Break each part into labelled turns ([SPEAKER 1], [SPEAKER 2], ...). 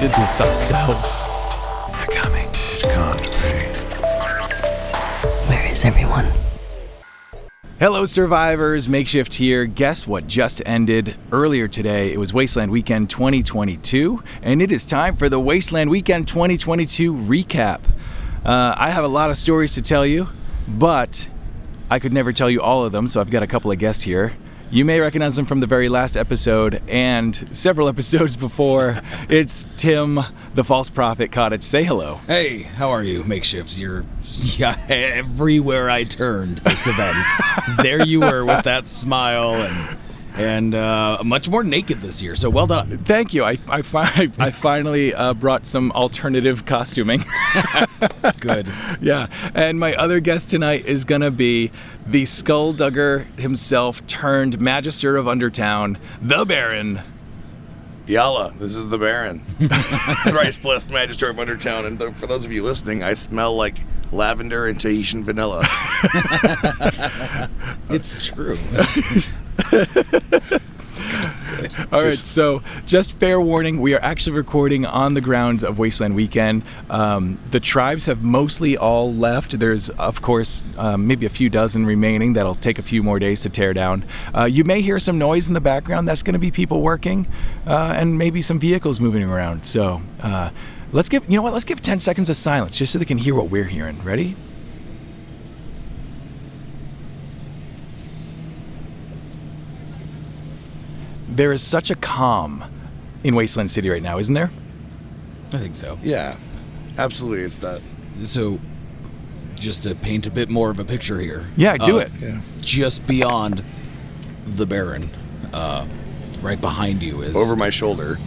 [SPEAKER 1] did this ourselves.
[SPEAKER 2] They're coming. It can't be.
[SPEAKER 3] Where is everyone?
[SPEAKER 1] Hello, survivors. Makeshift here. Guess what just ended? Earlier today, it was Wasteland Weekend 2022, and it is time for the Wasteland Weekend 2022 recap. Uh, I have a lot of stories to tell you, but I could never tell you all of them, so I've got a couple of guests here. You may recognize them from the very last episode and several episodes before. it's Tim, the false prophet cottage. Say hello.
[SPEAKER 4] Hey, how are you, makeshifts? You're yeah, everywhere I turned this event. there you were with that smile and and uh, much more naked this year. So well done.
[SPEAKER 1] Thank you. I, I, fi- I finally uh, brought some alternative costuming.
[SPEAKER 4] Good.
[SPEAKER 1] yeah. And my other guest tonight is going to be the Skulldugger himself turned Magister of Undertown, the Baron.
[SPEAKER 2] Yalla, this is the Baron. Thrice blessed Magister of Undertown. And th- for those of you listening, I smell like lavender and Tahitian vanilla.
[SPEAKER 4] It's true.
[SPEAKER 1] All right, so just fair warning, we are actually recording on the grounds of Wasteland Weekend. Um, the tribes have mostly all left. There's, of course, um, maybe a few dozen remaining that'll take a few more days to tear down. Uh, you may hear some noise in the background. That's going to be people working uh, and maybe some vehicles moving around. So uh, let's give, you know what, let's give 10 seconds of silence just so they can hear what we're hearing. Ready? There is such a calm in Wasteland City right now, isn't there?
[SPEAKER 4] I think so.
[SPEAKER 2] yeah, absolutely. It's that.
[SPEAKER 4] So just to paint a bit more of a picture here.
[SPEAKER 1] Yeah, do
[SPEAKER 4] uh,
[SPEAKER 1] it.
[SPEAKER 2] Yeah.
[SPEAKER 4] Just beyond the Baron, uh, right behind you is
[SPEAKER 2] Over my shoulder.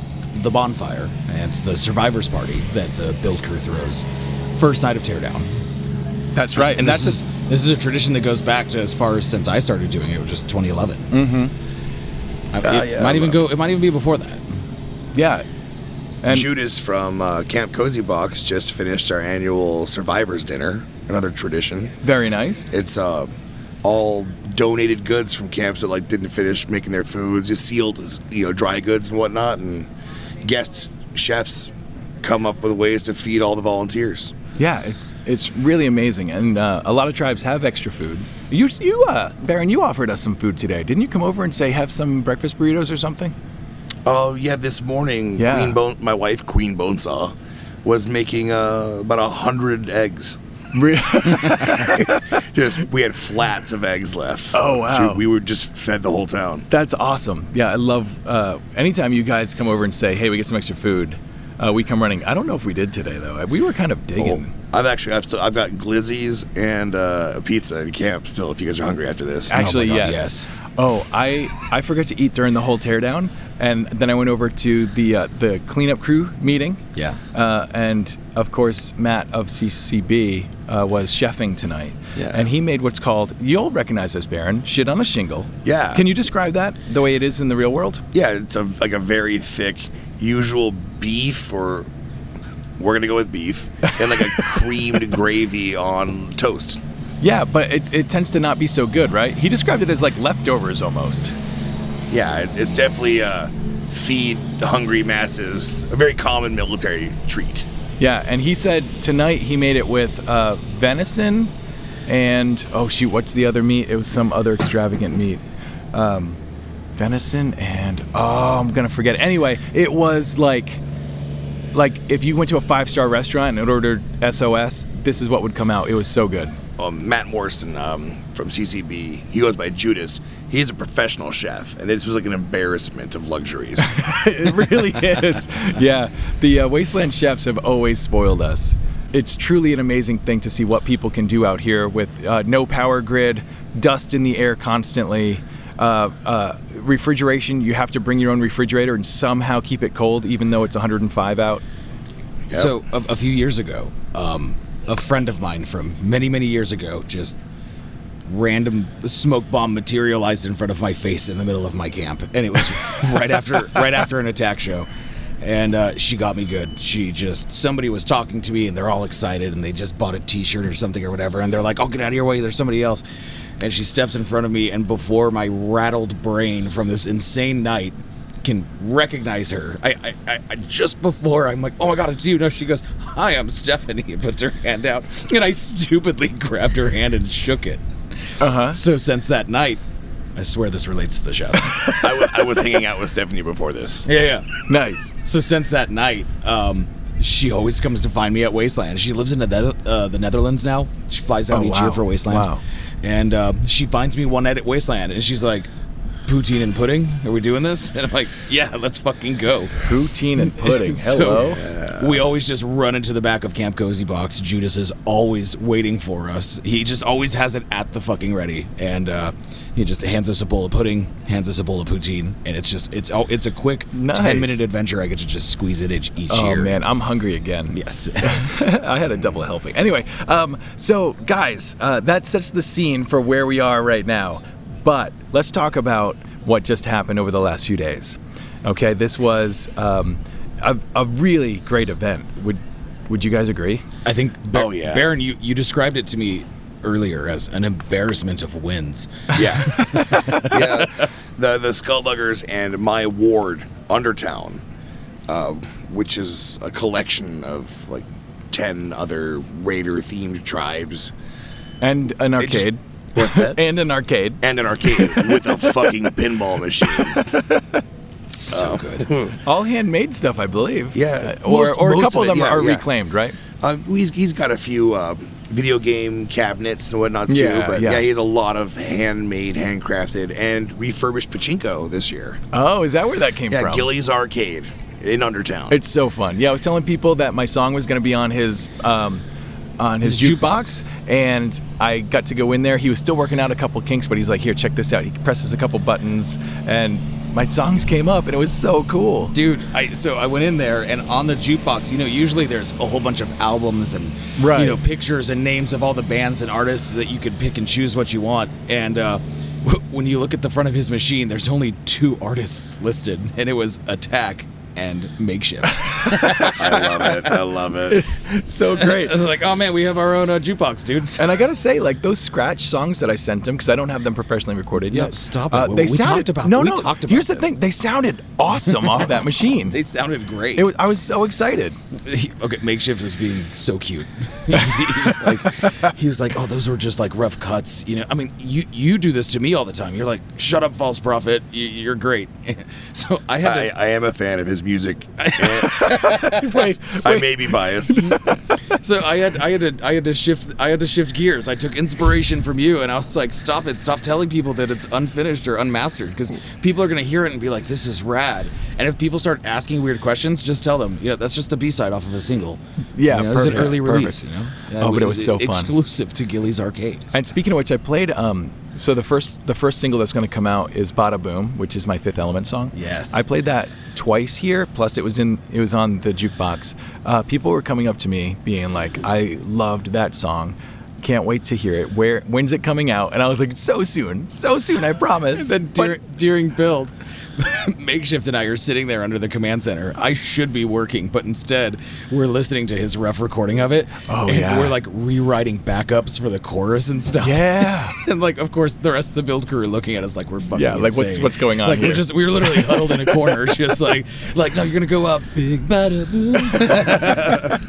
[SPEAKER 4] the bonfire. And it's the survivors party that the build crew throws. First night of teardown.
[SPEAKER 1] That's right. And
[SPEAKER 4] This
[SPEAKER 1] that's
[SPEAKER 4] is, this is a tradition that goes back to as far as since I started doing it, which is 2011. Mm-hmm. it
[SPEAKER 2] Ah, yeah,
[SPEAKER 4] might even
[SPEAKER 2] well.
[SPEAKER 4] go. It might even be before that.
[SPEAKER 1] Yeah. And
[SPEAKER 2] Judas from uh, Camp Cozy Box just finished our annual Survivors Dinner, another tradition.
[SPEAKER 1] very nice.
[SPEAKER 2] It's uh, all donated goods from camps that like didn't finish making their foods, just sealed as you know dry goods and whatnot, and guest chefs come up with ways to feed all the volunteers.
[SPEAKER 1] Yeah, it's it's really amazing, and uh, a lot of tribes have extra food. You you uh, Baron, you offered us some food today, didn't you? Come over and say have some breakfast burritos or something.
[SPEAKER 2] Oh yeah, this morning
[SPEAKER 1] Yeah.
[SPEAKER 2] Queen Bone, my wife Queen Bonesaw, was making uh, about a hundred eggs. Just we had flats of eggs left. so
[SPEAKER 1] Oh, wow.
[SPEAKER 2] she- we were just fed the whole town.
[SPEAKER 1] That's awesome. Yeah, I love uh, anytime you guys come over and say, hey, we get some extra food. Uh, we come running. I don't know if we did today though. We were kind of
[SPEAKER 2] Oh,
[SPEAKER 1] digging.
[SPEAKER 2] I've actually I've, still, I've got glizzies and uh, a pizza in camp still. If you guys are hungry after this,
[SPEAKER 1] Actually,
[SPEAKER 4] Oh my God,
[SPEAKER 1] yes.
[SPEAKER 4] yes.
[SPEAKER 1] Oh, I I forgot to eat during the whole teardown, and then I went over to the uh, the cleanup crew meeting.
[SPEAKER 4] Yeah.
[SPEAKER 1] Uh, and of course, Matt of CCB uh, was chefing tonight.
[SPEAKER 2] Yeah.
[SPEAKER 1] And he made what's called you'll recognize this, Baron shit on a shingle.
[SPEAKER 2] Yeah.
[SPEAKER 1] Can you describe that the way it is in the real world?
[SPEAKER 2] Yeah, it's a, like a very thick, usual beef, or we're gonna go with beef, and like a creamed gravy on toast.
[SPEAKER 1] Yeah, but it it tends to not be so good, right? He described it as like leftovers almost.
[SPEAKER 2] Yeah, it, it's definitely uh, feed hungry masses. A very common military treat.
[SPEAKER 1] Yeah, and he said tonight he made it with uh, venison and oh shoot, what's the other meat? It was some other extravagant meat. Um, venison and oh, I'm gonna forget. Anyway, it was like like if you went to a five star restaurant and ordered SOS, this is what would come out. It was so good.
[SPEAKER 2] Um, Matt Morrison um, from CCB, he goes by Judas. He is a professional chef, and this was like an embarrassment of luxuries.
[SPEAKER 1] it really is. Yeah, the uh, wasteland chefs have always spoiled us. It's truly an amazing thing to see what people can do out here with uh, no power grid, dust in the air constantly, uh, uh, refrigeration. You have to bring your own refrigerator and somehow keep it cold, even though it's 105 out.
[SPEAKER 2] Yep.
[SPEAKER 4] So a, a few years ago, um, a friend of mine from many many years ago just random smoke bomb materialized in front of my face in the middle of my camp, and it was right after right after an attack show. And uh, she got me good. She just somebody was talking to me, and they're all excited, and they just bought a T-shirt or something or whatever, and they're like, "Oh, get out of your way! There's somebody else." And she steps in front of me, and before my rattled brain from this insane night can recognize her. I, I, I, I just before I'm like, oh my god, it's you. No, she goes, hi, I'm Stephanie, and puts her hand out, and I stupidly grabbed her hand and shook it.
[SPEAKER 1] Uh huh.
[SPEAKER 4] So since that night, I swear this relates to the show.
[SPEAKER 2] I, w- I was hanging out with Stephanie before this.
[SPEAKER 4] yeah, yeah.
[SPEAKER 1] Nice.
[SPEAKER 4] So since that night, um, she always comes to find me at Wasteland. She lives in the, Nether- uh, the Netherlands now. She flies out
[SPEAKER 1] Oh,
[SPEAKER 4] each
[SPEAKER 1] wow.
[SPEAKER 4] year for Wasteland.
[SPEAKER 1] Wow.
[SPEAKER 4] And uh, she finds me one night at Wasteland, and she's like, "Poutine and pudding? Are we doing this?" And I'm like, "Yeah, let's fucking go."
[SPEAKER 1] Poutine and pudding.
[SPEAKER 4] So,
[SPEAKER 1] Hello.
[SPEAKER 4] We always just run into the back of Camp Cozy Box. Judas is always waiting for us. He just always has it at the fucking ready, and uh, he just hands us a bowl of pudding, hands us a bowl of poutine, and it's just it's oh, it's a quick
[SPEAKER 1] Nice.
[SPEAKER 4] ten minute adventure. I get to just squeeze it each, each
[SPEAKER 1] Oh
[SPEAKER 4] year.
[SPEAKER 1] man, I'm hungry again.
[SPEAKER 4] Yes.
[SPEAKER 1] I had a double helping. Anyway, um, so guys, uh, that sets the scene for where we are right now. But let's talk about what just happened over the last few days. Okay, this was um, a, a really great event. Would would you guys agree?
[SPEAKER 4] I think. Bar-
[SPEAKER 2] Oh, yeah.
[SPEAKER 4] Baron, you you described it to me earlier as an embarrassment of wins.
[SPEAKER 5] Yeah. yeah. The the Skullduggers and my ward, Undertown, uh,
[SPEAKER 2] um,
[SPEAKER 5] which is a collection of like ten other raider themed tribes.
[SPEAKER 1] And an
[SPEAKER 5] It just-
[SPEAKER 1] arcade.
[SPEAKER 5] what's that?
[SPEAKER 1] and an arcade.
[SPEAKER 5] And an arcade with a fucking pinball machine.
[SPEAKER 1] Oh.
[SPEAKER 4] So good.
[SPEAKER 1] All handmade stuff, I believe.
[SPEAKER 5] Yeah,
[SPEAKER 1] Uh, or
[SPEAKER 5] most-
[SPEAKER 1] or a
[SPEAKER 5] most
[SPEAKER 1] couple of
[SPEAKER 5] of it,
[SPEAKER 1] them
[SPEAKER 5] yeah,
[SPEAKER 1] are
[SPEAKER 5] yeah.
[SPEAKER 1] reclaimed, right?
[SPEAKER 5] Uh, he's, he's got a few uh, video game cabinets and whatnot too,
[SPEAKER 1] Yeah,
[SPEAKER 5] but
[SPEAKER 1] yeah.
[SPEAKER 5] yeah, he has a lot of handmade, handcrafted, and refurbished pachinko this year.
[SPEAKER 1] Oh, is that where that came
[SPEAKER 5] Yeah,
[SPEAKER 1] from?
[SPEAKER 5] Gilly's Arcade in Undertown.
[SPEAKER 1] It's so fun. Yeah, I was telling people that my song was going to be on his um, on his,
[SPEAKER 4] His
[SPEAKER 1] jukebox, and I got to go in there. He was still working out a couple kinks, but he's like, "Here, check this out." He presses a couple buttons, and my songs came up, and it was so cool.
[SPEAKER 4] Dude, I so I went in there and on the jukebox, you know, usually there's a whole bunch of albums and
[SPEAKER 1] Right.
[SPEAKER 4] you know pictures and names of all the bands and artists that you could pick and choose what you want. And uh, w- when you look at the front of his machine, there's only two artists listed, and it was Attack and Makeshift.
[SPEAKER 5] I love it. I love it.
[SPEAKER 1] So great.
[SPEAKER 4] I was like, oh man, we have our own uh, jukebox, dude.
[SPEAKER 1] And I gotta say, like those scratch songs that I sent him, because I don't have them professionally recorded
[SPEAKER 4] No,
[SPEAKER 1] yet.
[SPEAKER 4] stop it.
[SPEAKER 1] Uh,
[SPEAKER 4] We-
[SPEAKER 1] they
[SPEAKER 4] we
[SPEAKER 1] sounded
[SPEAKER 4] talked about-
[SPEAKER 1] no,
[SPEAKER 4] we
[SPEAKER 1] no.
[SPEAKER 4] talked about
[SPEAKER 1] here's the
[SPEAKER 4] this.
[SPEAKER 1] thing: they sounded awesome off that machine.
[SPEAKER 4] They sounded great.
[SPEAKER 1] It was, I was so excited.
[SPEAKER 4] he, okay, makeshift was being so cute. he, was like, he was like, "Oh, those were just like rough cuts." You know, I mean, you you do this to me all the time. You're like, "Shut up, false prophet. You, you're great." So I had
[SPEAKER 5] I,
[SPEAKER 4] to.
[SPEAKER 5] I am a fan of his music. I
[SPEAKER 1] Wait,
[SPEAKER 5] may be biased.
[SPEAKER 4] so I had I had to I had to shift I had to shift gears. I took inspiration from you, and I was like, "Stop it! Stop telling people that it's unfinished or unmastered, because people are gonna hear it and be like, this is rad.'" And if people start asking weird questions, just tell them, "Yeah, that's just a B side off of a single."
[SPEAKER 1] Yeah,
[SPEAKER 4] you know, it was an
[SPEAKER 1] perfect,
[SPEAKER 4] early
[SPEAKER 1] perfect.
[SPEAKER 4] release. You know, Yeah,
[SPEAKER 1] Oh, but it was so fun.
[SPEAKER 4] exclusive to Gillies Arcade.
[SPEAKER 1] And speaking of which, I played. Um, so the first the first single that's going to come out is "Bada Boom," which is my Fifth Element song.
[SPEAKER 4] Yes.
[SPEAKER 1] I played that twice here. Plus, it was in it was on the jukebox. Uh, people were coming up to me, being like, "I loved that song. Can't wait to hear it. Where when's it coming out?" And I was like, "So soon, so soon. I promise."
[SPEAKER 4] And then
[SPEAKER 1] But-
[SPEAKER 4] dur- during build, Makeshift and I are sitting there under the command center. I should be working, but instead we're listening to his ref recording of it.
[SPEAKER 1] Oh,
[SPEAKER 4] and
[SPEAKER 1] yeah.
[SPEAKER 4] We're like rewriting backups for the chorus and stuff.
[SPEAKER 1] yeah.
[SPEAKER 4] And like, of course, the rest of the build crew are looking at us like we're fucking.
[SPEAKER 1] Yeah, like, what's-
[SPEAKER 4] insane.
[SPEAKER 1] what's going on
[SPEAKER 4] Like
[SPEAKER 1] here?
[SPEAKER 4] we're just we were literally huddled in a corner, just like like no, you're gonna go up big bada boom.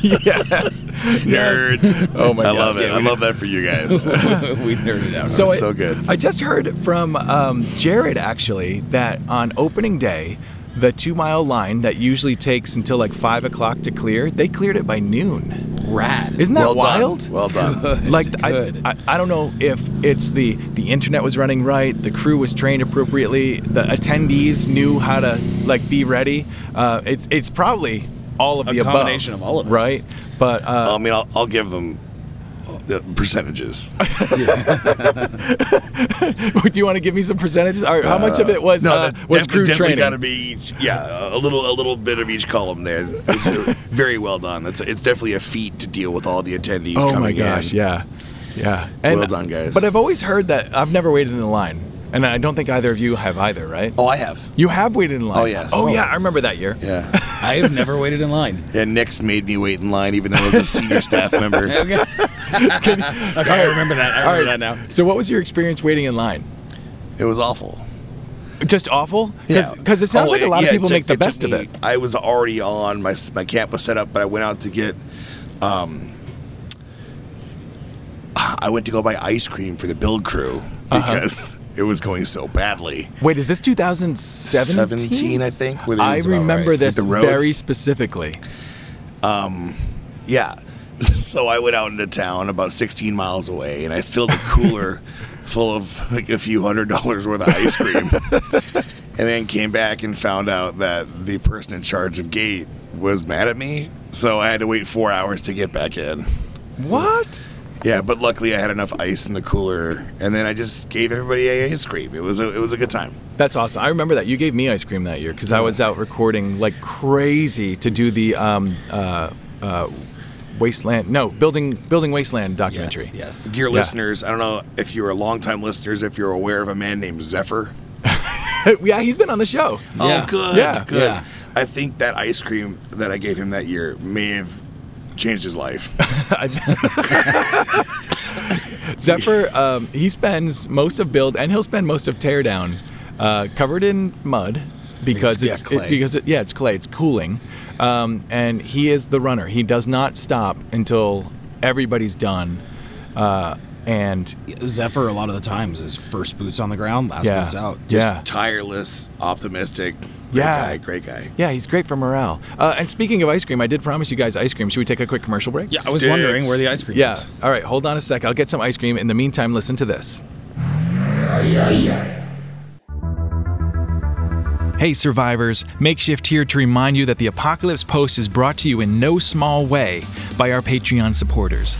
[SPEAKER 1] yes.
[SPEAKER 5] Nerds.
[SPEAKER 1] Oh my
[SPEAKER 5] I
[SPEAKER 1] God.
[SPEAKER 5] love it. I love that for you guys.
[SPEAKER 4] we nerded out.
[SPEAKER 1] So,
[SPEAKER 5] That's
[SPEAKER 1] I-
[SPEAKER 5] so good.
[SPEAKER 1] I just heard from um, Jared actually that on opening day, the two mile line that usually takes until like five o'clock to clear, they cleared it by noon.
[SPEAKER 4] rad.
[SPEAKER 1] Isn't that
[SPEAKER 5] well
[SPEAKER 1] wild?
[SPEAKER 5] done. Well done.
[SPEAKER 1] like I,
[SPEAKER 4] good.
[SPEAKER 1] I, I don't know if it's the the internet was running right, the crew was trained appropriately, the attendees knew how to like be ready. Uh, it's it's probably all of
[SPEAKER 4] A
[SPEAKER 1] the above,
[SPEAKER 4] combination of all of it.
[SPEAKER 1] right? But uh,
[SPEAKER 5] I mean, I'll, I'll give them uh, percentages.
[SPEAKER 1] do you want to give me some percentages? All right, how much of it was uh,
[SPEAKER 5] that
[SPEAKER 1] was
[SPEAKER 5] def-
[SPEAKER 1] crew
[SPEAKER 5] definitely
[SPEAKER 1] training?
[SPEAKER 5] got to be each, yeah, a little a little bit of each column there. It's very well done. It's it's definitely a feat to deal with all the attendees.
[SPEAKER 1] Oh
[SPEAKER 5] coming
[SPEAKER 1] my gosh,
[SPEAKER 5] in.
[SPEAKER 1] yeah. Yeah.
[SPEAKER 5] Well done, guys.
[SPEAKER 1] But I've always heard that I've never waited in the line. And I don't think either of you have either, right?
[SPEAKER 5] Oh, I have.
[SPEAKER 1] You have waited in line.
[SPEAKER 5] Oh, yes.
[SPEAKER 1] Oh yeah, I remember that year.
[SPEAKER 5] Yeah,
[SPEAKER 4] I have never waited in line.
[SPEAKER 5] and Nick's made me wait in line, even though I was a senior staff member.
[SPEAKER 4] Okay. okay, I remember that. I remember that now.
[SPEAKER 1] So what was your experience waiting in line?
[SPEAKER 5] It was awful.
[SPEAKER 1] Just awful? Because it sounds
[SPEAKER 2] Oh,
[SPEAKER 1] like a
[SPEAKER 2] it-
[SPEAKER 1] lot
[SPEAKER 2] yeah,
[SPEAKER 1] of
[SPEAKER 2] it
[SPEAKER 1] people
[SPEAKER 2] took-
[SPEAKER 1] make the
[SPEAKER 2] it took
[SPEAKER 1] best of
[SPEAKER 2] me-
[SPEAKER 1] it.
[SPEAKER 2] I was already on my s- my camp was set up, but I went out to get. Um, I went to go buy ice cream for the build crew
[SPEAKER 1] Uh-huh.
[SPEAKER 2] because it was going so badly.
[SPEAKER 1] Wait, is this 2017?
[SPEAKER 2] I think. where
[SPEAKER 1] I
[SPEAKER 2] they-
[SPEAKER 4] about
[SPEAKER 1] remember
[SPEAKER 4] right.
[SPEAKER 1] this
[SPEAKER 2] Hit the road.
[SPEAKER 1] very specifically.
[SPEAKER 2] Yeah. So I went out into town about 16 miles away and I filled a cooler full of like a few hundred dollars worth of ice cream. and then came back and found out that the person in charge of gate was mad at me. So I had to wait four hours to get back in.
[SPEAKER 1] What?
[SPEAKER 2] Yeah, but luckily I had enough ice in the cooler, and then I just gave everybody a ice cream. It was a it was a good time.
[SPEAKER 1] That's awesome. I remember that. You gave me ice cream that year because I was out recording like crazy to do the um, uh, uh, Wasteland, no, Building Building Wasteland documentary.
[SPEAKER 4] Yes. yes.
[SPEAKER 2] Dear listeners, I don't know if you're longtime listeners, if you're aware of a man named Zephyr.
[SPEAKER 1] yeah, he's been on the show.
[SPEAKER 4] Yeah.
[SPEAKER 2] Oh, good.
[SPEAKER 1] Yeah.
[SPEAKER 2] Good.
[SPEAKER 4] Yeah.
[SPEAKER 2] I think that ice cream that I gave him that year may have changed his life.
[SPEAKER 1] Zephyr, um, he spends most of build and he'll spend most of teardown uh, covered in mud because
[SPEAKER 4] It's-
[SPEAKER 1] it's,
[SPEAKER 4] yeah,
[SPEAKER 1] it-
[SPEAKER 4] clay.
[SPEAKER 1] because it, yeah it's clay it's cooling, um, and he is the runner. He does not stop until everybody's done, uh, and
[SPEAKER 4] Zephyr, a lot of the times, is first boots on the ground, last
[SPEAKER 1] yeah,
[SPEAKER 4] boots out.
[SPEAKER 1] yeah.
[SPEAKER 2] Tireless, optimistic. Great
[SPEAKER 1] Yeah.
[SPEAKER 2] guy, great guy.
[SPEAKER 1] Yeah, he's great for morale. Uh, and speaking of ice cream, I did promise you guys ice cream. Should we take a quick commercial break?
[SPEAKER 4] Yeah, I was wondering where the ice cream
[SPEAKER 1] Yeah.
[SPEAKER 4] is.
[SPEAKER 1] All right, hold on a sec. I'll get some ice cream. In the meantime, listen to this. Hey, survivors. Makeshift here to remind you that the Apocalypse Post is brought to you in no small way by our Patreon supporters.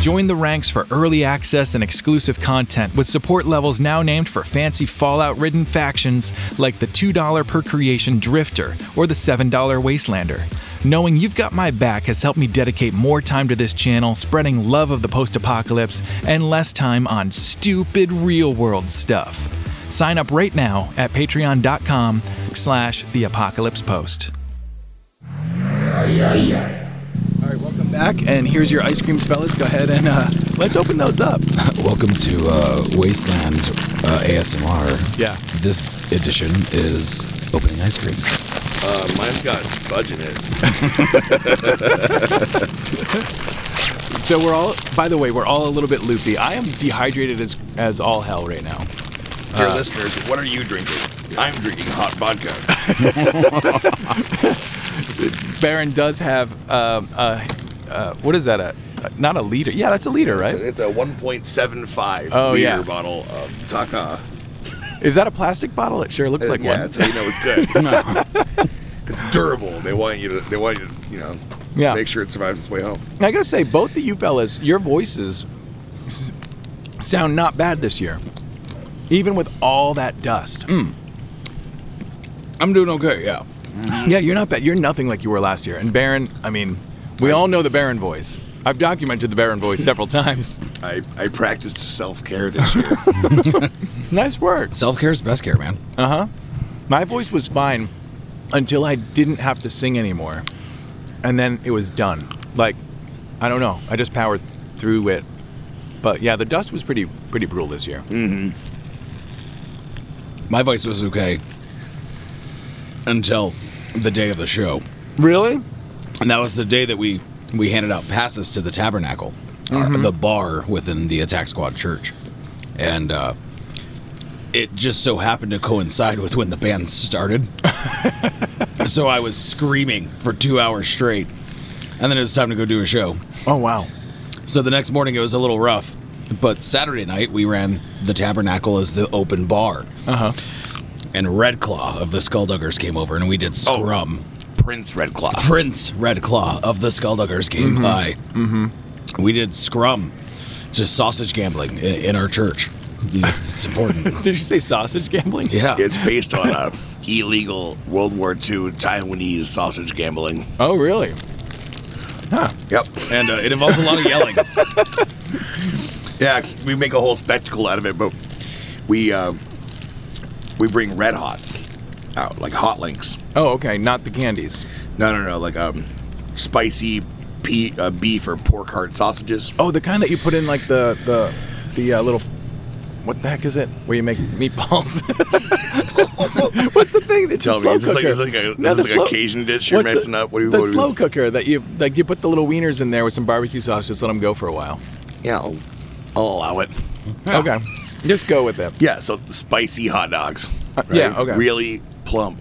[SPEAKER 1] Join the ranks for early access and exclusive content with support levels now named for fancy Fallout ridden factions like the $2 per creation Drifter or the $7 Wastelander. Knowing you've got my back has helped me dedicate more time to this channel, spreading love of the post apocalypse, and less time on stupid real world stuff. Sign up right now at patreon.com slash the apocalypse post. All right, welcome back. And here's your ice creams, fellas. Go ahead and uh, let's open those up.
[SPEAKER 4] Welcome to uh, Wasteland uh, ASMR.
[SPEAKER 1] Yeah.
[SPEAKER 4] This edition is opening ice cream.
[SPEAKER 2] Uh, mine's got fudge in it.
[SPEAKER 1] So we're all, by the way, we're all a little bit loopy. I am dehydrated as, as all hell right now. Uh.
[SPEAKER 2] Dear listeners, what are you drinking? I'm drinking hot vodka.
[SPEAKER 1] Baron does have, um, uh, uh, what is that? A, not a liter. Yeah, that's a liter, right?
[SPEAKER 2] It's a 1.75
[SPEAKER 1] Oh,
[SPEAKER 2] liter
[SPEAKER 1] yeah.
[SPEAKER 2] bottle of Taka.
[SPEAKER 1] Is that a plastic bottle? It sure looks like
[SPEAKER 2] Uh, yeah,
[SPEAKER 1] one.
[SPEAKER 2] that's how you know it's good. it's durable. They want you to. They want you to. You know.
[SPEAKER 1] Yeah.
[SPEAKER 2] Make sure it survives its way home.
[SPEAKER 1] I gotta say, both of you fellas, your voices s- sound not bad this year, even with all that dust.
[SPEAKER 2] Mm.
[SPEAKER 4] I'm doing okay, yeah.
[SPEAKER 1] Yeah, you're not bad. You're nothing like you were last year. And Baron, I mean, we all know the Baron voice. I've documented the Baron voice several times.
[SPEAKER 2] I I practiced self care this year.
[SPEAKER 1] Nice work.
[SPEAKER 4] Self care is the best care, man.
[SPEAKER 1] Uh huh. My voice was fine until I didn't have to sing anymore, and then it was done. Like, I don't know. I just powered through it. But yeah, the dust was pretty pretty brutal this year.
[SPEAKER 2] Mm.
[SPEAKER 4] My voice was okay until the day of the show.
[SPEAKER 1] Really?
[SPEAKER 4] And that was the day that we, we handed out passes to the tabernacle, our-
[SPEAKER 1] Mm-hmm.
[SPEAKER 4] the bar within the attack squad church. And uh, it just so happened to coincide with when the band started. so I was screaming for two hours straight. And then it was time to go do a show.
[SPEAKER 1] Oh wow.
[SPEAKER 4] So the next morning it was a little rough, but Saturday night we ran the Tabernacle as the open bar,
[SPEAKER 1] Uh huh.
[SPEAKER 4] and Red Claw of the Skullduggers came over, and we did scrum.
[SPEAKER 2] Prince Red Claw.
[SPEAKER 4] Prince Red Claw of the Skullduggers came by. We did scrum, just sausage gambling in, in our church. It's important.
[SPEAKER 1] Did you say sausage gambling?
[SPEAKER 4] yeah.
[SPEAKER 2] It's based on a illegal World War II Taiwanese sausage gambling.
[SPEAKER 1] Oh really?
[SPEAKER 2] Yep.
[SPEAKER 4] and uh, it involves a lot of yelling.
[SPEAKER 2] Yeah, we make a whole spectacle out of it, but we um, we bring red hots out, like hot links.
[SPEAKER 1] Oh okay. Not the candies.
[SPEAKER 2] No, no, no, like um, spicy pea, uh, beef or pork heart sausages.
[SPEAKER 1] Oh, the kind that you put in like the the the uh, little What the heck is it? Where you make meatballs? what's the thing? It's
[SPEAKER 2] Tell
[SPEAKER 1] a
[SPEAKER 2] me,
[SPEAKER 1] slow
[SPEAKER 2] is this like,
[SPEAKER 1] cooker.
[SPEAKER 2] is this like a,
[SPEAKER 1] No,
[SPEAKER 2] is this
[SPEAKER 1] the slow-
[SPEAKER 2] like a Cajun dish you're
[SPEAKER 1] what's the-
[SPEAKER 2] messing up? What do you
[SPEAKER 1] the
[SPEAKER 2] what do you-
[SPEAKER 1] slow cooker that you like? You put the little wieners in there with some barbecue sauce. Just let them go for a while.
[SPEAKER 2] Yeah, I'll, I'll allow it.
[SPEAKER 1] Okay, just go with it.
[SPEAKER 2] Yeah, so spicy hot dogs.
[SPEAKER 1] Uh, yeah, okay.
[SPEAKER 2] Really plump,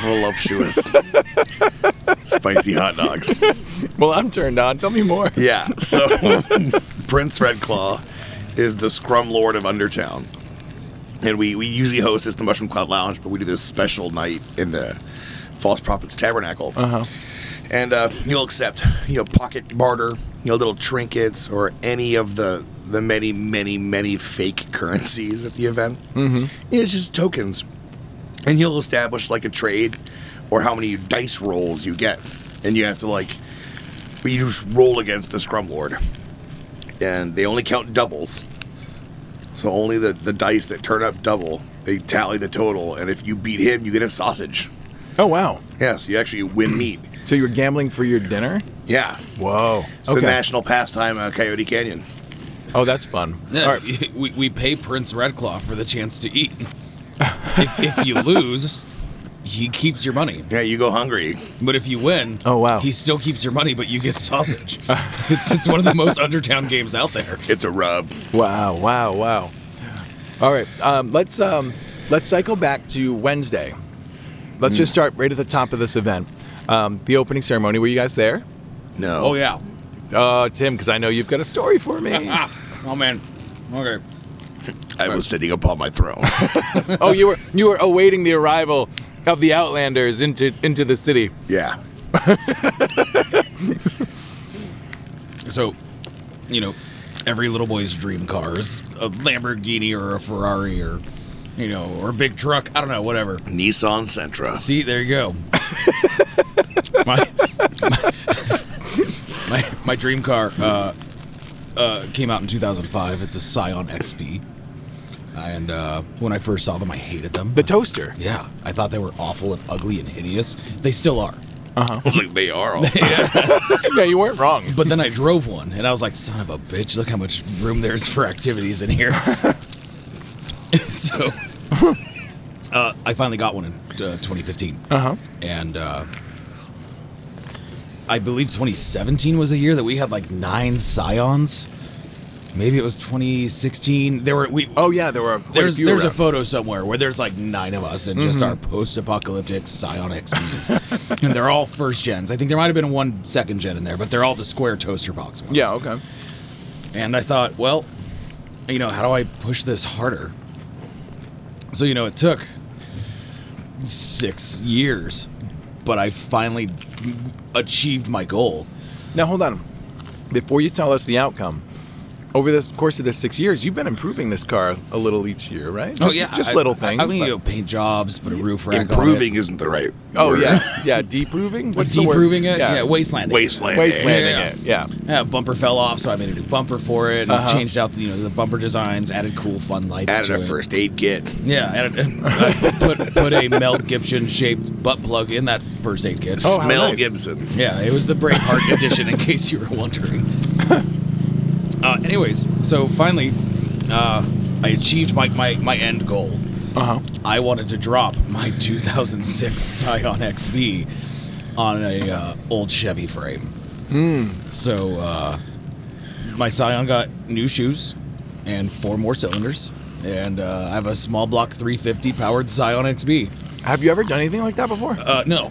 [SPEAKER 2] voluptuous, spicy hot dogs.
[SPEAKER 1] Well, I'm turned on. Tell me more.
[SPEAKER 2] Yeah, so Prince Red Claw is the scrum lord of Undertown. And we, we usually host this at the Mushroom Cloud Lounge, but we do this special night in the False Prophet's Tabernacle. Uh-huh. And uh, you'll accept, you know, pocket barter, you know, little trinkets, or any of the the many, many, many fake currencies at the event. Mm-hmm. It's just tokens and you'll establish like a trade or how many dice rolls you get and you have to like but you just roll against the scrum lord and they only count doubles so only the, the dice that turn up double they tally the total and if you beat him you get a sausage
[SPEAKER 1] Oh wow!
[SPEAKER 2] yes you actually win meat
[SPEAKER 1] So you were gambling for your dinner?
[SPEAKER 2] yeah
[SPEAKER 1] Whoa!
[SPEAKER 2] it's the national pastime uh, coyote canyon
[SPEAKER 1] Oh, that's fun.
[SPEAKER 4] Yeah,
[SPEAKER 1] All right.
[SPEAKER 4] we, we pay Prince Redclaw for the chance to eat. if, if you lose, he keeps your money.
[SPEAKER 2] yeah you go hungry
[SPEAKER 4] But if you win,
[SPEAKER 1] Oh, wow.
[SPEAKER 4] he still keeps your money, but you get sausage. it's, it's one of the most Undertown games out there.
[SPEAKER 2] it's a rub
[SPEAKER 1] Wow! Wow! Wow! All right. Um, let's um, let's cycle back to Wednesday. Let's
[SPEAKER 2] Mm.
[SPEAKER 1] just start right at the top of this event. Um, the opening ceremony. Were you guys there?
[SPEAKER 2] no
[SPEAKER 4] Oh yeah.
[SPEAKER 1] Oh, Tim, because I know you've got a story for me.
[SPEAKER 4] Ah, oh man. Okay.
[SPEAKER 2] i was sitting upon my throne
[SPEAKER 1] oh, you were you were awaiting the arrival of the Outlanders into into the city.
[SPEAKER 2] yeah
[SPEAKER 4] So, you know, every little boy's dream car is a Lamborghini or a Ferrari or, you know, or a big truck. I don't know, whatever.
[SPEAKER 2] nissan sentra
[SPEAKER 4] See, there you go. my, my, my dream car uh, uh, came out in 2005. It's a Scion XP. And uh, when I first saw them, I hated them.
[SPEAKER 1] The toaster.
[SPEAKER 4] yeah, I thought they were awful and ugly and hideous. They still are.
[SPEAKER 2] i was like they are all
[SPEAKER 1] yeah, you weren't wrong.
[SPEAKER 4] But then I drove one, and I was like, "Son of a bitch! Look how much room there is for activities in here." so, uh, I finally got one in uh, 2015,
[SPEAKER 1] Uh huh.
[SPEAKER 4] and uh, I believe 2017 was the year that we had like nine Scions. Maybe it was 2016. There were we.
[SPEAKER 1] Oh yeah, there were quite
[SPEAKER 4] There's
[SPEAKER 1] a few
[SPEAKER 4] there's a
[SPEAKER 1] around.
[SPEAKER 4] photo somewhere where there's like nine of us and just our post-apocalyptic Scion XPs, and they're all first gens. I think there might have been one second gen in there, but they're all the square toaster box ones.
[SPEAKER 1] yeah. Okay.
[SPEAKER 4] And I thought, well, you know, how do I push this harder? So you know, it took six years, but I finally achieved my goal.
[SPEAKER 1] Now hold on. Before you tell us the outcome, over the course of the six years, you've been improving this car a little each year, right? Just, just
[SPEAKER 4] Oh, I-
[SPEAKER 1] little
[SPEAKER 4] I-
[SPEAKER 1] things.
[SPEAKER 4] I mean,
[SPEAKER 1] but-
[SPEAKER 4] you know, paint jobs, put a roof rack
[SPEAKER 2] improving isn't the right
[SPEAKER 1] oh
[SPEAKER 2] word.
[SPEAKER 1] yeah, yeah. Deproving.
[SPEAKER 4] on it.
[SPEAKER 1] What's the word?
[SPEAKER 4] Deproving it, yeah, wasteland.
[SPEAKER 2] wasteland
[SPEAKER 1] Wastelanding
[SPEAKER 4] Yeah.
[SPEAKER 1] it. Yeah.
[SPEAKER 4] Yeah, bumper fell off, so I made a new bumper for it. And
[SPEAKER 1] Uh-huh.
[SPEAKER 4] Changed out, you know, the bumper designs, added cool, fun lights.
[SPEAKER 2] added
[SPEAKER 4] to
[SPEAKER 2] a
[SPEAKER 4] it.
[SPEAKER 2] first aid kit
[SPEAKER 4] Yeah, added, I put put a Mel Gibson shaped butt plug in that first aid kit.
[SPEAKER 1] Oh, how
[SPEAKER 2] Mel
[SPEAKER 1] nice.
[SPEAKER 2] Gibson.
[SPEAKER 4] Yeah, it was the Braveheart edition, in case you were wondering. uh, anyways, so finally, uh, I achieved my, my, my end goal.
[SPEAKER 1] Uh huh.
[SPEAKER 4] I wanted to drop my 2006 Scion XB on a uh, old Chevy frame. So uh, my Scion got new shoes and four more cylinders, and uh, I have a small block 350 powered Scion XB.
[SPEAKER 1] Have you ever done anything like that before?
[SPEAKER 4] Uh, no,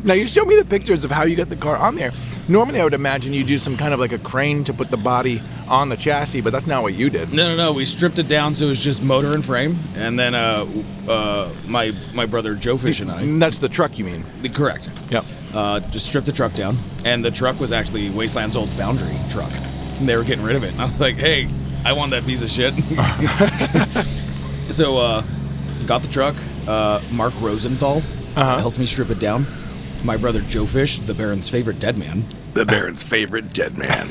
[SPEAKER 1] Now you showed me the pictures of how you got the car on there. Normally, I would imagine you do some kind of like a crane to put the body on the chassis, but that's not what you did.
[SPEAKER 4] No, no, no. We stripped it down so it was just motor and frame, and then uh, w- uh, my my brother Joe Fish and I.
[SPEAKER 1] And that's the truck you mean.
[SPEAKER 4] the- Correct.
[SPEAKER 1] Yep.
[SPEAKER 4] Uh, just stripped the truck down, and the truck was actually Wasteland's old boundary truck. And they were getting rid of it, and I was like, "Hey, I want that piece of shit." so, uh, got the truck. Uh, Mark Rosenthal
[SPEAKER 1] Uh-huh.
[SPEAKER 4] helped me strip it down. My brother Joe Fish, the Baron's favorite dead man,
[SPEAKER 2] The Baron's favorite dead man.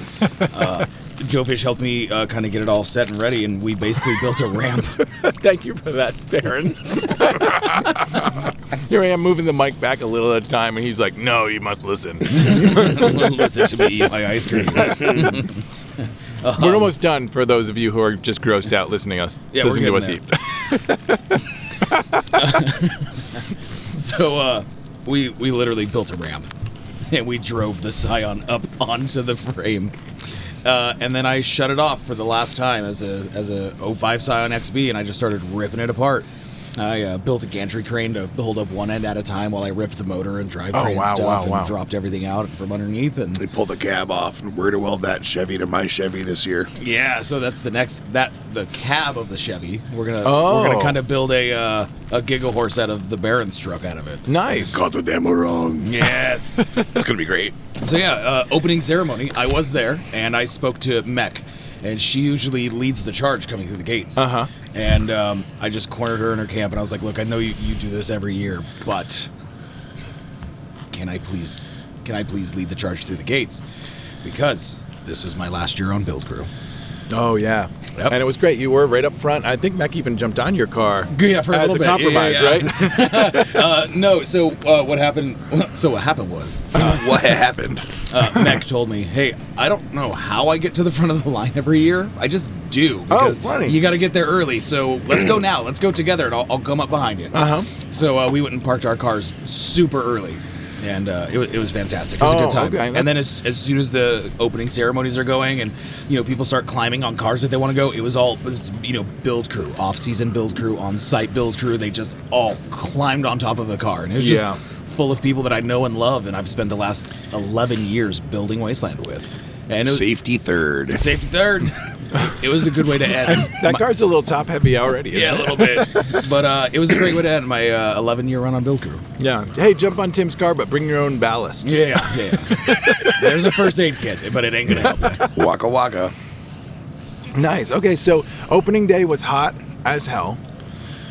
[SPEAKER 4] Joe Fish helped me uh, kind of get it all set and ready, and we basically built a ramp.
[SPEAKER 1] Thank you for that, Baron. Here I am moving the mic back a little at a time, and he's like, "No, you must listen."
[SPEAKER 4] Listen to me eat my ice cream.
[SPEAKER 1] We're almost done for those of you who are just grossed out listening us
[SPEAKER 4] Yeah, we're
[SPEAKER 1] listening to us
[SPEAKER 4] getting
[SPEAKER 1] eat.
[SPEAKER 4] So uh, we we literally built a ramp, and we drove the Scion up onto the frame, uh, and then I shut it off for the last time as a as a 05 Scion XB, and I just started ripping it apart. I uh, built a gantry crane to hold up one end at a time while I ripped the motor and drivetrain
[SPEAKER 1] Oh,
[SPEAKER 4] and
[SPEAKER 1] wow,
[SPEAKER 4] stuff,
[SPEAKER 1] wow,
[SPEAKER 4] and
[SPEAKER 1] wow.
[SPEAKER 4] dropped everything out from underneath. And
[SPEAKER 2] They pulled the cab off and where to weld that Chevy to my Chevy this year.
[SPEAKER 4] Yeah, so that's the next that the cab of the Chevy. We're gonna we're
[SPEAKER 1] Oh.
[SPEAKER 4] gonna kind of build a uh, a giggle horse out of the Baron's truck out of it.
[SPEAKER 1] Nice.
[SPEAKER 2] Got the demo wrong.
[SPEAKER 4] Yes.
[SPEAKER 2] It's gonna be great.
[SPEAKER 4] so yeah, uh, opening ceremony. I was there and I spoke to Mech, and she usually leads the charge coming through the gates. Uh
[SPEAKER 1] Uh-huh.
[SPEAKER 4] And um, I just cornered her in her camp, and I was like, "Look, I know you, you do this every year, but can I please can I please lead the charge through the gates? Because this was my last year on build crew."
[SPEAKER 1] Oh yeah.
[SPEAKER 4] Yep.
[SPEAKER 1] And it was great. You were right up front. I think Mac even jumped on your car.
[SPEAKER 4] Yeah, for a
[SPEAKER 1] as
[SPEAKER 4] little bit.
[SPEAKER 1] a
[SPEAKER 4] Yeah,
[SPEAKER 1] compromise,
[SPEAKER 4] yeah, yeah.
[SPEAKER 1] right?
[SPEAKER 4] Uh, no. So uh, what happened? So what happened was,
[SPEAKER 2] what happened?
[SPEAKER 4] uh, Mech told me, "Hey, I don't know how I get to the front of the line every year. I just do because
[SPEAKER 1] Oh, funny.
[SPEAKER 4] you got to get there early. So let's go now. Let's go together, and I'll, I'll come up behind you."
[SPEAKER 1] Uh-huh.
[SPEAKER 4] So uh, we went and parked our cars super early. And uh, it, wa- it was fantastic. It was a
[SPEAKER 1] Oh,
[SPEAKER 4] good time.
[SPEAKER 1] okay.
[SPEAKER 4] And then as, as soon as the opening ceremonies are going, and you know people start climbing on cars that they want to go, it was all it was, you know build crew, off season build crew, on site build crew. They just all climbed on top of the car, and it was just
[SPEAKER 1] Yeah.
[SPEAKER 4] full of people that I know and love, and I've spent the last eleven years building Wasteland with. And it was
[SPEAKER 2] Safety third.
[SPEAKER 4] safety third. it was a good way to end.
[SPEAKER 1] that car's a little top heavy already. Isn't
[SPEAKER 4] yeah, a
[SPEAKER 1] It?
[SPEAKER 4] little bit. But uh, it was a great way to end my uh, eleven year run on build crew.
[SPEAKER 1] Yeah. Hey, jump on Tim's car, but bring your own ballast.
[SPEAKER 4] Yeah, yeah. There's a first aid kit, but it ain't gonna help. me.
[SPEAKER 2] Waka waka.
[SPEAKER 1] Nice. Okay, so opening day was hot as hell.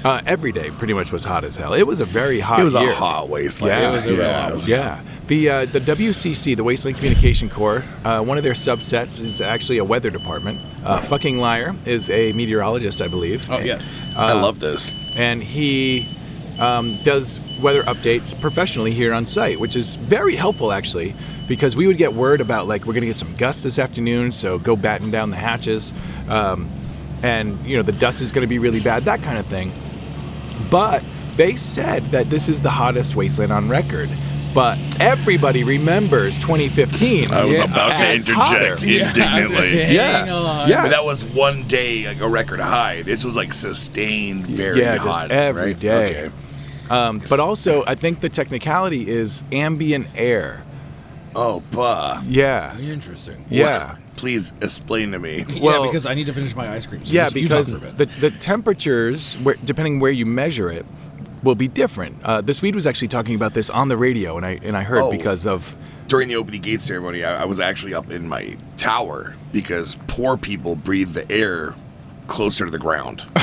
[SPEAKER 1] Uh, every day pretty much was hot as hell. It was a very hot.
[SPEAKER 2] It was
[SPEAKER 1] year.
[SPEAKER 2] a hot wasteland.
[SPEAKER 1] Yeah, it was a
[SPEAKER 4] real hot
[SPEAKER 2] it was-
[SPEAKER 1] Yeah. The, uh, the WCC, the Wasteland Communication Corps, uh, one of their subsets is actually a weather department. Uh, fucking Liar is a meteorologist, I believe.
[SPEAKER 4] Oh yeah.
[SPEAKER 2] I love this.
[SPEAKER 1] And he um, does weather updates professionally here on site, which is very helpful actually, because we would get word about like, we're going to get some gusts this afternoon, so go batten down the hatches. Um, and, you know, the dust is going to be really bad, that kind of thing. But they said that this is the hottest wasteland on record. But everybody remembers 2015.
[SPEAKER 2] I was about to
[SPEAKER 1] as
[SPEAKER 2] interject
[SPEAKER 1] hotter.
[SPEAKER 2] indignantly.
[SPEAKER 4] Yeah. Hang
[SPEAKER 1] Yeah.
[SPEAKER 4] on.
[SPEAKER 1] Yes.
[SPEAKER 2] But that was one day like a record high. This was like sustained, very
[SPEAKER 1] Yeah, just
[SPEAKER 2] hot.
[SPEAKER 1] every
[SPEAKER 2] right?
[SPEAKER 1] day.
[SPEAKER 2] Okay.
[SPEAKER 1] Um, but also, I think the technicality is ambient air.
[SPEAKER 2] Oh, bah.
[SPEAKER 1] Yeah.
[SPEAKER 4] Interesting.
[SPEAKER 1] Yeah.
[SPEAKER 2] Please explain to me.
[SPEAKER 1] Well-
[SPEAKER 4] yeah, because I need to finish my ice cream. So
[SPEAKER 1] Yeah,
[SPEAKER 4] you- you
[SPEAKER 1] because
[SPEAKER 4] talk for a bit.
[SPEAKER 1] the, the temperatures, where, depending where you measure it, will be different. Uh, the Swede was actually talking about this on the radio, and I and I heard
[SPEAKER 2] Oh.
[SPEAKER 1] because of
[SPEAKER 2] During the opening gate ceremony, I, I was actually up in my tower because poor people breathe the air closer to the ground.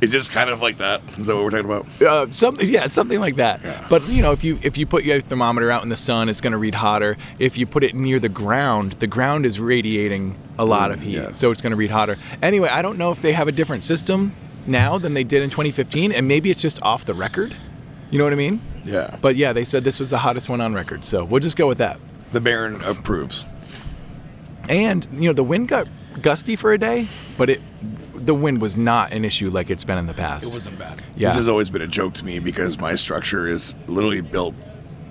[SPEAKER 2] it's just kind of like that. Is that what we're talking about?
[SPEAKER 1] uh, something, yeah, something like that. But you know, if you if you put your thermometer out in the sun, it's going to read hotter. If you put it near the ground, the ground is radiating a lot of heat,
[SPEAKER 2] yes.
[SPEAKER 1] so it's going to read hotter. Anyway, I don't know if they have a different system now than they did in 2015, and maybe it's just off the record. You know what I mean?
[SPEAKER 2] Yeah.
[SPEAKER 1] But yeah, they said this was the hottest one on record, so we'll just go with that.
[SPEAKER 2] The Baron approves.
[SPEAKER 1] And you know, the wind got gusty for a day, but it the wind was not an issue like it's been in the past.
[SPEAKER 4] it wasn't bad.
[SPEAKER 1] yeah.
[SPEAKER 2] This has always been a joke to me because my structure is literally built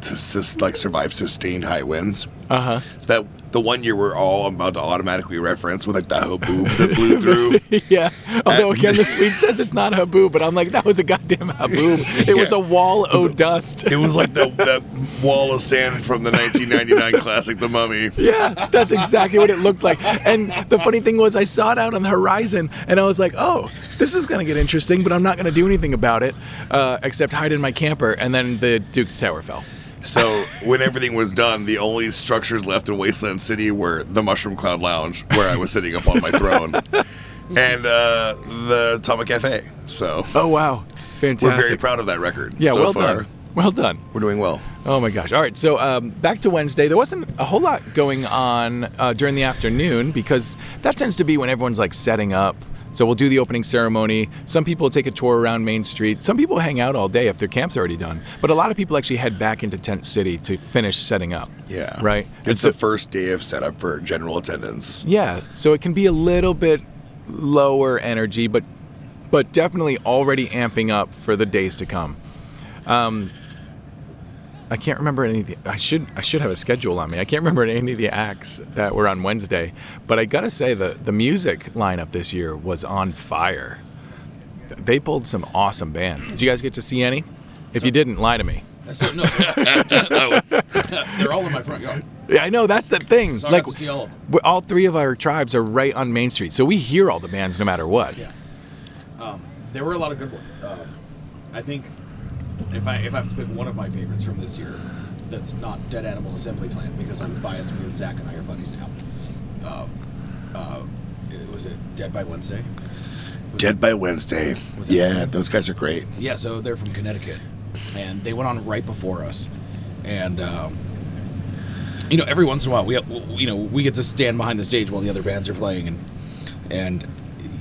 [SPEAKER 2] to sus- like survive sustained high winds.
[SPEAKER 1] uh huh.
[SPEAKER 2] So that the one year we're all about to automatically reference with like that hoe boob that blew through.
[SPEAKER 1] Yeah. Although again, the Swede says it's not Haboob, but I'm like, that was a goddamn Haboob. It was
[SPEAKER 2] Yeah.
[SPEAKER 1] a wall o' dust.
[SPEAKER 2] It was like the, that wall of sand from the 1999 classic The Mummy.
[SPEAKER 1] Yeah, that's exactly what it looked like. And the funny thing was, I saw it out on the horizon, and I was like, "Oh, this is gonna get interesting," but I'm not gonna do anything about it, uh, except hide in my camper. And then the Duke's Tower fell.
[SPEAKER 2] So when everything was done, the only structures left in Wasteland City were the Mushroom Cloud Lounge, where I was sitting up on my throne, and uh, the Atomic Cafe. So
[SPEAKER 1] Oh wow, fantastic!
[SPEAKER 2] we're very proud of that record.
[SPEAKER 1] Yeah,
[SPEAKER 2] so
[SPEAKER 1] well
[SPEAKER 2] far.
[SPEAKER 1] done. Well done.
[SPEAKER 2] We're doing well.
[SPEAKER 1] Oh my gosh! All right, so um, back to Wednesday. There wasn't a whole lot going on uh, during the afternoon because that tends to be when everyone's like setting up, So we'll do the opening ceremony. Some people take a tour around Main Street. Some people hang out all day if their camp's already done. But a lot of people actually head back into Tent City to finish setting up.
[SPEAKER 2] Yeah.
[SPEAKER 1] Right? And
[SPEAKER 2] It's
[SPEAKER 1] so-
[SPEAKER 2] the first day of setup for general attendance.
[SPEAKER 1] yeah, so it can be a little bit lower energy, but but definitely already amping up for the days to come. Um, I can't remember any of the. I should I should have a schedule on me. I can't remember any of the acts that were on Wednesday, but I gotta say the the music lineup this year was on fire. They pulled some awesome bands. Did you guys get to see any? If you didn't, lie to me.
[SPEAKER 4] So, no, they're all in my front yard.
[SPEAKER 1] Yeah, I know that's the thing.
[SPEAKER 4] So I got
[SPEAKER 1] like
[SPEAKER 4] to see all of them.
[SPEAKER 1] we- all three of our tribes are right on Main Street, so we hear all the bands no matter what.
[SPEAKER 4] Yeah. There were a lot of good ones. Um, I think if I if I have to pick one of my favorites from this year, that's not Dead Animal Assembly Plant because I'm biased because Zach and I are buddies now. Uh, uh, was it Dead by Wednesday? Was
[SPEAKER 2] Dead by Wednesday.
[SPEAKER 4] Was that-
[SPEAKER 2] Yeah, those guys are great.
[SPEAKER 4] Yeah, so they're from Connecticut, and they went on right before us, and um, you know, every once in a while, we we- you know we get to stand behind the stage while the other bands are playing, and and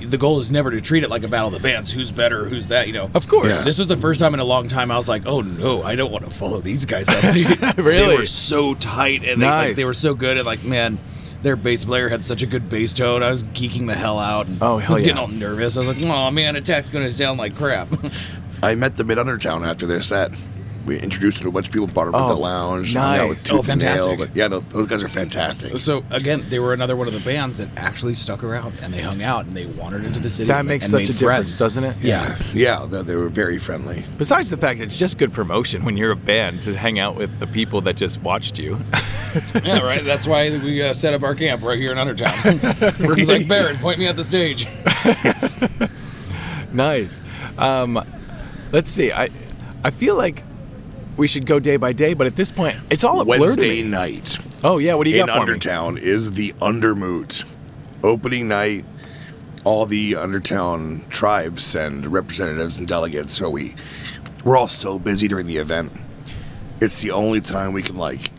[SPEAKER 4] the goal is never to treat it like a battle of the bands. Who's better? Who's that? You know.
[SPEAKER 1] Of course.
[SPEAKER 2] Yeah.
[SPEAKER 4] This was the first time in a long time I was like, "Oh no, I don't want to follow these guys up." They-
[SPEAKER 1] Really?
[SPEAKER 4] They were so tight and they, like,
[SPEAKER 1] Nice.
[SPEAKER 4] they were so good. And like, man, their bass player had such a good bass tone. I was geeking the hell out. And
[SPEAKER 1] Oh,
[SPEAKER 4] I
[SPEAKER 1] hell
[SPEAKER 4] was getting
[SPEAKER 1] yeah.
[SPEAKER 4] all nervous. I was like, "Oh man, attack's gonna sound like crap."
[SPEAKER 2] I met them at Undertown after their set. We introduced them to a bunch of people, brought them
[SPEAKER 1] Oh,
[SPEAKER 2] to the lounge. hung out with
[SPEAKER 1] nice.
[SPEAKER 2] Tooth
[SPEAKER 4] Oh,
[SPEAKER 2] and Nail,
[SPEAKER 4] fantastic.
[SPEAKER 2] but yeah, tho- those guys are fantastic.
[SPEAKER 4] So again, they were another one of the bands that actually stuck around and they hung out and they wandered into the city.
[SPEAKER 1] That
[SPEAKER 4] and-
[SPEAKER 1] makes
[SPEAKER 4] and
[SPEAKER 1] such a
[SPEAKER 4] made friends.
[SPEAKER 1] difference, doesn't it?
[SPEAKER 2] Yeah, yeah, they, they were very friendly.
[SPEAKER 1] Besides the fact that it's just good promotion when you're a band to hang out with the people that just watched you.
[SPEAKER 4] Yeah, right. That's why we uh, set up our camp right here in Undertown. He's like Baron, point me at the stage.
[SPEAKER 1] nice. Um, let's see. I I feel like we should go day by day, but at this point, it's all a blur to
[SPEAKER 2] Wednesday
[SPEAKER 1] me.
[SPEAKER 2] night
[SPEAKER 1] Oh yeah, what do you
[SPEAKER 2] in
[SPEAKER 1] got for me?
[SPEAKER 2] Undertown is the Undermoot. Opening night, all the Undertown tribes and representatives and delegates. So we we're all so busy during the event. It's the only time we can like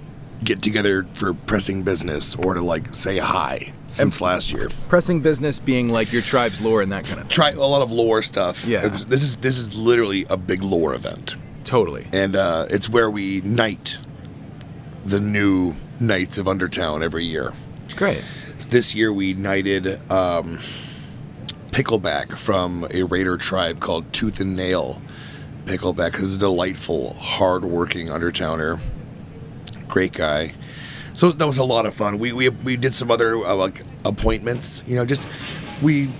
[SPEAKER 2] get together for pressing business or to like say hi since last year.
[SPEAKER 1] Pressing business being like your tribe's lore and that kind of thing.
[SPEAKER 2] Try a lot of lore stuff.
[SPEAKER 1] Yeah.
[SPEAKER 2] It was- this is this is literally a big lore event.
[SPEAKER 1] Totally.
[SPEAKER 2] and uh, it's where we knight the new knights of Undertown every year.
[SPEAKER 1] Great.
[SPEAKER 2] This year we knighted um, Pickleback from a raider tribe called Tooth and Nail. Pickleback is a delightful, hardworking Undertowner. Great guy. So that was a lot of fun. We we, we did some other uh, like appointments. You know, just we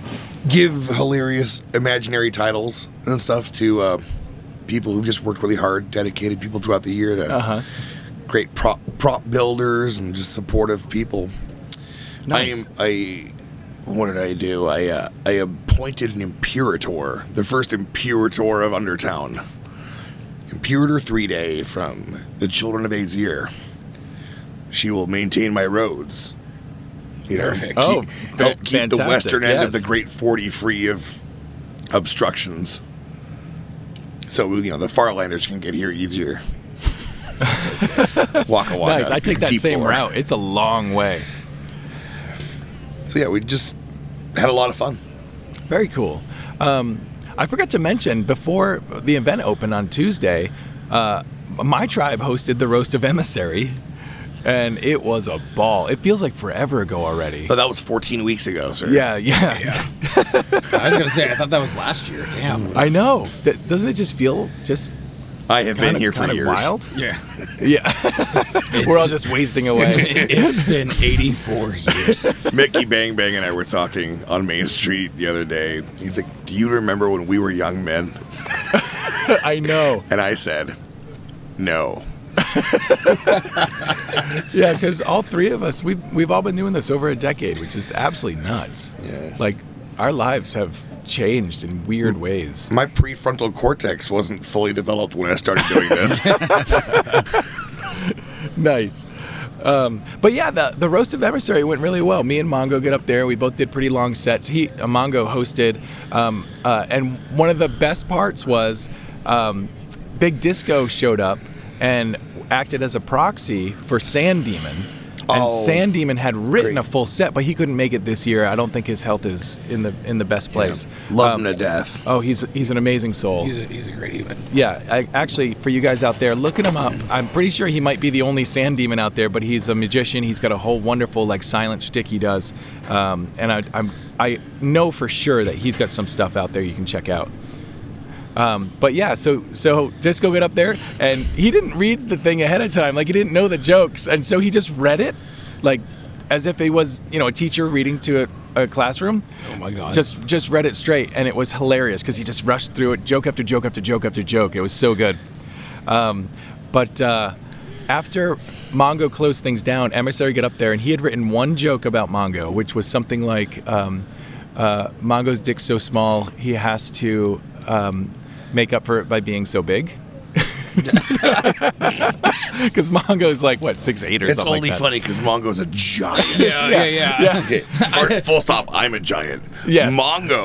[SPEAKER 2] give hilarious imaginary titles and stuff to uh, people who've just worked really hard, dedicated people throughout the year to
[SPEAKER 1] Uh huh.
[SPEAKER 2] great prop prop builders and just supportive people.
[SPEAKER 1] Nice.
[SPEAKER 2] I am, I what did I do? I uh, I appointed an imperator, the first imperator of Undertown. Imperator three day from the children of Azir. She will maintain my roads. You know, keep,
[SPEAKER 1] Oh,
[SPEAKER 2] help keep the
[SPEAKER 1] fantastic,
[SPEAKER 2] western end of
[SPEAKER 1] yes.
[SPEAKER 2] the Great Forty free of obstructions. So you know the Farlanders can get here easier. Waka waka.
[SPEAKER 1] nice. I take that
[SPEAKER 2] deep
[SPEAKER 1] same
[SPEAKER 2] lore.
[SPEAKER 1] route. It's a long way.
[SPEAKER 2] So yeah, we just had a lot of fun.
[SPEAKER 1] Very cool. Um, I forgot to mention before the event opened on Tuesday, uh, my tribe hosted the roast of emissary, and it was a ball. It feels like forever ago already.
[SPEAKER 2] Oh, that was 14 weeks ago, sir.
[SPEAKER 1] Yeah, yeah,
[SPEAKER 4] I was gonna say, I thought that was last year. Damn.
[SPEAKER 1] I know. Th- doesn't it just feel just
[SPEAKER 2] I have
[SPEAKER 1] kind
[SPEAKER 2] been
[SPEAKER 1] of,
[SPEAKER 2] here for
[SPEAKER 1] kind of
[SPEAKER 2] years.
[SPEAKER 1] wild?
[SPEAKER 4] yeah.
[SPEAKER 1] Yeah, we're all just wasting away.
[SPEAKER 4] It's been 84 years.
[SPEAKER 2] Mickey Bang Bang and I were talking on Main Street the other day. He's like, "Do you remember when we were young men?"
[SPEAKER 1] I know.
[SPEAKER 2] And I said, "No."
[SPEAKER 1] Yeah, because all three of us, we've we've all been doing this over a decade, which is absolutely nuts.
[SPEAKER 2] Yeah. Mm.
[SPEAKER 1] Like our lives have changed in weird ways.
[SPEAKER 2] My prefrontal cortex wasn't fully developed when I started doing this.
[SPEAKER 1] nice. Um, but yeah, the, the roast of emissary went really well. Me and Mongo get up there. We both did pretty long sets. He uh, Mongo hosted, um, uh, and one of the best parts was um, Big Disco showed up and acted as a proxy for Sand Demon. And
[SPEAKER 2] Oh.
[SPEAKER 1] Sand Demon had written
[SPEAKER 2] Great.
[SPEAKER 1] a full set, but he couldn't make it this year. I don't think his health is in the in the best place.
[SPEAKER 2] Love
[SPEAKER 1] Um,
[SPEAKER 2] him to death.
[SPEAKER 1] Oh, he's he's an amazing soul.
[SPEAKER 4] He's a, he's a great human.
[SPEAKER 1] Yeah, I, actually, for you guys out there, looking him up. I'm pretty sure he might be the only sand demon out there, but he's a magician. He's got a whole wonderful like silent shtick he does, um, and I, I'm I know for sure that he's got some stuff out there you can check out. Um, but yeah, so so Disco got up there and he didn't read the thing ahead of time, like he didn't know the jokes, and so he just read it, like as if he was you know a teacher reading to a, a classroom.
[SPEAKER 4] Oh my God.
[SPEAKER 1] Just just read it straight, and it was hilarious because he just rushed through it, joke after joke after joke after joke. It was so good. Um, but uh, after Mongo closed things down, Emissary got up there and he had written one joke about Mongo, which was something like um, uh, Mongo's dick's so small, he has to um, make up for it by being so big. Because Mongo's like, what, six eight or
[SPEAKER 2] It's
[SPEAKER 1] something
[SPEAKER 2] only
[SPEAKER 1] like that.
[SPEAKER 2] funny because Mongo's a giant.
[SPEAKER 4] Yeah, yeah, yeah.
[SPEAKER 2] Okay, fir- full stop. I'm a giant.
[SPEAKER 1] Yes.
[SPEAKER 2] Mongo.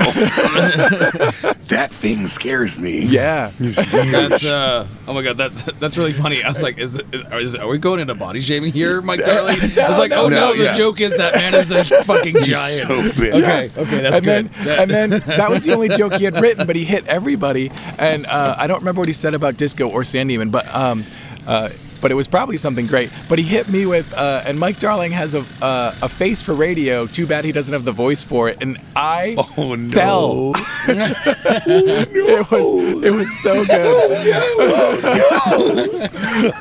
[SPEAKER 2] that thing scares me.
[SPEAKER 1] Yeah.
[SPEAKER 4] That's uh, oh my god, that's that's really funny. I was like, is, is, are- is are we going into body shaming here, Mike Darling? I was like, oh no,
[SPEAKER 2] no,
[SPEAKER 4] the
[SPEAKER 2] yeah.
[SPEAKER 4] joke is that man is a fucking giant.
[SPEAKER 2] So big.
[SPEAKER 4] okay, okay, that's
[SPEAKER 1] and
[SPEAKER 4] good.
[SPEAKER 1] Then, and then that was the only joke he had written, but he hit everybody. And uh, I don't remember what he said about disco or Sandyman, but um, uh, but it was probably something great. But he hit me with, uh, and Mike Darling has a uh, a face for radio. Too bad he doesn't have the voice for it. And I
[SPEAKER 2] Oh, no.
[SPEAKER 1] fell. It was it was so good.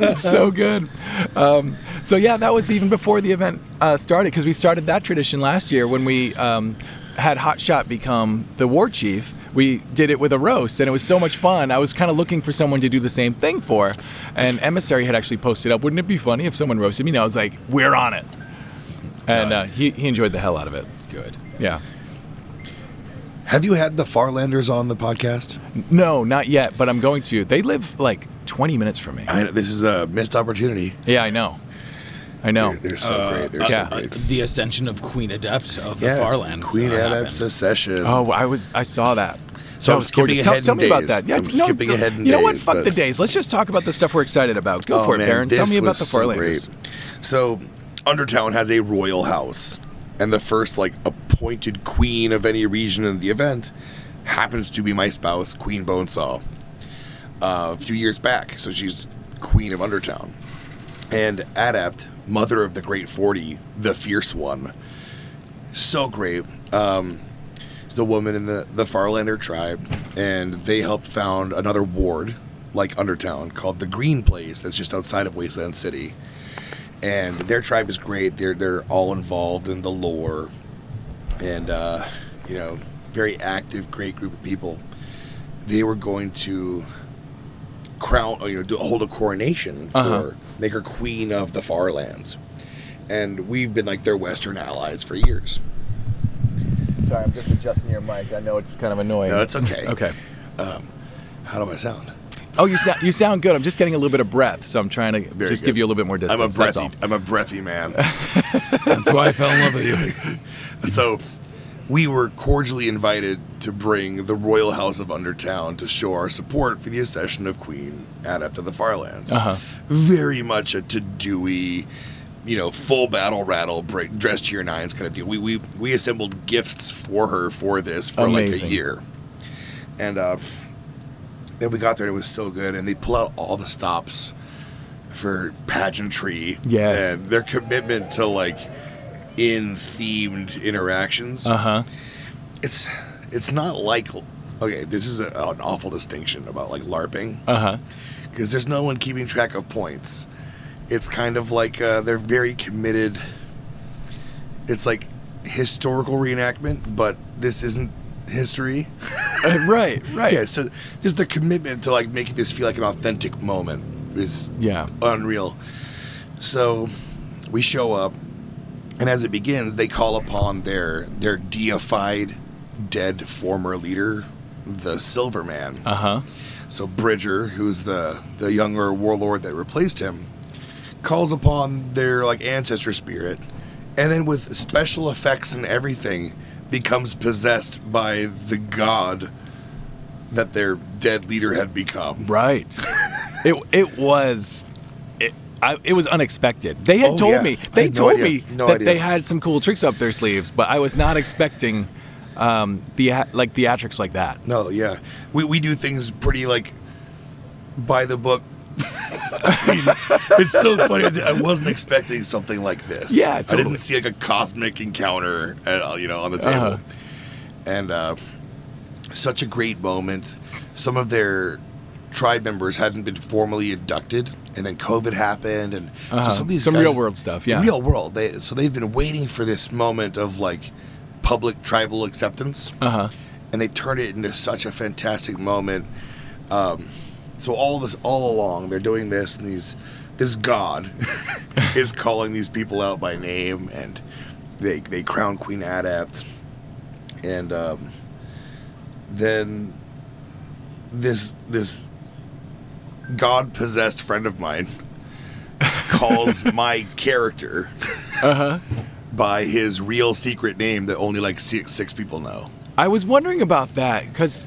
[SPEAKER 1] It's so good. Um, so yeah, that was even before the event uh, started because we started that tradition last year when we um, had Hotshot become the war chief. We did it with a roast, and it was so much fun. I was kind of looking for someone to do the same thing for, and emissary had actually posted up. Wouldn't it be funny if someone roasted me? And I was like, "We're on it," and uh, he he enjoyed the hell out of it.
[SPEAKER 4] Good.
[SPEAKER 1] Yeah.
[SPEAKER 6] Have you had the Farlanders on the podcast?
[SPEAKER 1] No, not yet, but I'm going to. They live like 20 minutes from me.
[SPEAKER 2] I know, this is a missed opportunity.
[SPEAKER 1] Yeah, I know. I know.
[SPEAKER 2] They're, they're so
[SPEAKER 1] Uh,
[SPEAKER 2] great. They're
[SPEAKER 1] yeah.
[SPEAKER 2] so great.
[SPEAKER 4] The ascension of Queen Adept of
[SPEAKER 2] Yeah,
[SPEAKER 4] the Farlands.
[SPEAKER 2] Queen
[SPEAKER 4] uh, happened.
[SPEAKER 2] Adept's Session.
[SPEAKER 1] Oh, I was. I saw that. That
[SPEAKER 2] So I'm
[SPEAKER 1] was
[SPEAKER 2] skipping
[SPEAKER 1] gorgeous. Tell,
[SPEAKER 2] ahead
[SPEAKER 1] tell
[SPEAKER 2] in
[SPEAKER 1] me about
[SPEAKER 2] days.
[SPEAKER 1] that. Yeah,
[SPEAKER 2] I'm
[SPEAKER 1] no,
[SPEAKER 2] skipping
[SPEAKER 1] no,
[SPEAKER 2] ahead in
[SPEAKER 1] You know what?
[SPEAKER 2] days,
[SPEAKER 1] Fuck
[SPEAKER 2] but-
[SPEAKER 1] the days. Let's just talk about the stuff we're excited about. Go
[SPEAKER 2] Oh,
[SPEAKER 1] for it,
[SPEAKER 2] man,
[SPEAKER 1] Baron. Tell
[SPEAKER 2] this
[SPEAKER 1] me about
[SPEAKER 2] was
[SPEAKER 1] the
[SPEAKER 2] so
[SPEAKER 1] Far
[SPEAKER 2] great.
[SPEAKER 1] Landers.
[SPEAKER 2] So, Undertown has a royal house, and the first like appointed queen of any region in the event happens to be my spouse, Queen Bonesaw. Uh, a few years back, so she's queen of Undertown, and Adept, mother of the Great Forty, the fierce one. So great. Um, is a woman in the, the Farlander tribe, and they helped found another ward, like Undertown, called the Green Place, that's just outside of Wasteland City. And their tribe is great. They're they're all involved in the lore, and uh, you know, very active, great group of people. They were going to crown, or, you know, do, hold a coronation for
[SPEAKER 1] Uh-huh.
[SPEAKER 2] make her queen of the Far Lands, and we've been like their Western allies for years.
[SPEAKER 1] Sorry, I'm just adjusting your mic. I know it's kind of annoying.
[SPEAKER 2] No, it's okay.
[SPEAKER 1] okay.
[SPEAKER 2] How do I sound?
[SPEAKER 1] Oh, you sound you sound good. I'm just getting a little bit of breath, so I'm trying to
[SPEAKER 2] Very
[SPEAKER 1] just
[SPEAKER 2] good.
[SPEAKER 1] give you a little bit more distance.
[SPEAKER 2] I'm a
[SPEAKER 1] that's
[SPEAKER 2] breathy.
[SPEAKER 1] all.
[SPEAKER 2] I'm a breathy man.
[SPEAKER 4] That's why I fell in love with you.
[SPEAKER 2] so, we were cordially invited to bring the Royal House of Undertown to show our support for the accession of Queen Adept of the Farlands.
[SPEAKER 1] Uh-huh.
[SPEAKER 2] Very much a to-do-y, you know, full battle rattle, break, dress to your nines kind of deal. We we we assembled gifts for her for this for like
[SPEAKER 1] Amazing.
[SPEAKER 2] a year, and uh, then we got there and it was so good. And they pull out all the stops for pageantry.
[SPEAKER 1] Yes.
[SPEAKER 2] And their commitment to like in themed interactions.
[SPEAKER 1] Uh huh.
[SPEAKER 2] It's it's not like okay, this is a, an awful distinction about like LARPing
[SPEAKER 1] Uh huh.
[SPEAKER 2] because there's no one keeping track of points. It's kind of like uh, they're very committed. It's like historical reenactment, but this isn't history.
[SPEAKER 1] right. Right.
[SPEAKER 2] Yeah, so just the commitment to like making this feel like an authentic moment is
[SPEAKER 1] Yeah.
[SPEAKER 2] unreal. So we show up, and as it begins, they call upon their their deified dead former leader, the Silver Man.
[SPEAKER 1] Uh huh.
[SPEAKER 2] So Bridger, who's the the younger warlord that replaced him, calls upon their like ancestor spirit, and then with special effects and everything, becomes possessed by the god that their dead leader had become.
[SPEAKER 1] Right. it it was it, I, it was unexpected. They had
[SPEAKER 2] Oh,
[SPEAKER 1] told
[SPEAKER 2] yeah.
[SPEAKER 1] me
[SPEAKER 2] I
[SPEAKER 1] they
[SPEAKER 2] had no
[SPEAKER 1] told
[SPEAKER 2] idea.
[SPEAKER 1] me
[SPEAKER 2] No
[SPEAKER 1] that
[SPEAKER 2] idea.
[SPEAKER 1] they had some cool tricks up their sleeves, but I was not expecting um, the like theatrics like that.
[SPEAKER 2] No, yeah. We, we do things pretty like by the book. I mean, it's so funny. that I wasn't expecting something like this.
[SPEAKER 1] Yeah,
[SPEAKER 2] I
[SPEAKER 1] totally.
[SPEAKER 2] didn't see like a cosmic encounter, at, all, you know, on the table.
[SPEAKER 1] Uh-huh.
[SPEAKER 2] And uh, such a great moment. Some of their tribe members hadn't been formally inducted, and then COVID happened, and so
[SPEAKER 1] Uh-huh.
[SPEAKER 2] some of these
[SPEAKER 1] Some
[SPEAKER 2] guys-
[SPEAKER 1] real world stuff, yeah.
[SPEAKER 2] real world. They so they've been waiting for this moment of like public tribal acceptance
[SPEAKER 1] Uh huh.
[SPEAKER 2] and they turned it into such a fantastic moment. Um, so all this, all along, they're doing this, and these, this god is calling these people out by name, and they they crown Queen Adept, and um, then this this god possessed friend of mine calls my character by his real secret name that only like six, six people know.
[SPEAKER 1] I was wondering about that because,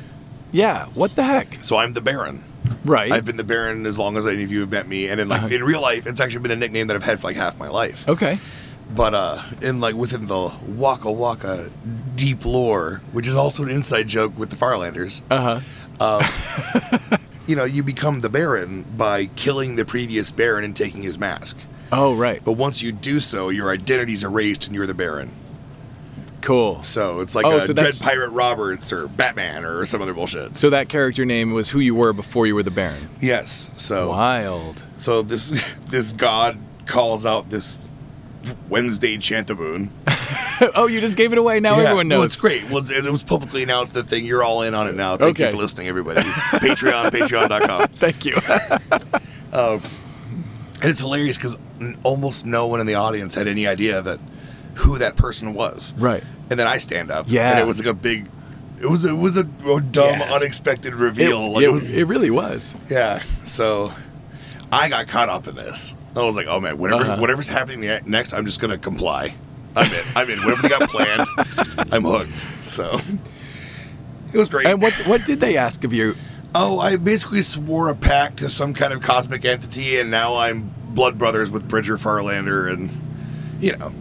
[SPEAKER 1] yeah, what the heck,
[SPEAKER 2] So I'm the Baron.
[SPEAKER 1] right?
[SPEAKER 2] I've been the Baron as long as any of you have met me, and in like
[SPEAKER 1] Uh-huh.
[SPEAKER 2] in real life, it's actually been a nickname that I've had for like half my life.
[SPEAKER 1] okay.
[SPEAKER 2] But uh, in like within the Waka Waka deep lore, which is also an inside joke with the Firelanders,
[SPEAKER 1] Uh huh.
[SPEAKER 2] you know, you become the Baron by killing the previous Baron and taking his mask.
[SPEAKER 1] Oh right.
[SPEAKER 2] But once you do so, your identity's erased and you're the Baron.
[SPEAKER 1] Cool.
[SPEAKER 2] So it's like
[SPEAKER 1] Oh,
[SPEAKER 2] a
[SPEAKER 1] so
[SPEAKER 2] Dread
[SPEAKER 1] that's-
[SPEAKER 2] Pirate Roberts or Batman or some other bullshit.
[SPEAKER 1] So that character name was who you were before you were the Baron.
[SPEAKER 2] Yes. So
[SPEAKER 1] Wild.
[SPEAKER 2] So this this god calls out this Wednesday Chantaboon.
[SPEAKER 1] oh, you just gave it away. Now everyone
[SPEAKER 2] Well, it's
[SPEAKER 1] knows.
[SPEAKER 2] great. Well, it's- it was publicly announced the thing. You're all in on it now. Thank
[SPEAKER 1] Okay.
[SPEAKER 2] you for listening, everybody. Patreon, patreon.com.
[SPEAKER 1] Thank you.
[SPEAKER 2] And it's hilarious because almost no one in the audience had any idea that who that person was.
[SPEAKER 1] Right.
[SPEAKER 2] And then I stand up.
[SPEAKER 1] Yeah.
[SPEAKER 2] And it was like a big. It was it was a, a dumb,
[SPEAKER 4] Yes.
[SPEAKER 2] unexpected reveal. like
[SPEAKER 1] it,
[SPEAKER 2] it was,
[SPEAKER 1] it really was.
[SPEAKER 2] Yeah. So I got caught up in this. I was like, oh man, whatever,
[SPEAKER 1] Uh-huh.
[SPEAKER 2] whatever's happening ne- next, I'm just gonna comply. I'm in. I'm in. Whatever they got planned, I'm hooked. So it was great.
[SPEAKER 1] And what what did they ask of you?
[SPEAKER 2] oh, I basically swore a pact to some kind of cosmic entity, and now I'm blood brothers with Bridger Farlander, and you know,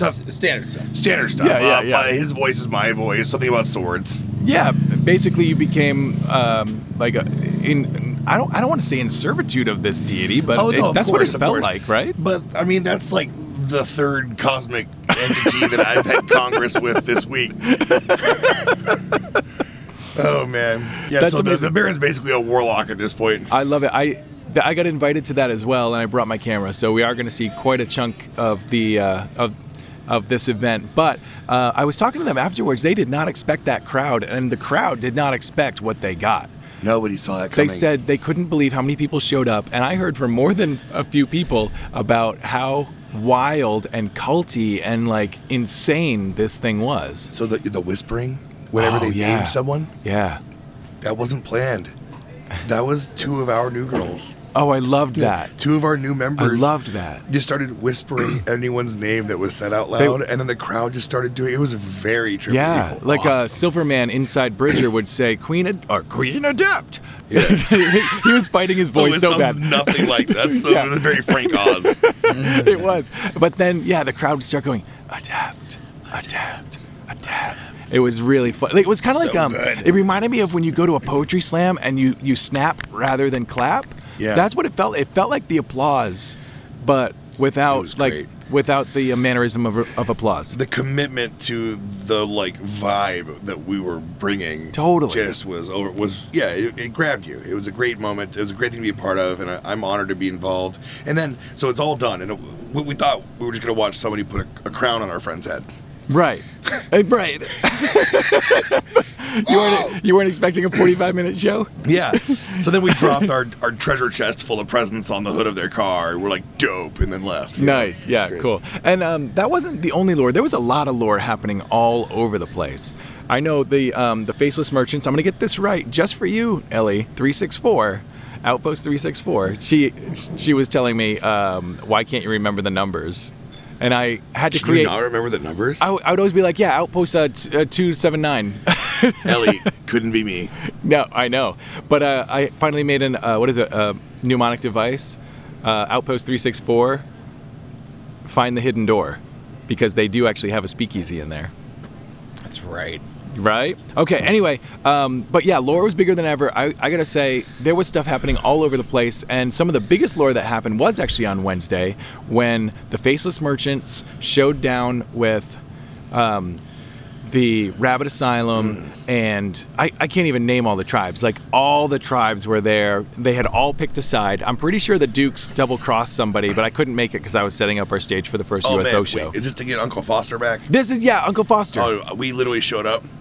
[SPEAKER 4] S- Standard stuff.
[SPEAKER 2] standard stuff.
[SPEAKER 1] Yeah, yeah,
[SPEAKER 2] Uh,
[SPEAKER 1] yeah.
[SPEAKER 2] my- his voice is my voice. Something about swords.
[SPEAKER 1] Yeah, basically you became um, like a, in. I don't. I don't want to say in servitude of this deity, but
[SPEAKER 2] Oh
[SPEAKER 1] it-
[SPEAKER 2] no, of
[SPEAKER 1] that's
[SPEAKER 2] course,
[SPEAKER 1] what it
[SPEAKER 2] of
[SPEAKER 1] felt
[SPEAKER 2] course.
[SPEAKER 1] like, right?
[SPEAKER 2] But I mean, that's like the third cosmic entity that I've had Congress with this week. oh man, yeah.
[SPEAKER 1] That's
[SPEAKER 2] so the,
[SPEAKER 1] amazing.
[SPEAKER 2] the Baron's basically a warlock at this point.
[SPEAKER 1] I love it. I th- I got invited to that as well, and I brought my camera, so we are going to see quite a chunk of the uh, of of this event. But uh, I was talking to them afterwards; they did not expect that crowd, and the crowd did not expect what they got.
[SPEAKER 2] Nobody saw that
[SPEAKER 1] They said they couldn't believe how many people showed up, and I heard from more than a few people about how wild and culty and like insane this thing was.
[SPEAKER 2] so. The, the whispering, whenever
[SPEAKER 1] Oh,
[SPEAKER 2] they
[SPEAKER 1] yeah.
[SPEAKER 2] named someone,
[SPEAKER 1] Yeah.
[SPEAKER 2] that wasn't planned. That was two of our new girls.
[SPEAKER 1] Oh, I loved that.
[SPEAKER 2] Two of our new
[SPEAKER 1] I
[SPEAKER 2] members.
[SPEAKER 1] loved that.
[SPEAKER 2] Just started whispering anyone's name that was said out loud, and then the crowd just started doing. It was very trippy.
[SPEAKER 1] Yeah, like uh,
[SPEAKER 2] Awesome.
[SPEAKER 1] Silverman inside Bridger would say, "Queen Ad- or Queen Adept." he was fighting his
[SPEAKER 2] Oh,
[SPEAKER 1] voice
[SPEAKER 2] it
[SPEAKER 1] so
[SPEAKER 2] sounds
[SPEAKER 1] bad.
[SPEAKER 2] nothing like that. So
[SPEAKER 1] Yeah.
[SPEAKER 2] it was very Frank Oz.
[SPEAKER 1] it was, but then yeah, the crowd would start going, "Adept, Adept, Adept." It was really fun. Like, it was kind of like
[SPEAKER 2] So
[SPEAKER 1] um,
[SPEAKER 2] good.
[SPEAKER 1] it reminded me of when you go to a poetry slam and you you snap rather than clap.
[SPEAKER 2] Yeah.
[SPEAKER 1] that's what it felt. It felt like the applause, but without
[SPEAKER 2] was
[SPEAKER 1] like
[SPEAKER 2] great.
[SPEAKER 1] without the uh, mannerism of, of applause.
[SPEAKER 2] the commitment to the like vibe that we were bringing
[SPEAKER 1] Totally.
[SPEAKER 2] just was over was yeah it, it grabbed you it was a great moment it was a great thing to be a part of and I, i'm honored to be involved and then so it's all done and it, we, we thought we were just going to watch somebody put a, a crown on our friend's head
[SPEAKER 1] Right. Uh, right. you, weren't, you weren't expecting a 45 minute show?
[SPEAKER 2] yeah so then we dropped our, our treasure chest full of presents on the hood of their car and we're like dope and then left
[SPEAKER 1] Nice. Yeah,
[SPEAKER 2] great.
[SPEAKER 1] cool. And um, that wasn't the only lore. There was a lot of lore happening all over the place. I know the um, the faceless merchants. I'm going to get this right just for you, Ellie. 364. Outpost 364. She she was telling me, um, why can't you remember the numbers? And I had to
[SPEAKER 2] Can
[SPEAKER 1] create.
[SPEAKER 2] you not remember the numbers
[SPEAKER 1] I, would- I would always be like, yeah, outpost uh, t- uh, 279.
[SPEAKER 2] ellie couldn't be me
[SPEAKER 1] No, I know, but uh, I finally made an uh, what is it? A mnemonic uh, device uh, Outpost 364, find the hidden door because they do actually have a speakeasy in there.
[SPEAKER 4] That's right.
[SPEAKER 1] Right? Okay, anyway, um, but yeah, lore was bigger than ever. I, I gotta say, there was stuff happening all over the place, and some of the biggest lore that happened was actually on Wednesday when the Faceless Merchants showed down with um, the Rabbit Asylum, and I, I can't even name all the tribes. Like, all the tribes were there. They had all picked a side. I'm pretty sure the Dukes double crossed somebody, but I couldn't make it because I was setting up our stage for the first
[SPEAKER 2] Oh,
[SPEAKER 1] USO
[SPEAKER 2] man.
[SPEAKER 1] show.
[SPEAKER 2] Wait, is this to get Uncle Foster back?
[SPEAKER 1] this is, yeah, Uncle Foster.
[SPEAKER 2] Oh, we literally showed up.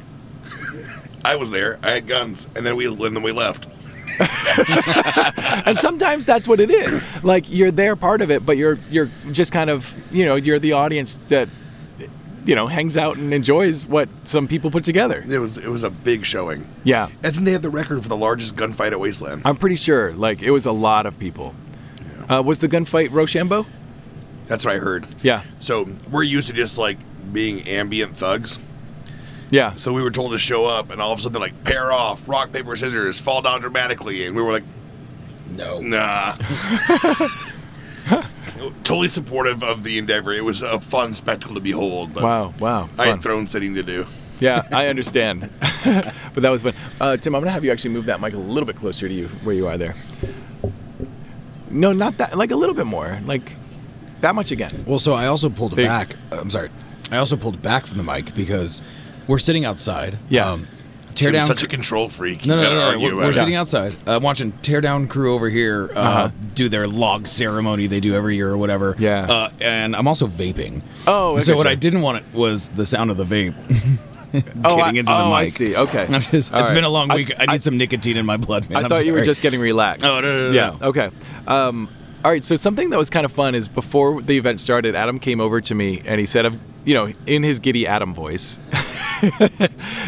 [SPEAKER 2] I was there. I had guns, and then we and then we left.
[SPEAKER 1] and sometimes that's what it is. Like you're there, part of it, but you're you're just kind of you know you're the audience that you know hangs out and enjoys what some people put together.
[SPEAKER 2] It was it was a big showing.
[SPEAKER 1] Yeah,
[SPEAKER 2] And then they have the record for the largest gunfight at Wasteland.
[SPEAKER 1] I'm pretty sure. Like it was a lot of people. Uh, was the gunfight Rochambeau?
[SPEAKER 2] That's what I heard.
[SPEAKER 1] Yeah,
[SPEAKER 2] So we're used to just like being ambient thugs.
[SPEAKER 1] yeah.
[SPEAKER 2] So we were told to show up, and all of a sudden they're like, pair off, rock, paper, scissors, fall down dramatically. And we were like,
[SPEAKER 4] No.
[SPEAKER 2] nah. totally supportive of the endeavor. It was a fun spectacle to behold. But
[SPEAKER 1] Wow, wow.
[SPEAKER 2] I
[SPEAKER 1] fun.
[SPEAKER 2] had throne sitting to do.
[SPEAKER 1] yeah, I understand. but that was fun. Uh, Tim, I'm going to have you actually move that mic a little bit closer to you where you are there. No, not that. Like a little bit more. Like that much again.
[SPEAKER 4] Well, so I also pulled
[SPEAKER 1] Big-
[SPEAKER 4] back. uh, I'm sorry. I also pulled back from the mic because we're sitting outside.
[SPEAKER 1] Yeah.
[SPEAKER 4] tear
[SPEAKER 2] Tim's
[SPEAKER 4] down.
[SPEAKER 2] such a control freak. He's
[SPEAKER 4] no, no,
[SPEAKER 2] gotta
[SPEAKER 4] no, no.
[SPEAKER 2] argue
[SPEAKER 4] We're,
[SPEAKER 2] about
[SPEAKER 4] we're
[SPEAKER 2] it.
[SPEAKER 4] sitting outside uh, watching Teardown Crew over here uh,
[SPEAKER 1] Uh-huh.
[SPEAKER 4] do their log ceremony they do every year or whatever.
[SPEAKER 1] Yeah.
[SPEAKER 4] Uh, and I'm also vaping.
[SPEAKER 1] Oh, I
[SPEAKER 4] so what
[SPEAKER 1] gotcha.
[SPEAKER 4] I didn't want was the sound of the vape getting
[SPEAKER 1] Oh, I-
[SPEAKER 4] into the
[SPEAKER 1] oh,
[SPEAKER 4] mic.
[SPEAKER 1] I see. Okay.
[SPEAKER 4] I'm just,
[SPEAKER 1] All
[SPEAKER 4] it's
[SPEAKER 1] right.
[SPEAKER 4] been a long
[SPEAKER 1] I-
[SPEAKER 4] week. I, need
[SPEAKER 1] I-
[SPEAKER 4] some nicotine in my blood, man.
[SPEAKER 1] I
[SPEAKER 4] I'm
[SPEAKER 1] thought you were
[SPEAKER 4] sorry.
[SPEAKER 1] just getting relaxed.
[SPEAKER 4] Oh, no, no, no,
[SPEAKER 1] yeah.
[SPEAKER 4] no.
[SPEAKER 1] Okay. Um, all right. So something that was kind of fun is before the event started, Adam came over to me and he said, "I've- you know, in his giddy Adam voice,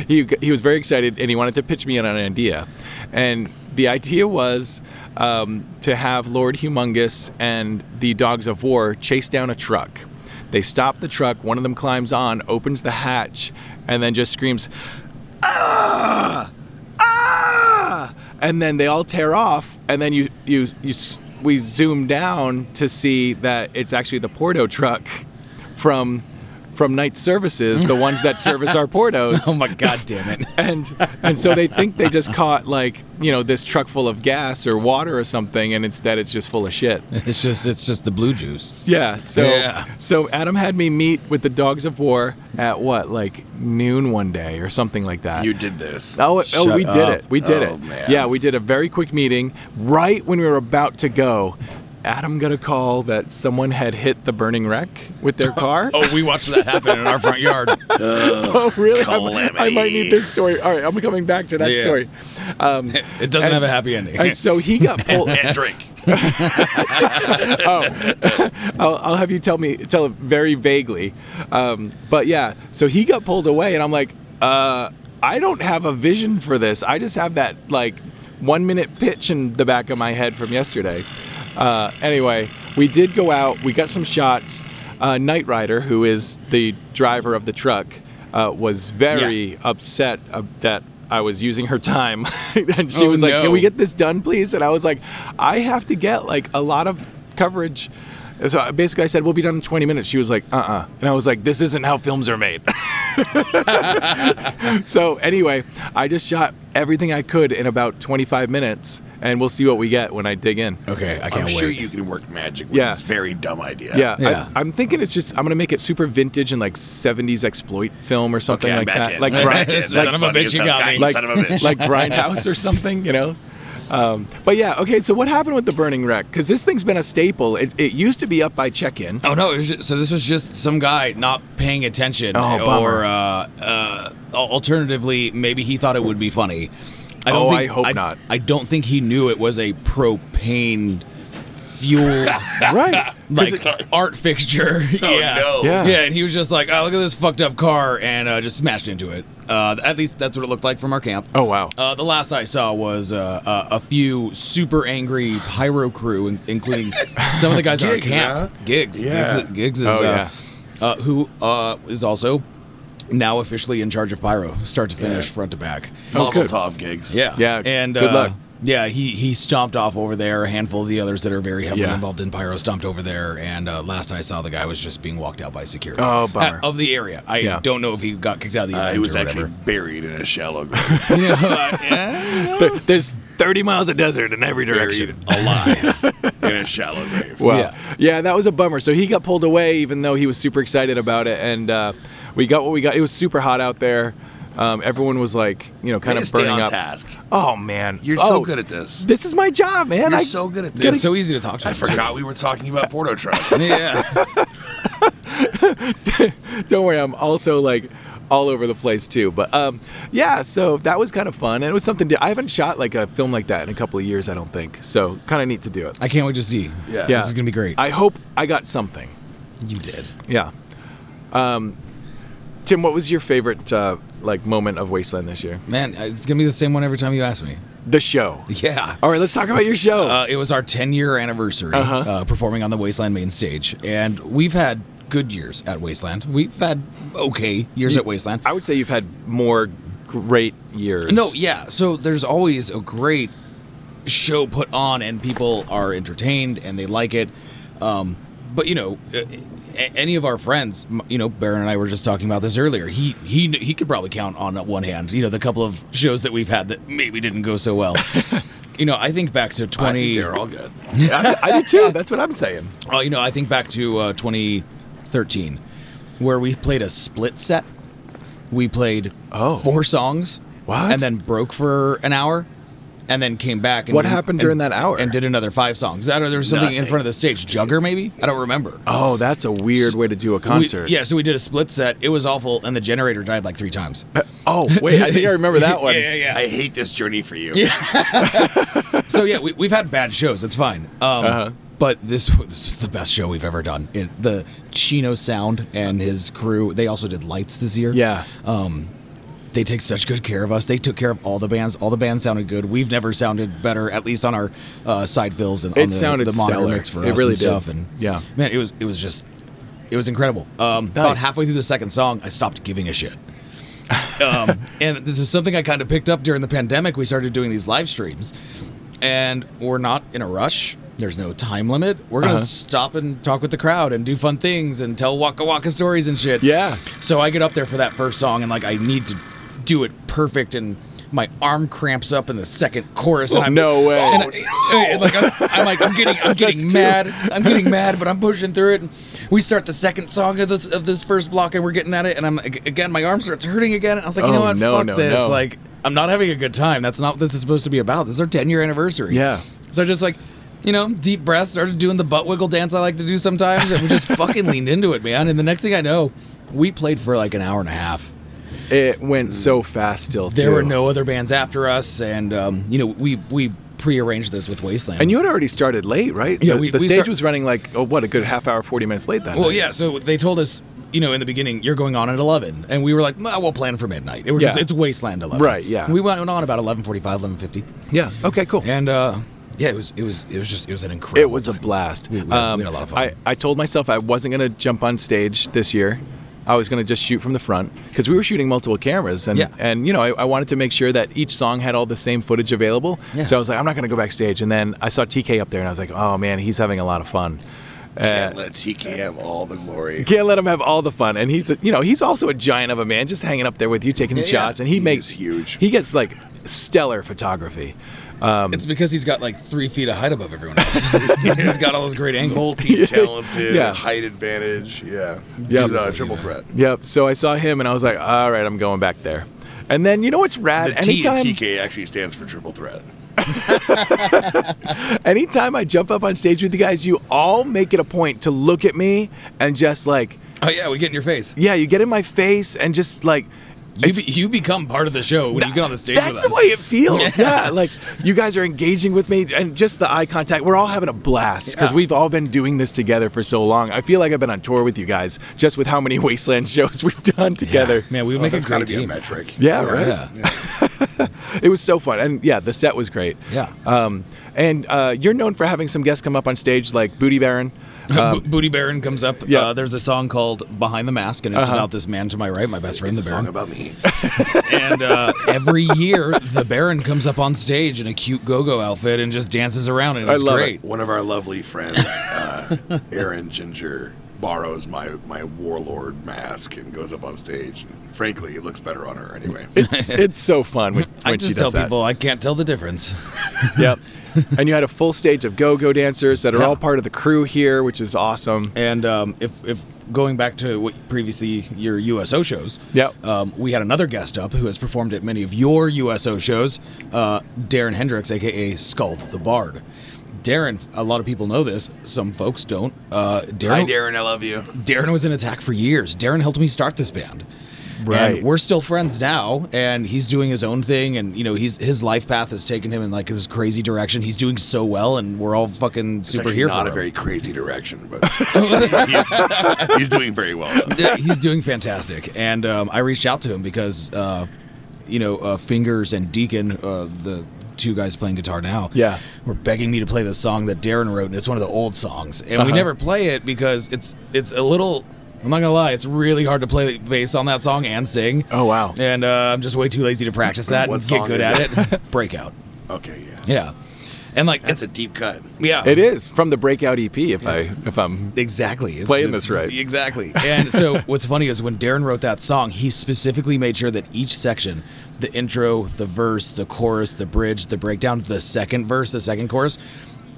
[SPEAKER 1] he he was very excited and he wanted to pitch me on an idea, and the idea was. Um, to have Lord Humongous and the Dogs of War chase down a truck. They stop the truck, one of them climbs on, opens the hatch, and then just screams, ah! And then they all tear off, and then you you you s- we zoom down to see that it's actually the Porto truck from from night services, the ones that service our Portos.
[SPEAKER 4] Oh my god, damn it!
[SPEAKER 1] And and so they think they just caught like you know this truck full of gas or water or something, and instead it's just full of shit.
[SPEAKER 4] It's just it's just the blue juice.
[SPEAKER 1] Yeah. So
[SPEAKER 4] Yeah.
[SPEAKER 1] so Adam had me meet with the Dogs of War at what like noon one day or something like that.
[SPEAKER 2] You did this.
[SPEAKER 1] Oh, it- oh
[SPEAKER 4] Shut
[SPEAKER 1] we did
[SPEAKER 4] up.
[SPEAKER 1] it. We did
[SPEAKER 2] Oh,
[SPEAKER 1] it.
[SPEAKER 2] man.
[SPEAKER 1] Yeah, we did a very quick meeting right when we were about to go. Adam got a call that someone had hit the burning wreck with their car.
[SPEAKER 4] Oh, we watched that happen in our front yard.
[SPEAKER 1] Oh, really? I'm- I might
[SPEAKER 2] calamity.
[SPEAKER 1] need this story. All right, I'm coming back to that
[SPEAKER 4] Yeah.
[SPEAKER 1] story. Um,
[SPEAKER 4] It doesn't
[SPEAKER 1] And-
[SPEAKER 4] have a happy ending.
[SPEAKER 1] and so he got pulled.
[SPEAKER 2] and drink.
[SPEAKER 1] I'll, I'll have you tell me tell it very vaguely, um, but yeah. So he got pulled away, and I'm like, uh, I don't have a vision for this. I just have that like one minute pitch in the back of my head from yesterday. Uh, anyway, we did go out. We got some shots. Uh, Knight Rider, who is the driver of the truck, uh, was very upset uh, that I was using her time, and she
[SPEAKER 4] Oh,
[SPEAKER 1] was like, "Can we
[SPEAKER 4] no.
[SPEAKER 1] get get this done, please? And I was like, I have to get like a lot of coverage. And So I- basically, I said, We'll be done in 20 minutes. She was like, Uh uh And I was like, This isn't how films are made. so anyway, I just shot everything I could in about 25 minutes, and we'll see what we get when I dig in.
[SPEAKER 4] okay, I
[SPEAKER 2] I'm
[SPEAKER 4] can't
[SPEAKER 2] sure
[SPEAKER 4] wait.
[SPEAKER 2] you can work magic with
[SPEAKER 1] Yeah.
[SPEAKER 2] this very dumb idea.
[SPEAKER 1] Yeah,
[SPEAKER 4] Yeah.
[SPEAKER 1] I, I'm thinking it's just I'm gonna make it super vintage and like 70s exploit film or something
[SPEAKER 2] Okay, I'm
[SPEAKER 1] like
[SPEAKER 2] back
[SPEAKER 1] that,
[SPEAKER 2] in.
[SPEAKER 1] like
[SPEAKER 2] I'm
[SPEAKER 1] Brian,
[SPEAKER 2] back in.
[SPEAKER 1] like
[SPEAKER 2] This is
[SPEAKER 4] Son of a
[SPEAKER 2] funny
[SPEAKER 4] bitch,
[SPEAKER 2] as
[SPEAKER 4] you
[SPEAKER 2] hell.
[SPEAKER 4] got
[SPEAKER 2] God,
[SPEAKER 4] me.
[SPEAKER 2] you
[SPEAKER 1] like
[SPEAKER 2] son of a bitch.
[SPEAKER 1] like Grindhouse or something, you know. Um, but yeah, okay. So what happened with the burning wreck? Because this thing's been a staple. It, it used to be up by check-in.
[SPEAKER 4] Oh no! It was just, so this was just some guy not paying attention,
[SPEAKER 1] Oh, bummer.
[SPEAKER 4] or uh, uh, al- alternatively, maybe he thought it would be funny. I
[SPEAKER 1] Oh, I hope not.
[SPEAKER 4] I don't think he knew it was a propane fuel
[SPEAKER 1] right.
[SPEAKER 4] like
[SPEAKER 2] 'Cause it-
[SPEAKER 4] art fixture.
[SPEAKER 2] Oh,
[SPEAKER 4] yeah.
[SPEAKER 2] no.
[SPEAKER 1] Yeah.
[SPEAKER 4] yeah, and he was just like, "Oh, look at this fucked up car," and uh, just smashed into it. Uh, at least that's what it looked like from our camp.
[SPEAKER 1] Oh wow.
[SPEAKER 4] Uh, the last I saw was uh, uh, a few super angry pyro crew, in- including some of the guys on our
[SPEAKER 2] Gigs,
[SPEAKER 4] camp.
[SPEAKER 2] huh?
[SPEAKER 4] Gigs,
[SPEAKER 2] Yeah.
[SPEAKER 4] gigs, gigs is
[SPEAKER 1] Oh,
[SPEAKER 4] uh,
[SPEAKER 1] yeah.
[SPEAKER 4] uh, who uh, is also now officially in charge of pyro, start to finish, front to back.
[SPEAKER 1] Oh, good.
[SPEAKER 2] Molotov gigs.
[SPEAKER 4] Yeah,
[SPEAKER 1] Yeah,
[SPEAKER 4] and
[SPEAKER 1] good
[SPEAKER 4] uh,
[SPEAKER 1] luck.
[SPEAKER 4] Yeah, he he stomped off over there. A handful of the others that are very heavily
[SPEAKER 1] Yeah.
[SPEAKER 4] involved in pyro stomped over there. And uh, last I saw, the guy was just being walked out by security.
[SPEAKER 1] Oh, bummer.
[SPEAKER 4] Uh, of the area. I
[SPEAKER 1] Yeah.
[SPEAKER 4] don't know if he got kicked out of the
[SPEAKER 2] Uh,
[SPEAKER 4] event
[SPEAKER 2] he was
[SPEAKER 4] or
[SPEAKER 2] actually
[SPEAKER 4] whatever.
[SPEAKER 2] buried in a shallow grave,
[SPEAKER 1] There- there's 30 miles of desert in every direction.
[SPEAKER 2] buried alive in a shallow grave.
[SPEAKER 1] Wow.
[SPEAKER 4] Yeah.
[SPEAKER 1] Yeah. that was a bummer. So he got pulled away, even though he was super excited about it, and uh, we got what we got. It was super hot out there. Um, everyone was like, you know, kind
[SPEAKER 2] Way
[SPEAKER 1] of
[SPEAKER 2] to stay
[SPEAKER 1] burning
[SPEAKER 2] on
[SPEAKER 1] up.
[SPEAKER 2] task.
[SPEAKER 1] Oh man,
[SPEAKER 2] You're
[SPEAKER 1] oh,
[SPEAKER 2] so good at this.
[SPEAKER 1] This is my job, man.
[SPEAKER 2] You're
[SPEAKER 1] I,
[SPEAKER 2] so good at
[SPEAKER 1] gotta-
[SPEAKER 2] this.
[SPEAKER 4] It's so easy to talk to.
[SPEAKER 2] I
[SPEAKER 4] him,
[SPEAKER 2] forgot we were talking about Porto trucks.
[SPEAKER 4] too. Yeah.
[SPEAKER 1] Don't worry, I'm also like all over the place too. But um, yeah, so that was kind of fun, and it was something. To, I haven't shot like a film like that in a couple of years, I don't think. So kind of neat to do it.
[SPEAKER 4] I can't wait to see.
[SPEAKER 2] Yeah.
[SPEAKER 1] yeah,
[SPEAKER 4] This is gonna be great.
[SPEAKER 1] I hope I got something.
[SPEAKER 4] you did.
[SPEAKER 1] Yeah. Um, Tim, what was your favorite uh, like moment of Wasteland this year?
[SPEAKER 4] Man, uh, it's gonna be the same one every time you ask me.
[SPEAKER 1] The show.
[SPEAKER 4] Yeah.
[SPEAKER 1] All right, let's talk about your show.
[SPEAKER 4] Uh, it was our 10 year anniversary uh
[SPEAKER 1] Uh-huh.
[SPEAKER 4] performing on the Wasteland main stage, and we've had good years at Wasteland. We've had okay years at Wasteland.
[SPEAKER 1] I would say you've had more great years.
[SPEAKER 4] No, yeah. So there's always a great show put on, and people are entertained and they like it. Um, but you know, a- a- any of our friends, m- you know, Baron and I were just talking about this earlier. He he he could probably count on one hand. You know, the couple of shows that we've had that maybe didn't go so well. you know, I think back to
[SPEAKER 2] I
[SPEAKER 4] twenty.
[SPEAKER 2] think they're all good.
[SPEAKER 1] I, I do too. That's what I'm saying.
[SPEAKER 4] Oh, you know, I think back to uh, 2013, where we played a split set. We played
[SPEAKER 1] Oh.
[SPEAKER 4] four songs,
[SPEAKER 1] What?
[SPEAKER 4] and then broke for an hour, and then came back. And
[SPEAKER 1] What happened during
[SPEAKER 4] and-
[SPEAKER 1] that hour?
[SPEAKER 4] And did another five songs. I don't. know, There was something in
[SPEAKER 2] Nothing.
[SPEAKER 4] front of the stage. Jugger, maybe. I don't remember.
[SPEAKER 1] Oh, that's a weird way to do a concert.
[SPEAKER 4] We, yeah, so we did a split set. It was awful, and the generator died like three times.
[SPEAKER 1] Oh, wait, I think I remember that one.
[SPEAKER 4] yeah, yeah.
[SPEAKER 2] I hate this journey for you.
[SPEAKER 4] so yeah, we, we've had bad shows. It's fine. Um,
[SPEAKER 1] Uh-huh.
[SPEAKER 4] But this this is the best show we've ever done. It, the Chino Sound and his crew. They also did lights this year.
[SPEAKER 1] Yeah.
[SPEAKER 4] Um, they take such good care of us. They took care of all the bands. All the bands sounded good. We've never sounded better, at least on our uh, side fills and on
[SPEAKER 1] It
[SPEAKER 4] the,
[SPEAKER 1] sounded
[SPEAKER 4] the monitor
[SPEAKER 1] stellar.
[SPEAKER 4] mix for
[SPEAKER 1] It
[SPEAKER 4] us
[SPEAKER 1] really
[SPEAKER 4] and
[SPEAKER 1] did.
[SPEAKER 4] stuff. And
[SPEAKER 1] Yeah.
[SPEAKER 4] man, it was it was just it was incredible. Um, About
[SPEAKER 1] Nice.
[SPEAKER 4] halfway through the second song, I stopped giving a shit. um, and this is something I kind of picked up during the pandemic. We started doing these live streams, and we're not in a rush. There's no time limit. We're gonna
[SPEAKER 1] Uh-huh.
[SPEAKER 4] stop and talk with the crowd and do fun things and tell waka waka stories and shit.
[SPEAKER 1] Yeah.
[SPEAKER 4] So I get up there for that first song and like I need to do it perfect and my arm cramps up in the second chorus. And
[SPEAKER 1] Oh,
[SPEAKER 4] I'm,
[SPEAKER 1] no way.
[SPEAKER 4] And I, and, like I'm, I'm like I'm getting I'm getting
[SPEAKER 1] That's too-
[SPEAKER 4] mad. I'm getting mad, but I'm pushing through it. And we start the second song of this of this first block and we're getting at it. And I'm ag- again my arm starts hurting again. And I was like, you know
[SPEAKER 1] Oh,
[SPEAKER 4] what?
[SPEAKER 1] no,
[SPEAKER 4] Fuck
[SPEAKER 1] no,
[SPEAKER 4] this.
[SPEAKER 1] no.
[SPEAKER 4] Like I'm not having a good time. That's not what this is supposed to be about. This is our 10 year anniversary.
[SPEAKER 1] Yeah.
[SPEAKER 4] So just like. You know, deep breath, started doing the butt wiggle dance I like to do sometimes, and we just fucking leaned into it, man. And the next thing I know, we played for like an hour and a half.
[SPEAKER 1] It went so fast still, too.
[SPEAKER 4] There were no other bands after us, and um, you know we we pre-arranged this with Wasteland.
[SPEAKER 1] And you had already started late, right?
[SPEAKER 4] Yeah,
[SPEAKER 1] the,
[SPEAKER 4] we-
[SPEAKER 1] the
[SPEAKER 4] we
[SPEAKER 1] stage
[SPEAKER 4] start-
[SPEAKER 1] was running like, oh, what, a good half hour, 40 minutes late that
[SPEAKER 4] well,
[SPEAKER 1] night.
[SPEAKER 4] yeah. So they told us, you know, in the beginning, you're going on at eleven, and we were like, well, we'll plan for midnight. It was,
[SPEAKER 1] Yeah.
[SPEAKER 4] it's, Wasteland eleven,
[SPEAKER 1] Right, yeah.
[SPEAKER 4] We went on about 11:45, 11:50,
[SPEAKER 1] Yeah. Okay, cool.
[SPEAKER 4] and uh, yeah, it was it was it was just it was an incredible.
[SPEAKER 1] It was a
[SPEAKER 4] time.
[SPEAKER 1] blast. Um,
[SPEAKER 4] We- we had- we had a lot of fun.
[SPEAKER 1] I, I told myself I wasn't going to jump on stage this year. I was going to just shoot from the front because we were shooting multiple cameras, and
[SPEAKER 4] Yeah.
[SPEAKER 1] and you know I, I wanted to make sure that each song had all the same footage available.
[SPEAKER 4] Yeah.
[SPEAKER 1] So I was like, I'm not going to go backstage. And then I saw TK up there, and I was like, oh man, he's having a lot of fun. Uh,
[SPEAKER 2] Can't let TK have all the glory.
[SPEAKER 1] can't let him have all the fun. And he's, a, you know, he's also a giant of a man, just hanging up there with you, taking the
[SPEAKER 4] Yeah, yeah.
[SPEAKER 1] shots. And he,
[SPEAKER 2] He
[SPEAKER 1] makes
[SPEAKER 2] is huge.
[SPEAKER 1] He gets like stellar photography.
[SPEAKER 4] It's because he's got like three feet of height above everyone else. he's got all those great angles.
[SPEAKER 2] Multi-talented,
[SPEAKER 1] Yeah.
[SPEAKER 2] height advantage. Yeah,
[SPEAKER 1] Yeah.
[SPEAKER 2] he's a triple threat.
[SPEAKER 1] Yep. So I saw him, and I was like, all right, I'm going back there. And then you know what's rad?
[SPEAKER 2] The
[SPEAKER 1] anytime
[SPEAKER 2] T in TK actually stands for triple threat.
[SPEAKER 1] Anytime I jump up on stage with you guys, you all make it a point to look at me and just like,
[SPEAKER 4] Oh yeah, we get in your face.
[SPEAKER 1] yeah, you get in my face and just like,
[SPEAKER 4] You,
[SPEAKER 1] it's-
[SPEAKER 4] be, you become part of the show when you get on the stage.
[SPEAKER 1] that's
[SPEAKER 4] with
[SPEAKER 1] the
[SPEAKER 4] us.
[SPEAKER 1] way it feels. Yeah.
[SPEAKER 4] Yeah.
[SPEAKER 1] like you guys are engaging with me and just the eye contact. We're all having a blast because
[SPEAKER 4] Yeah.
[SPEAKER 1] we've all been doing this together for so long. I feel like I've been on tour with you guys just with how many Wasteland shows we've done together.
[SPEAKER 4] Man, we make a
[SPEAKER 2] That's got to
[SPEAKER 4] great
[SPEAKER 2] be a
[SPEAKER 4] team.
[SPEAKER 2] metric.
[SPEAKER 1] Yeah, right.
[SPEAKER 4] Yeah.
[SPEAKER 1] It was so fun. And yeah, the set was great.
[SPEAKER 4] Yeah.
[SPEAKER 1] Um, and uh, you're known for having some guests come up on stage like Booty Baron
[SPEAKER 4] Bo- Booty Baron comes up.
[SPEAKER 1] yeah. Uh-huh.
[SPEAKER 4] Uh, there's a song called "Behind the Mask," and it's about this man to my right, my best friend,
[SPEAKER 2] It's a
[SPEAKER 4] the
[SPEAKER 2] song
[SPEAKER 4] Baron.
[SPEAKER 2] about me.
[SPEAKER 4] and uh, every year, the Baron comes up on stage in a cute go-go outfit and just dances around, and
[SPEAKER 1] I
[SPEAKER 4] it's
[SPEAKER 1] love it.
[SPEAKER 4] great.
[SPEAKER 2] One of our lovely friends, uh, Aaron Ginger, borrows my, my warlord mask and goes up on stage. And frankly, it looks better on her anyway.
[SPEAKER 1] It's it's so fun when, when
[SPEAKER 4] I just
[SPEAKER 1] she
[SPEAKER 4] tell
[SPEAKER 1] does that.
[SPEAKER 4] people I can't tell the difference.
[SPEAKER 1] Yep. and you had a full stage of go-go dancers that are
[SPEAKER 4] Yeah.
[SPEAKER 1] all part of the crew here, which is awesome.
[SPEAKER 4] And um, if if going back to what previously your USO shows,
[SPEAKER 1] Yep.
[SPEAKER 4] um, we had another guest up who has performed at many of your USO shows, uh, Darren Hendricks, aka Scald the Bard. Darren, a lot of people know this. Some folks don't. Uh, Darren,
[SPEAKER 2] Hi, Darren. I love you.
[SPEAKER 4] Darren was in Attack for years. Darren helped me start this band.
[SPEAKER 1] Right.
[SPEAKER 4] And we're still friends now, and he's doing his own thing, and you know, he's his life path has taken him in like this crazy direction. He's doing so well, and we're all fucking
[SPEAKER 2] It's
[SPEAKER 4] super
[SPEAKER 2] actually
[SPEAKER 4] here
[SPEAKER 2] not
[SPEAKER 4] for
[SPEAKER 2] a
[SPEAKER 4] him.
[SPEAKER 2] very crazy direction, but he's, he's doing very well. though.
[SPEAKER 4] Yeah, he's doing fantastic. And um, I reached out to him because, uh, you know, uh, Fingers and Deacon, uh, the two guys playing guitar now,
[SPEAKER 1] Yeah.
[SPEAKER 4] were begging me to play the song that Darren wrote, and it's one of the old songs. And we never play it because it's it's a little. I'm not gonna lie, it's really hard to play bass on that song and sing.
[SPEAKER 1] Oh, wow.
[SPEAKER 4] And uh, I'm just way too lazy to practice that
[SPEAKER 2] What
[SPEAKER 4] and get
[SPEAKER 2] song
[SPEAKER 4] good
[SPEAKER 2] is
[SPEAKER 4] at it. Breakout.
[SPEAKER 2] Okay, yes.
[SPEAKER 4] Yeah. And like it's
[SPEAKER 2] That's a deep cut.
[SPEAKER 4] yeah.
[SPEAKER 1] It is from the Breakout EP, if I if I'm
[SPEAKER 4] Exactly. It's-
[SPEAKER 1] Playing
[SPEAKER 4] it's-
[SPEAKER 1] this right.
[SPEAKER 4] Exactly. And so what's funny is when Darren wrote that song, he specifically made sure that each section, the intro, the verse, the chorus, the bridge, the breakdown, the second verse, the second chorus,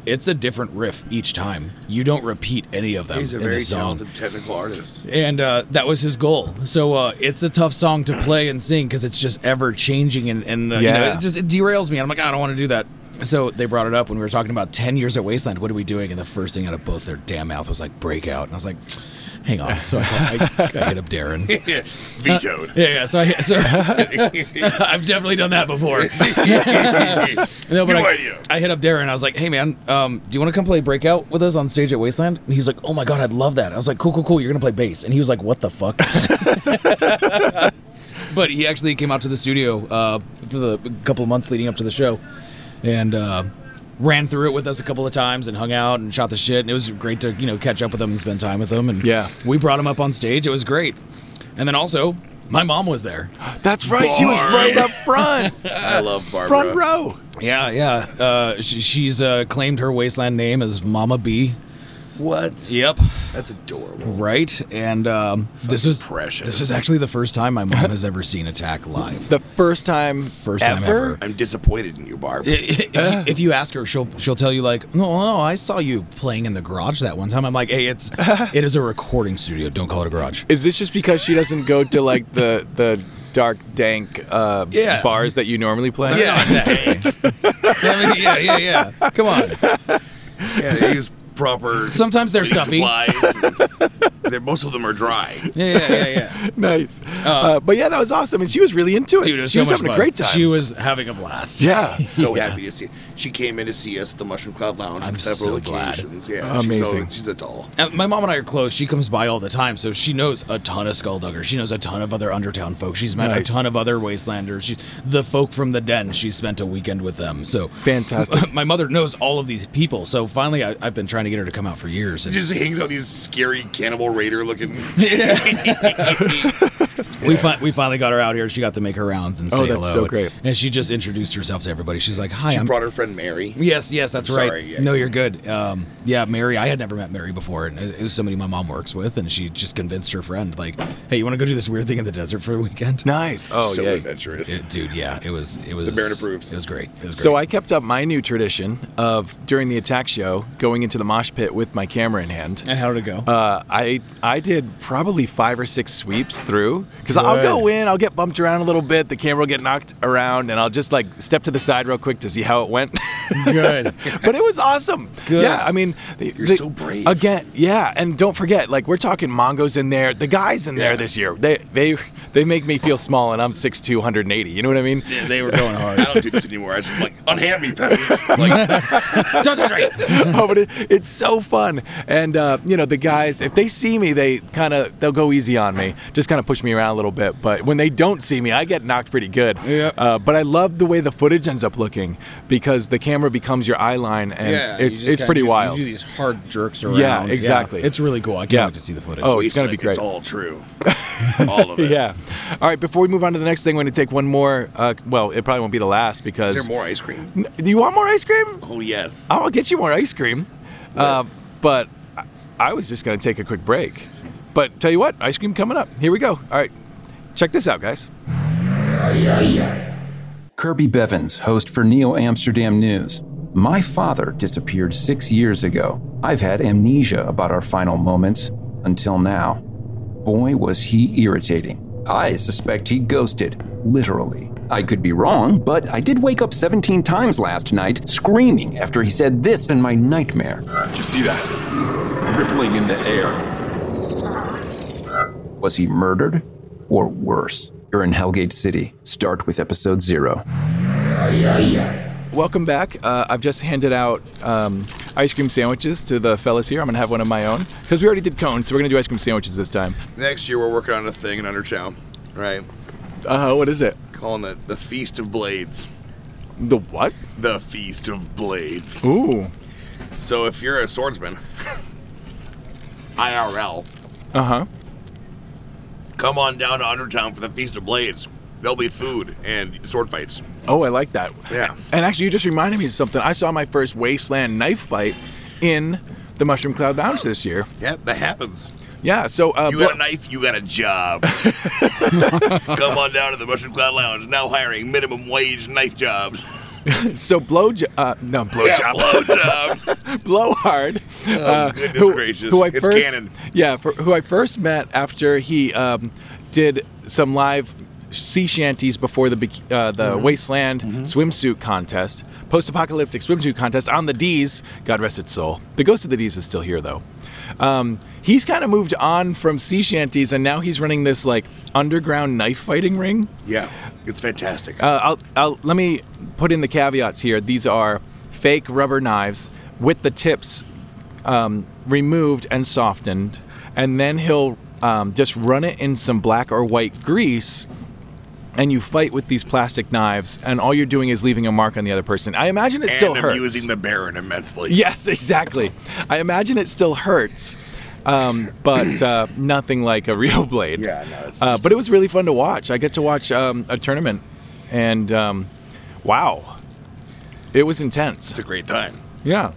[SPEAKER 4] it's a different riff each time. You don't repeat any of them
[SPEAKER 2] He's a
[SPEAKER 4] in
[SPEAKER 2] very
[SPEAKER 4] the song.
[SPEAKER 2] talented technical artist.
[SPEAKER 4] And uh, that was his goal. So uh, it's a tough song to play and sing because it's just ever changing and, and uh, you know,
[SPEAKER 1] Yeah.
[SPEAKER 4] it just it derails me. I'm like, "Ah, I don't want to do that. So they brought it up when we were talking about 10 years at Wasteland. What are we doing? And the first thing out of both their damn mouth was like, breakout. And I was like, hang on. So I, I, I hit up Darren.
[SPEAKER 2] Yeah,
[SPEAKER 4] Uh,
[SPEAKER 2] Vetoed.
[SPEAKER 4] yeah, yeah. So, I, so I've definitely done that before. No, but
[SPEAKER 2] No
[SPEAKER 4] I,
[SPEAKER 2] idea.
[SPEAKER 4] I hit up Darren. I was like, "Hey, man, um, do you want to come play Breakout with us on stage at Wasteland?" And he's like, "Oh my god, I'd love that." I was like, "Cool, cool, cool. You're gonna play bass." And he was like, "What the fuck?" but he actually came out to the studio uh, for the couple of months leading up to the show, and uh, ran through it with us a couple of times and hung out and shot the shit. And it was great to you know catch up with him and spend time with him. And
[SPEAKER 1] Yeah.
[SPEAKER 4] we brought him up on stage. It was great. And then also, my mom was there.
[SPEAKER 1] That's right. She was right up front,
[SPEAKER 2] I love Barbara.
[SPEAKER 1] front row.
[SPEAKER 4] Yeah, yeah. Uh, she, she's uh, claimed her wasteland name as Mama B.
[SPEAKER 2] What?
[SPEAKER 4] Yep.
[SPEAKER 2] That's adorable.
[SPEAKER 4] Right, and um, this was
[SPEAKER 2] precious.
[SPEAKER 4] This is actually the first time my mom has ever seen Attack live.
[SPEAKER 1] The first time,
[SPEAKER 4] First time ever.
[SPEAKER 2] I'm disappointed in you, Barb.
[SPEAKER 4] if, you, if you ask her, she'll she'll tell you like, no, no, I saw you playing in the garage that one time. I'm like, hey, it's it is a recording studio. Don't call it a garage.
[SPEAKER 1] Is this just because she doesn't go to like the the dark dank uh,
[SPEAKER 4] Yeah.
[SPEAKER 1] bars that you normally play?
[SPEAKER 4] Yeah, exactly. I mean, yeah, yeah, yeah. Come on.
[SPEAKER 2] Yeah, they use proper.
[SPEAKER 4] Sometimes they're stuffy. Yeah,
[SPEAKER 2] Supplies. they're, most of them are dry.
[SPEAKER 4] yeah, yeah, yeah.
[SPEAKER 1] nice. Uh, but yeah, that was awesome, and she was really into it.
[SPEAKER 4] Dude, it was
[SPEAKER 1] she
[SPEAKER 4] so
[SPEAKER 1] was
[SPEAKER 4] much
[SPEAKER 1] having a
[SPEAKER 4] fun.
[SPEAKER 1] great time.
[SPEAKER 4] She was having a blast.
[SPEAKER 1] yeah.
[SPEAKER 2] So happy to see. She came in to see us at the Mushroom Cloud Lounge
[SPEAKER 4] I'm
[SPEAKER 2] on several
[SPEAKER 4] so glad.
[SPEAKER 2] occasions. Yeah,
[SPEAKER 1] Amazing.
[SPEAKER 2] She's, so, she's a doll.
[SPEAKER 4] And Uh, my mom and I are close. She comes by all the time, so she knows a ton of Skullduggers. She knows a ton of other Undertown folk. She's met
[SPEAKER 1] Nice.
[SPEAKER 4] a ton of other Wastelanders. She's the folk from the Den. She spent a weekend with them. So
[SPEAKER 1] Fantastic.
[SPEAKER 4] my mother knows all of these people. So finally, I, I've been trying to get her to come out for years.
[SPEAKER 2] She
[SPEAKER 4] And
[SPEAKER 2] just hangs out with these scary cannibal raider looking.
[SPEAKER 4] we fi- we finally got her out here. She got to make her rounds and say
[SPEAKER 1] Oh, that's
[SPEAKER 4] hello.
[SPEAKER 1] so
[SPEAKER 4] And-
[SPEAKER 1] great.
[SPEAKER 4] And she just introduced herself to everybody. She's like, "Hi,
[SPEAKER 2] She
[SPEAKER 4] I'm."
[SPEAKER 2] brought her friend Mary.
[SPEAKER 4] Yes, yes, that's
[SPEAKER 2] Sorry,
[SPEAKER 4] right.
[SPEAKER 2] yeah.
[SPEAKER 4] No, you're good. Um, yeah, Mary, I had never met Mary before, and it it was somebody my mom works with, and she just convinced her friend, like, "Hey, you want to go do this weird thing in the desert for a weekend?"
[SPEAKER 1] Nice. Oh
[SPEAKER 2] so
[SPEAKER 1] yeah.
[SPEAKER 2] adventurous.
[SPEAKER 4] It- dude, yeah, it was it was
[SPEAKER 2] The Baron approves.
[SPEAKER 4] It was great. It was
[SPEAKER 1] So
[SPEAKER 4] great.
[SPEAKER 1] I kept up my new tradition of during the attack show going into the mosh pit with my camera in hand.
[SPEAKER 4] and how did it go?
[SPEAKER 1] Uh, I I did probably five or six sweeps through because I'll
[SPEAKER 4] Good.
[SPEAKER 1] go in, I'll get bumped around a little bit, the camera will get knocked around, and I'll just like step to the side real quick to see how it went.
[SPEAKER 4] Good.
[SPEAKER 1] but it was awesome.
[SPEAKER 4] Good.
[SPEAKER 1] Yeah, I mean, the-
[SPEAKER 2] You're
[SPEAKER 1] the-
[SPEAKER 2] so brave.
[SPEAKER 1] Again, yeah, and don't forget, like we're talking Mongo's in there, the guys in there
[SPEAKER 2] Yeah.
[SPEAKER 1] this year. They they they make me feel small, and I'm 6'2", 180. You know what I mean?
[SPEAKER 2] Yeah, they were going hard. I don't do this anymore. I just like unhand me, peasants. Like, don't touch me.
[SPEAKER 1] oh, but it, it's so fun. And uh, you know, the guys, if they see me, they kind of they'll go easy on me, just kind of push me around a little bit. But when they don't see me, I get knocked pretty good.
[SPEAKER 4] Yeah.
[SPEAKER 1] Uh, but I love the way the footage ends up looking because the camera becomes your eye line, and
[SPEAKER 4] Yeah, you
[SPEAKER 1] it's
[SPEAKER 4] just
[SPEAKER 1] it's
[SPEAKER 4] gotta
[SPEAKER 1] pretty
[SPEAKER 4] do- you
[SPEAKER 1] wild.
[SPEAKER 4] do these hard jerks around.
[SPEAKER 1] exactly.
[SPEAKER 4] It's really cool. I can't
[SPEAKER 1] Yeah.
[SPEAKER 4] wait to see the footage.
[SPEAKER 1] Oh, it's gonna
[SPEAKER 2] like,
[SPEAKER 1] be great.
[SPEAKER 2] It's all true. All of it.
[SPEAKER 1] yeah. All right. Before we move on to the next thing, we're gonna take one more. Uh, well, it probably won't be the last because
[SPEAKER 2] Is there more ice cream?
[SPEAKER 1] do you want more ice cream?
[SPEAKER 2] Oh yes.
[SPEAKER 1] I'll get you more ice cream. Uh, but I, I was just going to take a quick break. But tell you what, ice cream coming up. Here we go. All right. Check this out, guys.
[SPEAKER 7] Kirby Bevins, host for Neo Amsterdam News. My father disappeared six years ago. I've had amnesia about our final moments until now. Boy, was he irritating. I suspect he ghosted, literally. I could be wrong, but I did wake up 17 times last night screaming after he said this in my nightmare.
[SPEAKER 8] You see that? Rippling in the air.
[SPEAKER 7] Was he murdered? Or worse? You're in Hellgate City. Start with episode zero.
[SPEAKER 1] Welcome back. Uh, I've just handed out um, ice cream sandwiches to the fellas here. I'm going to have one of my own because we already did cones, so we're going to do ice cream sandwiches this time.
[SPEAKER 2] Next year we're working on a thing in Undertown, right?
[SPEAKER 1] Uh, what is it?
[SPEAKER 2] Calling it the Feast of Blades.
[SPEAKER 1] The what?
[SPEAKER 2] The Feast of Blades.
[SPEAKER 1] Ooh.
[SPEAKER 2] So if you're a swordsman, IRL,
[SPEAKER 1] Uh huh.
[SPEAKER 2] come on down to Undertown for the Feast of Blades. There'll be food and sword fights.
[SPEAKER 1] Oh, I like that.
[SPEAKER 2] Yeah.
[SPEAKER 1] And actually, you just reminded me of something. I saw my first Wasteland knife fight in the Mushroom Cloud Lounge this year.
[SPEAKER 2] Yep, that happens.
[SPEAKER 1] Yeah. So uh,
[SPEAKER 2] You
[SPEAKER 1] Blo-
[SPEAKER 2] got a knife, you got a job. Come on down to the Mushroom Cloud Lounge, now hiring minimum wage knife jobs.
[SPEAKER 1] So blow, jo- uh, no blow
[SPEAKER 2] Yeah, blow job.
[SPEAKER 1] job, blowhard. uh,
[SPEAKER 2] goodness gracious. It's canon.
[SPEAKER 1] yeah, for, who I first met after he um, did some live sea shanties before the bik- uh, the
[SPEAKER 2] Mm-hmm.
[SPEAKER 1] wasteland swimsuit contest, post-apocalyptic swimsuit contest on the D's. God rest its soul. The ghost of the D's is still here though. Um, he's kind of moved on from sea shanties, and now he's running this like underground knife fighting ring.
[SPEAKER 2] yeah, it's fantastic.
[SPEAKER 1] Uh, I'll, I'll, let me put in the caveats here. These are fake rubber knives with the tips um, removed and softened, and then he'll um, just run it in some black or white grease. And you fight with these plastic knives, and all you're doing is leaving a mark on the other person. I imagine it
[SPEAKER 2] and
[SPEAKER 1] still hurts.
[SPEAKER 2] abusing the Baron immensely.
[SPEAKER 1] yes, exactly. I imagine it still hurts, um, but uh, nothing like a real blade.
[SPEAKER 2] Yeah, no, it's
[SPEAKER 1] Uh,
[SPEAKER 2] just-
[SPEAKER 1] but it was really fun to watch. I get to watch um, a tournament, and um, wow, it was intense.
[SPEAKER 2] It's a great time.
[SPEAKER 1] Yeah.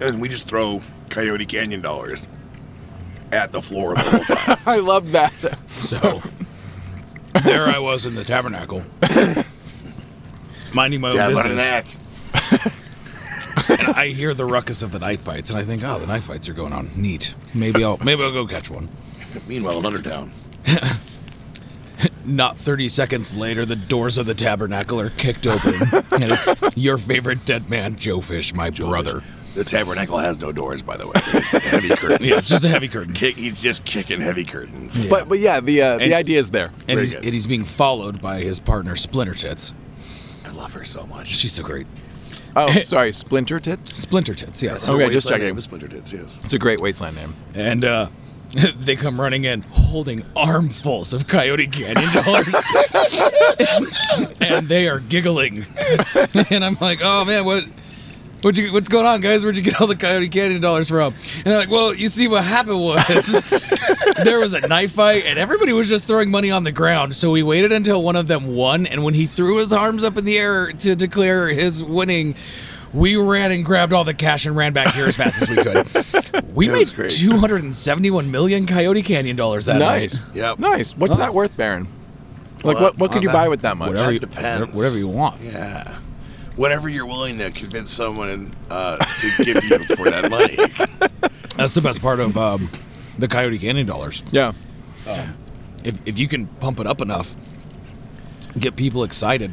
[SPEAKER 2] And we just throw Coyote Canyon dollars at the floor the whole time.
[SPEAKER 1] I loved that.
[SPEAKER 4] So there I was in the tabernacle, minding my own
[SPEAKER 2] Dab on an
[SPEAKER 4] business.
[SPEAKER 2] ack.
[SPEAKER 4] And I hear the ruckus of the knife fights, and I think, oh, the knife fights are going on. Neat. Maybe I'll maybe I'll go catch one.
[SPEAKER 2] Meanwhile, in Undertown.
[SPEAKER 4] Not 30 seconds later, the doors of the tabernacle are kicked open, and it's your favorite dead man, Joe Fish, my brother.
[SPEAKER 2] The tabernacle has no doors, by the way. It's heavy curtains.
[SPEAKER 4] Yeah, it's just a heavy curtain.
[SPEAKER 2] Kick, he's just kicking heavy curtains.
[SPEAKER 1] But but yeah, the uh,
[SPEAKER 4] And-
[SPEAKER 1] the idea is there.
[SPEAKER 4] And
[SPEAKER 2] Very
[SPEAKER 4] he's,
[SPEAKER 2] good.
[SPEAKER 4] and he's being followed by his partner, Splinter Tits.
[SPEAKER 2] I love her so much.
[SPEAKER 4] She's so great.
[SPEAKER 1] Oh, sorry, Splinter Tits.
[SPEAKER 4] Splinter Tits, yes.
[SPEAKER 1] Okay, just checking.
[SPEAKER 2] Name is Splinter Tits, yes.
[SPEAKER 1] It's a great wasteland name.
[SPEAKER 4] And uh, they come running in holding armfuls of Coyote Canyon dollars. and they are giggling. and I'm like, oh man, what? What'd you, what's going on, guys? Where'd you get all the Coyote Canyon dollars from? And they're like, well, you see what happened was there was a knife fight, and everybody was just throwing money on the ground. So we waited until one of them won, and when he threw his arms up in the air to declare his winning, we ran and grabbed all the cash and ran back here as fast as we could. We
[SPEAKER 2] That
[SPEAKER 4] made
[SPEAKER 2] was great.
[SPEAKER 4] 271 million Coyote Canyon dollars that
[SPEAKER 1] Nice.
[SPEAKER 4] night.
[SPEAKER 2] Yep.
[SPEAKER 1] Nice. What's that worth, Baron? Like
[SPEAKER 2] Well,
[SPEAKER 1] what what could
[SPEAKER 2] on
[SPEAKER 1] you
[SPEAKER 2] that-
[SPEAKER 1] buy with that much?
[SPEAKER 4] Whatever, you-
[SPEAKER 2] depends.
[SPEAKER 4] whatever you want.
[SPEAKER 2] Yeah. Whatever you're willing to convince someone uh, to give you for that money.
[SPEAKER 4] That's the best part of um, the Coyote Canyon dollars.
[SPEAKER 1] Yeah.
[SPEAKER 4] if, if you can pump it up enough, get people excited,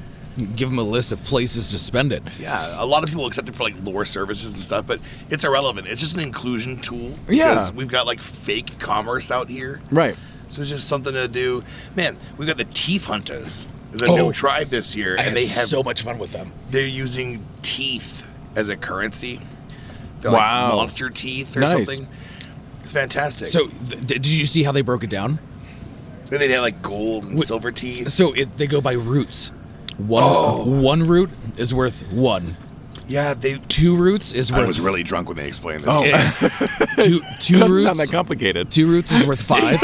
[SPEAKER 4] give them a list of places to spend it.
[SPEAKER 2] Yeah, a lot of people accept it for like lore services and stuff, but it's irrelevant. It's just an inclusion tool.
[SPEAKER 1] Yeah.
[SPEAKER 2] Because we've got like fake commerce out here.
[SPEAKER 1] Right.
[SPEAKER 2] So it's just something to do. Man, we got the teeth hunters. Is a
[SPEAKER 1] Oh.
[SPEAKER 2] new tribe this year, and they have
[SPEAKER 4] so much fun with them.
[SPEAKER 2] they're using teeth as a currency. They're
[SPEAKER 1] Wow.
[SPEAKER 2] like monster teeth or
[SPEAKER 1] Nice.
[SPEAKER 2] something. It's fantastic.
[SPEAKER 4] So, th- did you see how they broke it down?
[SPEAKER 2] and they have like gold and
[SPEAKER 4] Wh-
[SPEAKER 2] silver teeth.
[SPEAKER 4] So it, they go by roots. One one root is worth one.
[SPEAKER 2] Yeah, they.
[SPEAKER 4] Two roots is worth
[SPEAKER 2] I was really drunk when they explained
[SPEAKER 1] Oh.
[SPEAKER 2] this.
[SPEAKER 4] Eh, two two
[SPEAKER 1] It doesn't
[SPEAKER 4] roots.
[SPEAKER 1] sound that complicated.
[SPEAKER 4] two roots is worth five,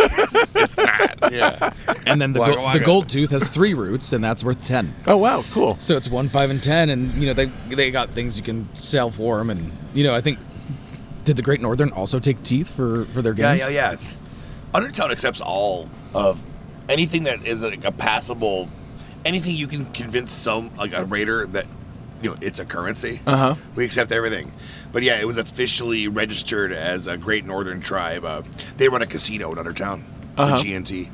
[SPEAKER 2] yeah.
[SPEAKER 4] and then the,
[SPEAKER 2] Waka
[SPEAKER 4] go-
[SPEAKER 2] waka.
[SPEAKER 4] the gold tooth has three roots, and that's worth ten.
[SPEAKER 1] Oh wow, cool.
[SPEAKER 4] So it's one, five, and ten, and you know they they got things you can sell for them, and you know I think did the Great Northern also take teeth for for their
[SPEAKER 2] Yeah,
[SPEAKER 4] games?
[SPEAKER 2] yeah, yeah. Undertown accepts all of anything that is like a passable, anything you can convince some like a raider that you know it's a currency.
[SPEAKER 1] Uh-huh.
[SPEAKER 2] We accept everything, but yeah, it was officially registered as a Great Northern Tribe. Uh, they run a casino in Undertown,
[SPEAKER 1] Uh-huh.
[SPEAKER 2] the GNT.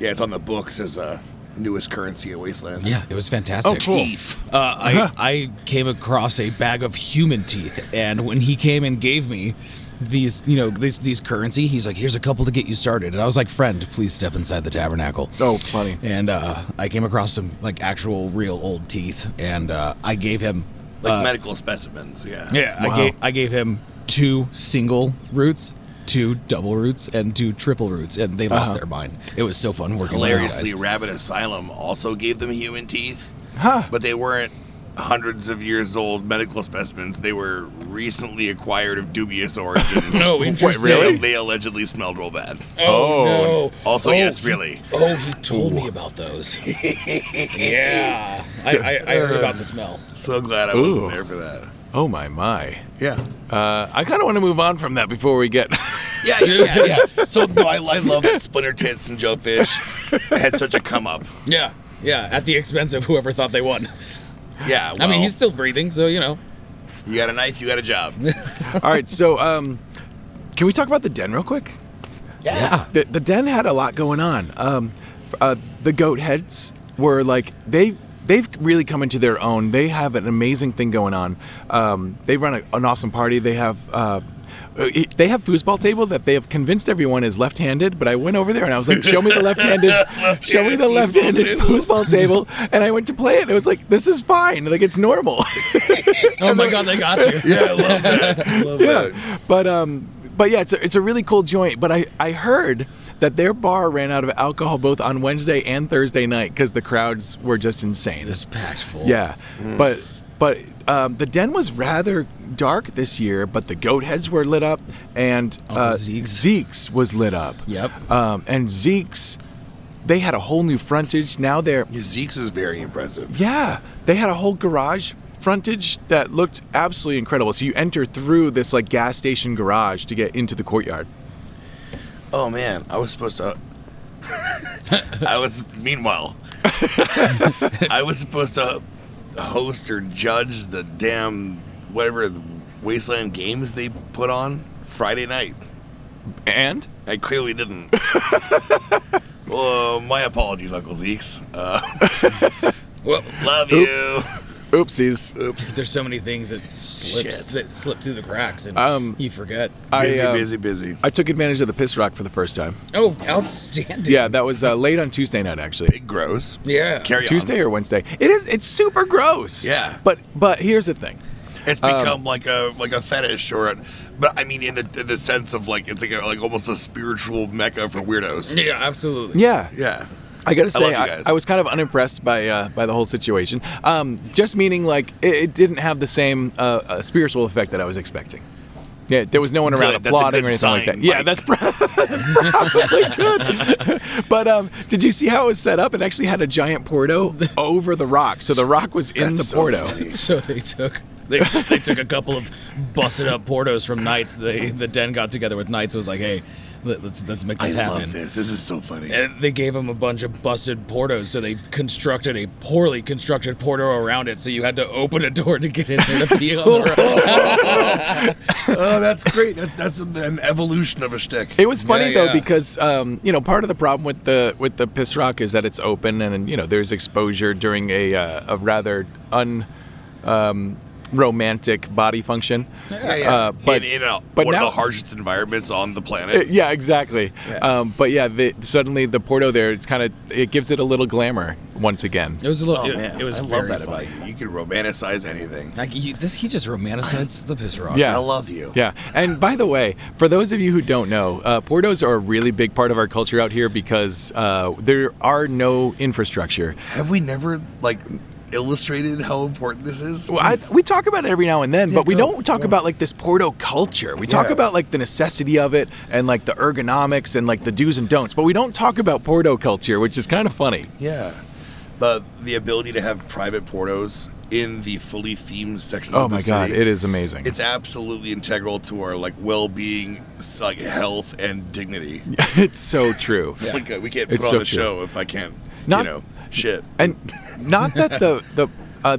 [SPEAKER 2] Yeah, it's on the books as a newest currency in Wasteland.
[SPEAKER 4] Yeah, it was fantastic.
[SPEAKER 1] Oh, cool.
[SPEAKER 2] Teeth.
[SPEAKER 4] Uh,
[SPEAKER 1] Uh-huh.
[SPEAKER 4] I, I came across a bag of human teeth, and when he came and gave me these, you know, these, these currency, he's like, "Here's a couple to get you started." And I was like, "Friend, please step inside the tabernacle."
[SPEAKER 1] Oh, funny.
[SPEAKER 4] And uh, I came across some like actual real old teeth, and uh, I gave him
[SPEAKER 2] like medical specimens. Yeah,
[SPEAKER 4] yeah, I gave I gave him two single roots, two double roots, and two triple roots, and they
[SPEAKER 1] Uh-huh.
[SPEAKER 4] lost their mind. It was so fun working with
[SPEAKER 2] Hilariously,
[SPEAKER 4] those guys.
[SPEAKER 2] Rabbit Asylum also gave them human teeth,
[SPEAKER 1] Huh.
[SPEAKER 2] but they weren't hundreds of years old medical specimens. They were recently acquired of dubious origin.
[SPEAKER 4] No,
[SPEAKER 2] What,
[SPEAKER 4] interesting.
[SPEAKER 2] really? They allegedly smelled real bad.
[SPEAKER 1] Oh,
[SPEAKER 4] no.
[SPEAKER 2] Also,
[SPEAKER 4] Oh,
[SPEAKER 2] yes,
[SPEAKER 4] he-
[SPEAKER 2] really.
[SPEAKER 4] Oh, he told me about those. yeah, I, I, I heard about the smell.
[SPEAKER 2] So glad I
[SPEAKER 1] Ooh.
[SPEAKER 2] wasn't there for that.
[SPEAKER 1] Oh my my.
[SPEAKER 2] Yeah.
[SPEAKER 1] Uh, I kind of want to move on from that before we get.
[SPEAKER 2] Yeah, yeah, yeah. yeah. so no, I, I love that Splinter Tits and Joe Fish had such a come up.
[SPEAKER 4] Yeah, yeah. At the expense of whoever thought they won.
[SPEAKER 2] Yeah,
[SPEAKER 4] I mean,
[SPEAKER 2] well,
[SPEAKER 4] he's still breathing, so you know.
[SPEAKER 2] you got a knife, you got a job.
[SPEAKER 1] All right, so um, can we talk about the den real quick?
[SPEAKER 2] Yeah.
[SPEAKER 1] The, the den had a lot going on. Um, uh, the goat heads were like they they've really come into their own. They have an amazing thing going on. Um, they run a, an awesome party. They have. Uh, uh, it- they have foosball table that they have convinced everyone is left-handed, but I went over there and I was like, "Show me the left-handed, show me the left-handed
[SPEAKER 2] Left-handed foosball table.
[SPEAKER 1] foosball table," and I went to play it. And it was like, "This is fine, like it's normal."
[SPEAKER 4] Oh my God, they got you.
[SPEAKER 2] Yeah, I love that. I love that.
[SPEAKER 1] yeah. But um, but yeah, it's a, it's a really cool joint. But I I heard that their bar ran out of alcohol both on Wednesday and Thursday night because the crowds were just insane.
[SPEAKER 4] Just Mm. packed full.
[SPEAKER 1] yeah, but but um, the den was rather dark this year, but the goat heads were lit up and
[SPEAKER 4] Uncle
[SPEAKER 1] uh,
[SPEAKER 4] Zeke's.
[SPEAKER 1] Zeke's was lit up.
[SPEAKER 4] Yep.
[SPEAKER 1] Um, and Zeke's, they had a whole new frontage. Now they're
[SPEAKER 2] Yeah, Zeke's is very impressive.
[SPEAKER 1] yeah, they had a whole garage frontage that looked absolutely incredible. So you enter through this like gas station garage to get into the courtyard.
[SPEAKER 2] Oh man, I was supposed to. I was meanwhile. I was supposed to host or judge the damn whatever the wasteland games they put on Friday night.
[SPEAKER 1] And
[SPEAKER 2] I clearly didn't. well, my apologies, Uncle Zeke's. Uh,
[SPEAKER 4] Well,
[SPEAKER 2] love
[SPEAKER 1] Oops. oopsies.
[SPEAKER 2] you. Oops.
[SPEAKER 4] there's so many things that slips
[SPEAKER 2] Shit.
[SPEAKER 4] that slip through the cracks, and
[SPEAKER 1] Um,
[SPEAKER 4] you forget.
[SPEAKER 1] I,
[SPEAKER 2] Busy,
[SPEAKER 1] um,
[SPEAKER 2] busy, busy.
[SPEAKER 1] I took advantage of the piss rock for the first time.
[SPEAKER 4] Oh, outstanding.
[SPEAKER 1] Yeah, that was uh, late on Tuesday night actually.
[SPEAKER 2] Big gross.
[SPEAKER 4] Yeah.
[SPEAKER 2] Carry
[SPEAKER 1] Tuesday or Wednesday. It is. It's super gross.
[SPEAKER 2] Yeah.
[SPEAKER 1] But but here's the thing.
[SPEAKER 2] on. It's
[SPEAKER 1] Um,
[SPEAKER 2] become like a like a fetish or, a, but I mean in the in the sense of like it's like a, like almost a spiritual mecca for weirdos.
[SPEAKER 4] Yeah, absolutely.
[SPEAKER 1] Yeah.
[SPEAKER 2] Yeah.
[SPEAKER 1] I gotta
[SPEAKER 2] love
[SPEAKER 1] say,
[SPEAKER 2] you
[SPEAKER 1] I,
[SPEAKER 2] guys.
[SPEAKER 1] I was kind of unimpressed by uh, by the whole situation. Um, just meaning, like, it, it didn't have the same uh, uh, spiritual effect that I was expecting. Yeah, there was no one around
[SPEAKER 2] Good, that's a
[SPEAKER 1] applauding
[SPEAKER 2] good
[SPEAKER 1] or anything like that.
[SPEAKER 2] sign,
[SPEAKER 1] Yeah,
[SPEAKER 2] Mike.
[SPEAKER 1] that's, pro- that's probably good. but um, did you see how it was set up? It actually had a giant porto over the rock, so the rock was in the
[SPEAKER 2] That's so
[SPEAKER 1] porto.
[SPEAKER 2] funny.
[SPEAKER 4] So they took they, they took a couple of busted up portos from Knights. They the den got together with Knights was like, hey, let, let's let's make
[SPEAKER 2] I
[SPEAKER 4] this happen.
[SPEAKER 2] love this. This is so funny.
[SPEAKER 4] And they gave him a bunch of busted portos, so they constructed a poorly constructed porto around it. So you had to open a door to get in there to pee on the road.
[SPEAKER 2] oh, that's great. That, that's an, an evolution of a shtick.
[SPEAKER 1] It was funny
[SPEAKER 4] Yeah,
[SPEAKER 1] though
[SPEAKER 4] yeah.
[SPEAKER 1] because um, you know part of the problem with the with the piss rock is that it's open and you know there's exposure during a uh, a rather un um, romantic body function.
[SPEAKER 5] Yeah, yeah.
[SPEAKER 1] Uh, but
[SPEAKER 2] in, in a,
[SPEAKER 1] but
[SPEAKER 2] one
[SPEAKER 1] now-
[SPEAKER 2] of the harshest environments on the
[SPEAKER 1] Uh,
[SPEAKER 2] planet.
[SPEAKER 1] yeah, exactly. Um, but yeah, the, suddenly the Porto there, it's kind of it gives it a little glamour once again.
[SPEAKER 4] It was a little.
[SPEAKER 2] oh
[SPEAKER 4] it,
[SPEAKER 2] man,
[SPEAKER 4] it was
[SPEAKER 2] I love
[SPEAKER 4] very
[SPEAKER 2] that
[SPEAKER 4] funny.
[SPEAKER 2] about you. You can romanticize anything.
[SPEAKER 4] Like you, this, he just romanticized the piss rock.
[SPEAKER 1] Yeah.
[SPEAKER 2] I love you.
[SPEAKER 1] Yeah. And by the way, for those of you who don't know, uh, Portos are a really big part of our culture out here because uh, there are no infrastructure.
[SPEAKER 2] Have we never like illustrated how important this is?
[SPEAKER 1] Well, I, we talk about it every now and then, but we
[SPEAKER 2] go,
[SPEAKER 1] don't talk about like this Porto culture. We talk
[SPEAKER 2] Yeah.
[SPEAKER 1] about like the necessity of it and like the ergonomics and like the do's and don'ts, but we don't talk about Porto culture, which is kind of funny.
[SPEAKER 2] Yeah. The the ability to have private portos in the fully themed sections
[SPEAKER 1] Oh
[SPEAKER 2] of the
[SPEAKER 1] my god,
[SPEAKER 2] city.
[SPEAKER 1] it is amazing.
[SPEAKER 2] It's absolutely integral to our like well-being, s- like health and dignity.
[SPEAKER 1] it's so true.
[SPEAKER 2] It's like, uh, we can't
[SPEAKER 1] It's
[SPEAKER 2] put
[SPEAKER 1] so
[SPEAKER 2] on the
[SPEAKER 1] true.
[SPEAKER 2] show if I can't,
[SPEAKER 1] Not-
[SPEAKER 2] you know, shit.
[SPEAKER 1] and not that the the uh,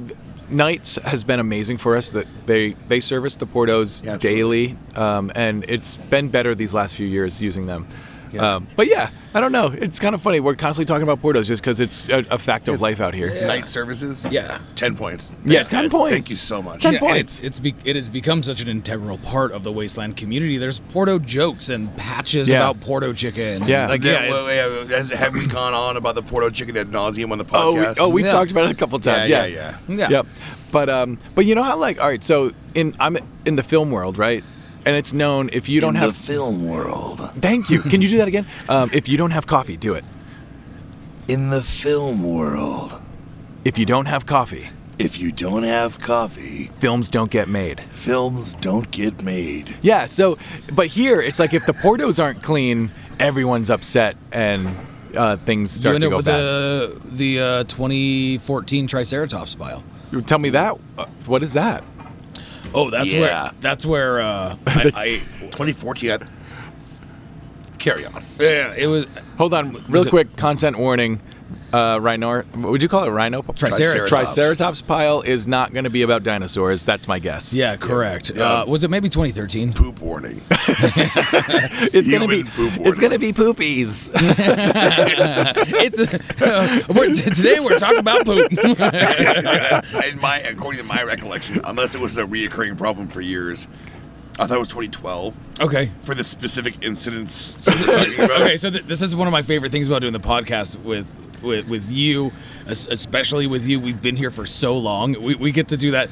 [SPEAKER 1] Knights has been amazing for us. That they they service the Portos
[SPEAKER 2] Yeah, absolutely.
[SPEAKER 1] daily, um, and it's been better these last few years using them. Um, but yeah, I don't know. It's kind of funny. We're constantly talking about Portos just because it's a, a fact of life out here.
[SPEAKER 2] Night services.
[SPEAKER 4] Yeah.
[SPEAKER 2] Ten points.
[SPEAKER 1] Yeah,
[SPEAKER 2] Thanks,
[SPEAKER 1] 10
[SPEAKER 2] guys. Thank
[SPEAKER 1] points.
[SPEAKER 2] you so much.
[SPEAKER 1] 10
[SPEAKER 4] Yeah, and
[SPEAKER 1] points.
[SPEAKER 4] it's it's be, it has become such an integral part of the wasteland community. There's Porto jokes and patches
[SPEAKER 1] Yeah.
[SPEAKER 4] about Porto chicken.
[SPEAKER 1] Yeah.
[SPEAKER 4] like,
[SPEAKER 2] Yeah,
[SPEAKER 4] yeah,
[SPEAKER 2] well,
[SPEAKER 4] it's-
[SPEAKER 2] yeah, has- have we gone on about the Porto chicken ad nauseum on the
[SPEAKER 1] Oh, we,
[SPEAKER 2] podcast?
[SPEAKER 1] oh, we've
[SPEAKER 4] Yeah.
[SPEAKER 1] talked about it a couple times.
[SPEAKER 2] Yeah,
[SPEAKER 1] Yeah,
[SPEAKER 2] yeah,
[SPEAKER 4] yeah. Yeah.
[SPEAKER 1] Yep. But um, but you know how like all right, so in I'm in the film world, right? And it's known if you don't
[SPEAKER 2] In
[SPEAKER 1] have.
[SPEAKER 2] the film world.
[SPEAKER 1] thank you. Can you do that again? Um, if you don't have coffee, do it.
[SPEAKER 2] In the film world,
[SPEAKER 1] If you don't have coffee,
[SPEAKER 2] if you don't have coffee,
[SPEAKER 1] films don't get made.
[SPEAKER 2] films don't get made.
[SPEAKER 1] Yeah, so, but here it's like if the portos aren't clean, everyone's upset and uh, things
[SPEAKER 4] you
[SPEAKER 1] start
[SPEAKER 4] end
[SPEAKER 1] to
[SPEAKER 4] up
[SPEAKER 1] go
[SPEAKER 4] with
[SPEAKER 1] bad.
[SPEAKER 4] the the uh, 2014 Triceratops pile.
[SPEAKER 1] Tell me that. Uh, What is that?
[SPEAKER 4] Oh, that's
[SPEAKER 2] Yeah.
[SPEAKER 4] where that's where uh,
[SPEAKER 2] I, I 2014. I, carry on.
[SPEAKER 4] yeah, it was
[SPEAKER 1] Hold on, real
[SPEAKER 4] it-
[SPEAKER 1] quick. Content warning. Uh, rhino, would you call it rhino?
[SPEAKER 4] Triceratops.
[SPEAKER 1] Triceratops pile is not going to be about dinosaurs. That's my guess.
[SPEAKER 4] yeah, correct.
[SPEAKER 2] Yeah.
[SPEAKER 4] Uh, was it maybe 2013?
[SPEAKER 2] Poop warning.
[SPEAKER 1] it's going to be.
[SPEAKER 2] Human poop
[SPEAKER 1] It's
[SPEAKER 2] warning.
[SPEAKER 1] going to be poopies.
[SPEAKER 4] it's uh, we're, t- today we're talking about poop.
[SPEAKER 2] In my, according to my recollection, unless it was a reoccurring problem for years, I thought it was 2012
[SPEAKER 4] okay.
[SPEAKER 2] for the specific incidents. that we're talking about.
[SPEAKER 4] Okay, so th- this is one of my favorite things about doing the podcast with with, with you, es- especially with you. We've been here for so long. We, we get to do that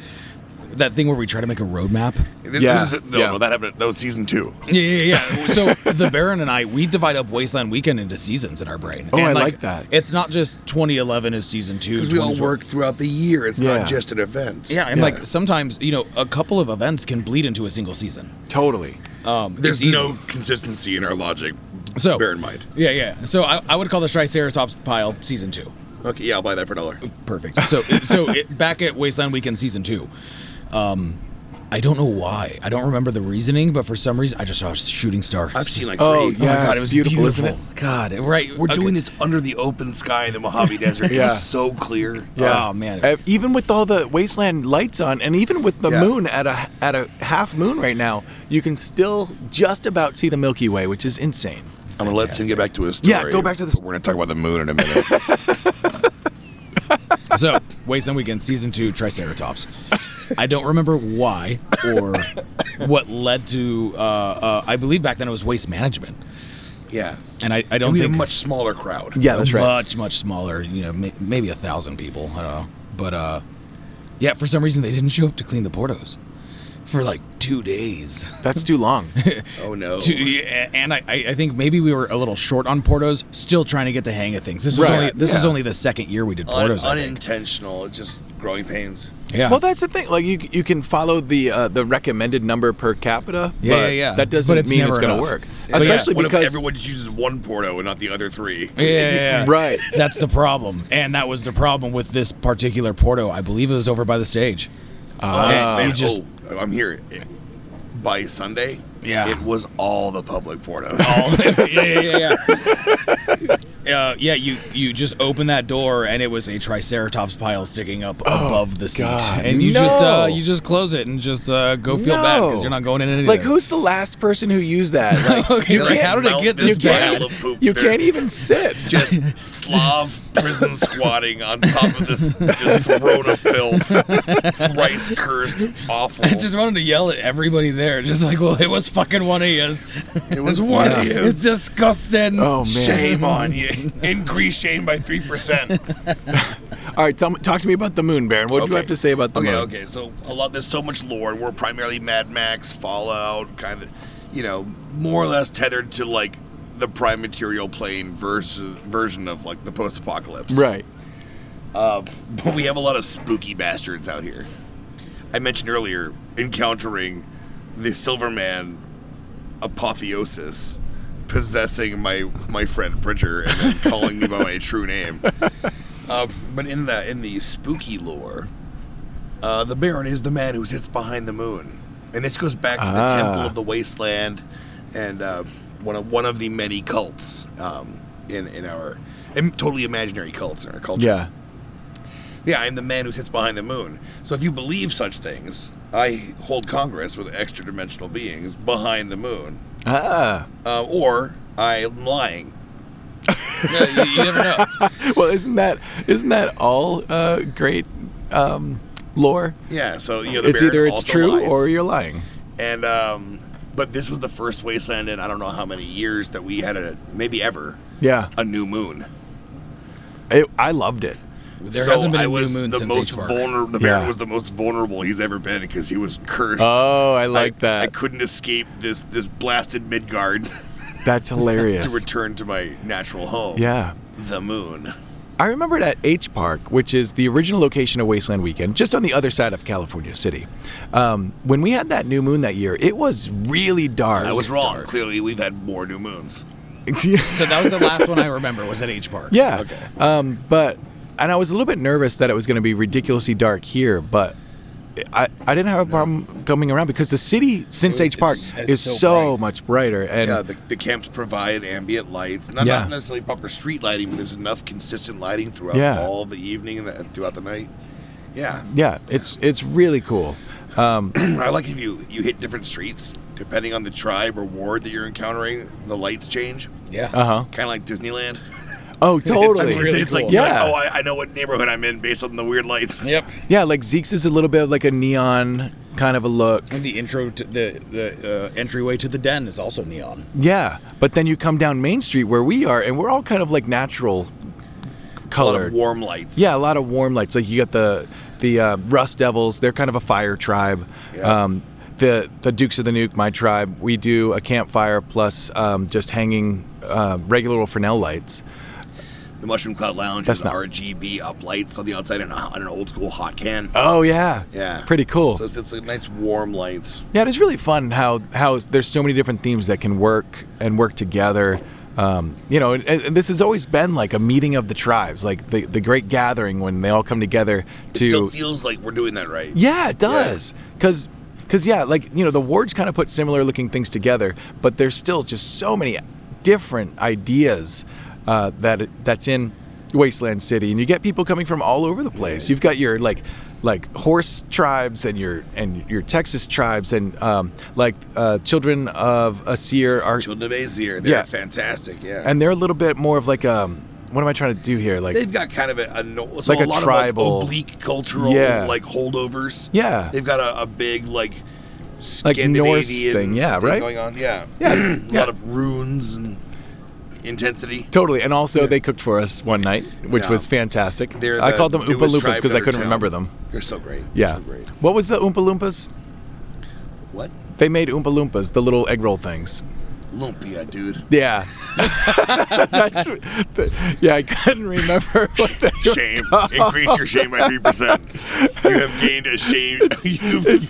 [SPEAKER 4] that thing where we try to make a roadmap.
[SPEAKER 2] This-
[SPEAKER 1] Yeah,
[SPEAKER 2] this is- no,
[SPEAKER 1] yeah.
[SPEAKER 2] no, that happened. That was season two.
[SPEAKER 4] Yeah, yeah, yeah. So the Baron and I, we divide up Wasteland Weekend into seasons in our brain.
[SPEAKER 1] Oh,
[SPEAKER 4] And,
[SPEAKER 1] I like that.
[SPEAKER 4] It's not just 2011 is season two.
[SPEAKER 2] Because we all
[SPEAKER 4] 2012
[SPEAKER 2] work throughout the year. It's
[SPEAKER 1] Yeah.
[SPEAKER 2] not just an event.
[SPEAKER 4] Yeah, and like sometimes you know a couple of events can bleed into a single season.
[SPEAKER 1] totally.
[SPEAKER 4] Um,
[SPEAKER 2] there's
[SPEAKER 4] it's easy.
[SPEAKER 2] no consistency in our logic.
[SPEAKER 4] so
[SPEAKER 2] bear in mind.
[SPEAKER 4] Yeah, yeah. So I, I would call the Triceratops pile season two.
[SPEAKER 2] Okay, yeah, I'll buy that for a dollar.
[SPEAKER 4] Perfect. So so it, back at Wasteland Weekend season two. Um, I don't know why. I don't remember the reasoning, but for some reason I just saw a shooting star.
[SPEAKER 2] I've seen like three.
[SPEAKER 1] Oh yeah,
[SPEAKER 4] my God,
[SPEAKER 1] it's
[SPEAKER 4] it was
[SPEAKER 1] beautiful, isn't it?
[SPEAKER 4] beautiful. God, right?
[SPEAKER 2] We're
[SPEAKER 4] okay.
[SPEAKER 2] doing this under the open sky in the Mojave Desert.
[SPEAKER 1] Yeah.
[SPEAKER 2] It's so clear.
[SPEAKER 1] Yeah.
[SPEAKER 4] Oh, man.
[SPEAKER 1] Uh, even with all the wasteland lights on, and even with the
[SPEAKER 2] Yeah.
[SPEAKER 1] moon at a at a half moon right now, you can still just about see the Milky Way, which is insane.
[SPEAKER 2] I'm gonna let Tim get back to his story.
[SPEAKER 1] Yeah, go back to the
[SPEAKER 2] but We're gonna talk about the moon in a minute.
[SPEAKER 4] So, Wasteland Weekend Season 2 Triceratops. I don't remember why or what led to, uh, uh, I believe back then it was waste management.
[SPEAKER 2] yeah.
[SPEAKER 4] And I, I don't
[SPEAKER 2] we had
[SPEAKER 4] think.
[SPEAKER 2] a much smaller crowd.
[SPEAKER 1] Yeah, that's right.
[SPEAKER 4] Much, much smaller, you know, may, maybe a thousand people. I don't know. But, uh, yeah, for some reason they didn't show up to clean the portos for like two days.
[SPEAKER 1] That's too long.
[SPEAKER 2] Oh no.
[SPEAKER 4] Two, yeah, and I, I I think maybe we were a little short on portos, still trying to get the hang of things. This was
[SPEAKER 1] Right.
[SPEAKER 4] only this was
[SPEAKER 2] Yeah.
[SPEAKER 4] only the second year we did
[SPEAKER 2] Un-
[SPEAKER 4] portos. I think.
[SPEAKER 2] unintentional. It's just growing pains.
[SPEAKER 4] yeah.
[SPEAKER 1] Well, that's the thing. Like you, you can follow the uh, the recommended number per capita.
[SPEAKER 4] Yeah,
[SPEAKER 1] but
[SPEAKER 4] yeah, yeah.
[SPEAKER 1] That doesn't
[SPEAKER 4] But it's
[SPEAKER 1] mean it's
[SPEAKER 4] never
[SPEAKER 1] going to
[SPEAKER 4] enough.
[SPEAKER 1] work,
[SPEAKER 4] Yeah.
[SPEAKER 1] especially
[SPEAKER 2] what
[SPEAKER 1] because
[SPEAKER 2] if everyone just uses one Porto and not the other three?
[SPEAKER 4] yeah, yeah, yeah.
[SPEAKER 1] right.
[SPEAKER 4] That's the problem. And that was the problem with this particular Porto. I believe it was over by the stage.
[SPEAKER 2] Oh,
[SPEAKER 4] And
[SPEAKER 2] man,
[SPEAKER 4] you just-
[SPEAKER 2] oh, I'm here. It- by Sunday,
[SPEAKER 4] Yeah.
[SPEAKER 2] it was all the public Portos.
[SPEAKER 4] yeah, yeah, yeah, yeah. Uh, yeah, you you just open that door and it was a triceratops pile sticking up above the seat,
[SPEAKER 1] God,
[SPEAKER 4] and you just
[SPEAKER 1] no.
[SPEAKER 4] uh, you just close it and just uh, go feel
[SPEAKER 1] no.
[SPEAKER 4] bad because you're not going in anything.
[SPEAKER 1] Like, who's the last person who used that? Like,
[SPEAKER 4] Okay,
[SPEAKER 1] you
[SPEAKER 4] like,
[SPEAKER 1] can't-
[SPEAKER 4] how did it get
[SPEAKER 1] you
[SPEAKER 4] this bad?
[SPEAKER 1] can't, you can't even sit.
[SPEAKER 2] Just Slav prison squatting on top of this just Corona filth, thrice cursed, awful.
[SPEAKER 4] I just wanted to yell at everybody there, just like, well, it was fucking one of yous.
[SPEAKER 2] it was one of you.
[SPEAKER 4] It's disgusting.
[SPEAKER 1] Oh man!
[SPEAKER 2] Shame on you. Increase shame by 3%.
[SPEAKER 1] All right, tell me, talk to me about the moon, Baron. What do you
[SPEAKER 2] Okay.
[SPEAKER 1] have to say about the
[SPEAKER 2] okay,
[SPEAKER 1] moon?
[SPEAKER 2] okay. So a lot. There's so much lore, and we're primarily Mad Max, Fallout, kind of, you know, more or less tethered to like the prime material plane versus version of like the post-apocalypse.
[SPEAKER 1] Right.
[SPEAKER 2] Uh, but we have a lot of spooky bastards out here. I mentioned earlier encountering the Silverman apotheosis possessing my my friend Bridger and then calling me by my true name. Uh, but in the in the spooky lore, uh, the Baron is the man who sits behind the moon, and this goes back to the
[SPEAKER 1] Ah.
[SPEAKER 2] Temple of the Wasteland, and uh, one of one of the many cults um, in in our im- totally imaginary cults in our culture.
[SPEAKER 1] Yeah.
[SPEAKER 2] Yeah, I am the man who sits behind the moon. So if you believe such things, I hold congress with extra dimensional beings behind the moon.
[SPEAKER 1] Ah.
[SPEAKER 2] Uh, or I'm lying. Yeah, you, you never know.
[SPEAKER 1] Well, isn't that isn't that all uh, great um, lore?
[SPEAKER 2] Yeah, so you know the
[SPEAKER 1] It's
[SPEAKER 2] Baron
[SPEAKER 1] either it's
[SPEAKER 2] also
[SPEAKER 1] true
[SPEAKER 2] lies.
[SPEAKER 1] or you're lying.
[SPEAKER 2] and um, but this was the first wasteland in I don't know how many years that we had a maybe ever
[SPEAKER 1] Yeah.
[SPEAKER 2] a new moon.
[SPEAKER 1] It, I loved it.
[SPEAKER 4] there
[SPEAKER 2] so
[SPEAKER 4] hasn't been a
[SPEAKER 2] I
[SPEAKER 4] new
[SPEAKER 2] was
[SPEAKER 4] moon
[SPEAKER 2] the
[SPEAKER 4] since
[SPEAKER 2] most
[SPEAKER 4] H. Park.
[SPEAKER 2] vulnerable. The Baron
[SPEAKER 1] Yeah.
[SPEAKER 2] was the most vulnerable he's ever been because he was cursed.
[SPEAKER 1] Oh, I
[SPEAKER 2] I-
[SPEAKER 1] like that.
[SPEAKER 2] I couldn't escape this this blasted Midgard.
[SPEAKER 1] That's hilarious.
[SPEAKER 2] to return to my natural home.
[SPEAKER 1] yeah.
[SPEAKER 2] The moon.
[SPEAKER 1] I remember it at H Park, which is the original location of Wasteland Weekend, just on the other side of California City. Um, when we had that new moon that year, it was really dark.
[SPEAKER 2] I was wrong. Clearly, we've had more new moons.
[SPEAKER 4] so that was the last one I remember was at H Park.
[SPEAKER 1] yeah. Um, but and I was a little bit nervous that it was going to be ridiculously dark here, but I, I didn't have a problem coming around because the city since H Park
[SPEAKER 4] it's- it's
[SPEAKER 1] is
[SPEAKER 4] so
[SPEAKER 1] so,
[SPEAKER 4] bright.
[SPEAKER 1] much brighter and
[SPEAKER 2] Yeah, the, the camps provide ambient lights. Not,
[SPEAKER 1] Yeah.
[SPEAKER 2] not necessarily proper street lighting, but there's enough consistent lighting throughout
[SPEAKER 1] Yeah.
[SPEAKER 2] all the evening and the, throughout the night. Yeah,
[SPEAKER 1] yeah, it's it's really cool.
[SPEAKER 2] I like if you you hit different streets depending on the tribe or ward that you're encountering. The lights change,
[SPEAKER 4] Yeah.
[SPEAKER 1] Uh huh.
[SPEAKER 2] kind of like Disneyland.
[SPEAKER 1] Oh,
[SPEAKER 2] I
[SPEAKER 1] totally.
[SPEAKER 2] mean,
[SPEAKER 4] Really
[SPEAKER 2] it's, it's
[SPEAKER 4] cool.
[SPEAKER 2] like, you're like,
[SPEAKER 1] Yeah.
[SPEAKER 2] oh, I, I know what neighborhood I'm in based on the weird lights.
[SPEAKER 4] Yep.
[SPEAKER 1] Yeah, like Zeke's is a little bit of like a neon kind of a look.
[SPEAKER 4] And the intro to the the uh, entryway to the den is also neon.
[SPEAKER 1] Yeah, but then you come down Main Street where we are, and we're all kind of like natural
[SPEAKER 2] a lot of
[SPEAKER 1] colored.
[SPEAKER 2] warm lights.
[SPEAKER 1] Yeah, a lot of warm lights. Like you got the the uh, Rust Devils; they're kind of a fire tribe.
[SPEAKER 2] Yeah.
[SPEAKER 1] Um, the the Dukes of the Nuke, my tribe, we do a campfire plus um, just hanging uh, regular old Fresnel lights.
[SPEAKER 2] The Mushroom Cloud Lounge
[SPEAKER 1] That's
[SPEAKER 2] has
[SPEAKER 1] not-
[SPEAKER 2] RGB up lights on the outside and, a, and an old school hot can.
[SPEAKER 1] Oh yeah,
[SPEAKER 2] Yeah.
[SPEAKER 1] pretty cool.
[SPEAKER 2] So it's, it's like nice warm lights.
[SPEAKER 1] yeah, it's really fun how how there's so many different themes that can work and work together. Um, you know, and, and this has always been like a meeting of the tribes, like the, the great gathering when they all come together to
[SPEAKER 2] It still feels like we're doing that right.
[SPEAKER 1] Yeah, it does. Because, because yeah, like you know, the wards kind of put similar looking things together, but there's still just so many different ideas uh, that it- that's in Wasteland City, and you get people coming from all over the place. You've got your like like horse tribes and your and your Texas tribes and um, like uh, children of Asir are
[SPEAKER 2] Children of Azir, they're
[SPEAKER 1] Yeah.
[SPEAKER 2] fantastic. Yeah.
[SPEAKER 1] and they're a little bit more of like um what am I trying to do here like
[SPEAKER 2] they've got kind of a, a no- so
[SPEAKER 1] Like a
[SPEAKER 2] a lot of
[SPEAKER 1] tribal-
[SPEAKER 2] like oblique cultural
[SPEAKER 1] Yeah.
[SPEAKER 2] like holdovers.
[SPEAKER 1] Yeah.
[SPEAKER 2] They've got a, a big like
[SPEAKER 1] Like Norse
[SPEAKER 2] Scandinavian
[SPEAKER 1] thing, yeah, right?
[SPEAKER 2] Going on. Yeah.
[SPEAKER 1] Yes,
[SPEAKER 2] a
[SPEAKER 1] yeah.
[SPEAKER 2] lot of runes and intensity.
[SPEAKER 1] Totally, and also they cooked for us one night, which
[SPEAKER 2] Yeah.
[SPEAKER 1] was fantastic.
[SPEAKER 2] They're
[SPEAKER 1] I
[SPEAKER 2] the
[SPEAKER 1] called them Oompa
[SPEAKER 2] newest
[SPEAKER 1] Loompas
[SPEAKER 2] tribe
[SPEAKER 1] because
[SPEAKER 2] in
[SPEAKER 1] I
[SPEAKER 2] our
[SPEAKER 1] couldn't
[SPEAKER 2] town.
[SPEAKER 1] remember them.
[SPEAKER 2] They're so great. They're
[SPEAKER 1] Yeah.
[SPEAKER 2] so great.
[SPEAKER 1] What was the Oompa Loompas?
[SPEAKER 2] What?
[SPEAKER 1] They made Oompa Loompas, the little egg roll things.
[SPEAKER 2] Lumpia, dude.
[SPEAKER 1] Yeah. That's what- the- yeah, I couldn't remember what they were
[SPEAKER 2] Shame. Increase your shame by three percent. You have gained a shame. You've,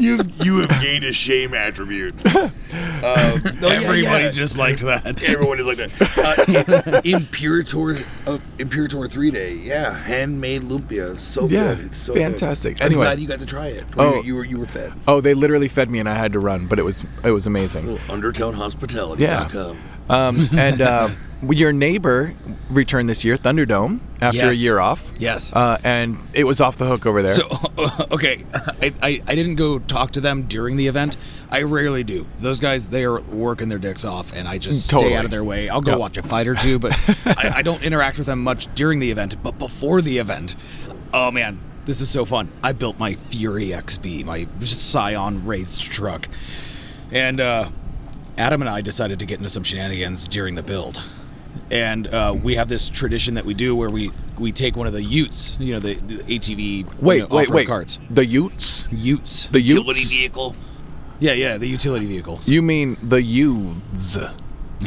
[SPEAKER 2] you've you have gained a shame attribute. Um, no, yeah,
[SPEAKER 4] Everybody
[SPEAKER 2] yeah.
[SPEAKER 4] just liked that.
[SPEAKER 2] Everyone is like that. Uh, Imperator, uh, Imperator three day, yeah, handmade lumpia, so
[SPEAKER 1] Yeah,
[SPEAKER 2] good, it's so
[SPEAKER 1] fantastic.
[SPEAKER 2] Good.
[SPEAKER 1] Anyway.
[SPEAKER 2] I'm glad you got to try it.
[SPEAKER 1] Oh.
[SPEAKER 2] you, you were you were fed.
[SPEAKER 1] Oh, they literally fed me and I had to run, but it was it was amazing. Yeah.
[SPEAKER 2] undertownhospitality.com.
[SPEAKER 1] Um, and uh, your neighbor returned this year, Thunderdome, after a
[SPEAKER 4] Yes.
[SPEAKER 1] year off.
[SPEAKER 4] Yes.
[SPEAKER 1] Uh, and it was off the hook over there.
[SPEAKER 4] So, okay, I, I, I didn't go talk to them during the event. I rarely do. Those guys, they are working their dicks off, and I just
[SPEAKER 1] Totally.
[SPEAKER 4] stay out of their way. I'll go
[SPEAKER 1] Yep.
[SPEAKER 4] watch a fight or two, but I, I don't interact with them much during the event. But before the event, oh man, this is so fun. I built my Fury XB, my Scion raised truck. And uh, Adam and I decided to get into some shenanigans during the build. And uh, we have this tradition that we do where we, we take one of the Utes, you know, the, the ATV you
[SPEAKER 1] wait,
[SPEAKER 4] know,
[SPEAKER 1] wait,
[SPEAKER 4] off-road
[SPEAKER 1] wait.
[SPEAKER 4] carts,
[SPEAKER 1] The Utes?
[SPEAKER 4] Utes.
[SPEAKER 1] The
[SPEAKER 2] Utility
[SPEAKER 1] Utes?
[SPEAKER 2] vehicle.
[SPEAKER 4] Yeah, yeah, the utility vehicles.
[SPEAKER 1] You mean the Youths?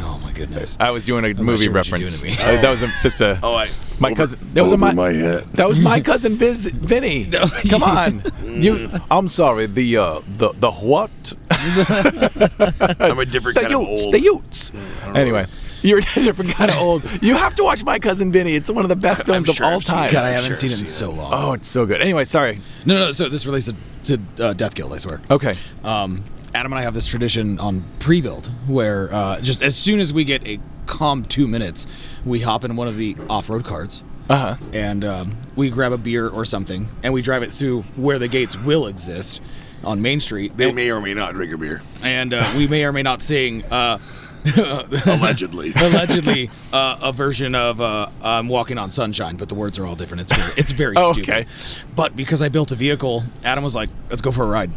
[SPEAKER 4] Oh my goodness.
[SPEAKER 1] I was doing a
[SPEAKER 4] not
[SPEAKER 1] movie
[SPEAKER 4] sure what you're
[SPEAKER 1] reference.
[SPEAKER 4] doing to
[SPEAKER 1] Uh, that was a, just a.
[SPEAKER 2] Oh, I.
[SPEAKER 1] my
[SPEAKER 2] over-
[SPEAKER 1] cousin. That was a,
[SPEAKER 5] over
[SPEAKER 1] my,
[SPEAKER 5] my head.
[SPEAKER 1] That was my cousin Biz, Vinny. Come on, you. I'm sorry. The uh, the the what?
[SPEAKER 2] I'm a different
[SPEAKER 1] The
[SPEAKER 2] kind of
[SPEAKER 1] Utes.
[SPEAKER 2] old.
[SPEAKER 1] The Utes. Anyway, you're a different kind of old. You have to watch my cousin Vinny. It's one of the best films
[SPEAKER 2] sure
[SPEAKER 1] of all
[SPEAKER 2] I've seen
[SPEAKER 1] time.
[SPEAKER 2] it.
[SPEAKER 4] God, I haven't
[SPEAKER 2] Sure,
[SPEAKER 4] seen it in
[SPEAKER 2] seen
[SPEAKER 4] so long.
[SPEAKER 1] Oh, it's so good. Anyway, sorry.
[SPEAKER 4] No, no, so this relates to, to uh, Death Guild, I swear.
[SPEAKER 1] Okay.
[SPEAKER 4] Um, Adam and I have this tradition on pre-build where uh, just as soon as we get a calm two minutes, we hop in one of the off-road carts
[SPEAKER 1] Uh huh.
[SPEAKER 4] and um, we grab a beer or something and we drive it through where the gates will exist on Main Street.
[SPEAKER 2] They may or may not drink a beer.
[SPEAKER 4] And uh, we may or may not sing uh,
[SPEAKER 2] Allegedly.
[SPEAKER 4] allegedly uh, a version of uh, "I'm Walking on Sunshine," but the words are all different. It's very, it's very
[SPEAKER 1] Oh,
[SPEAKER 4] stupid.
[SPEAKER 1] okay.
[SPEAKER 4] But because I built a vehicle, Adam was like, "Let's go for a ride."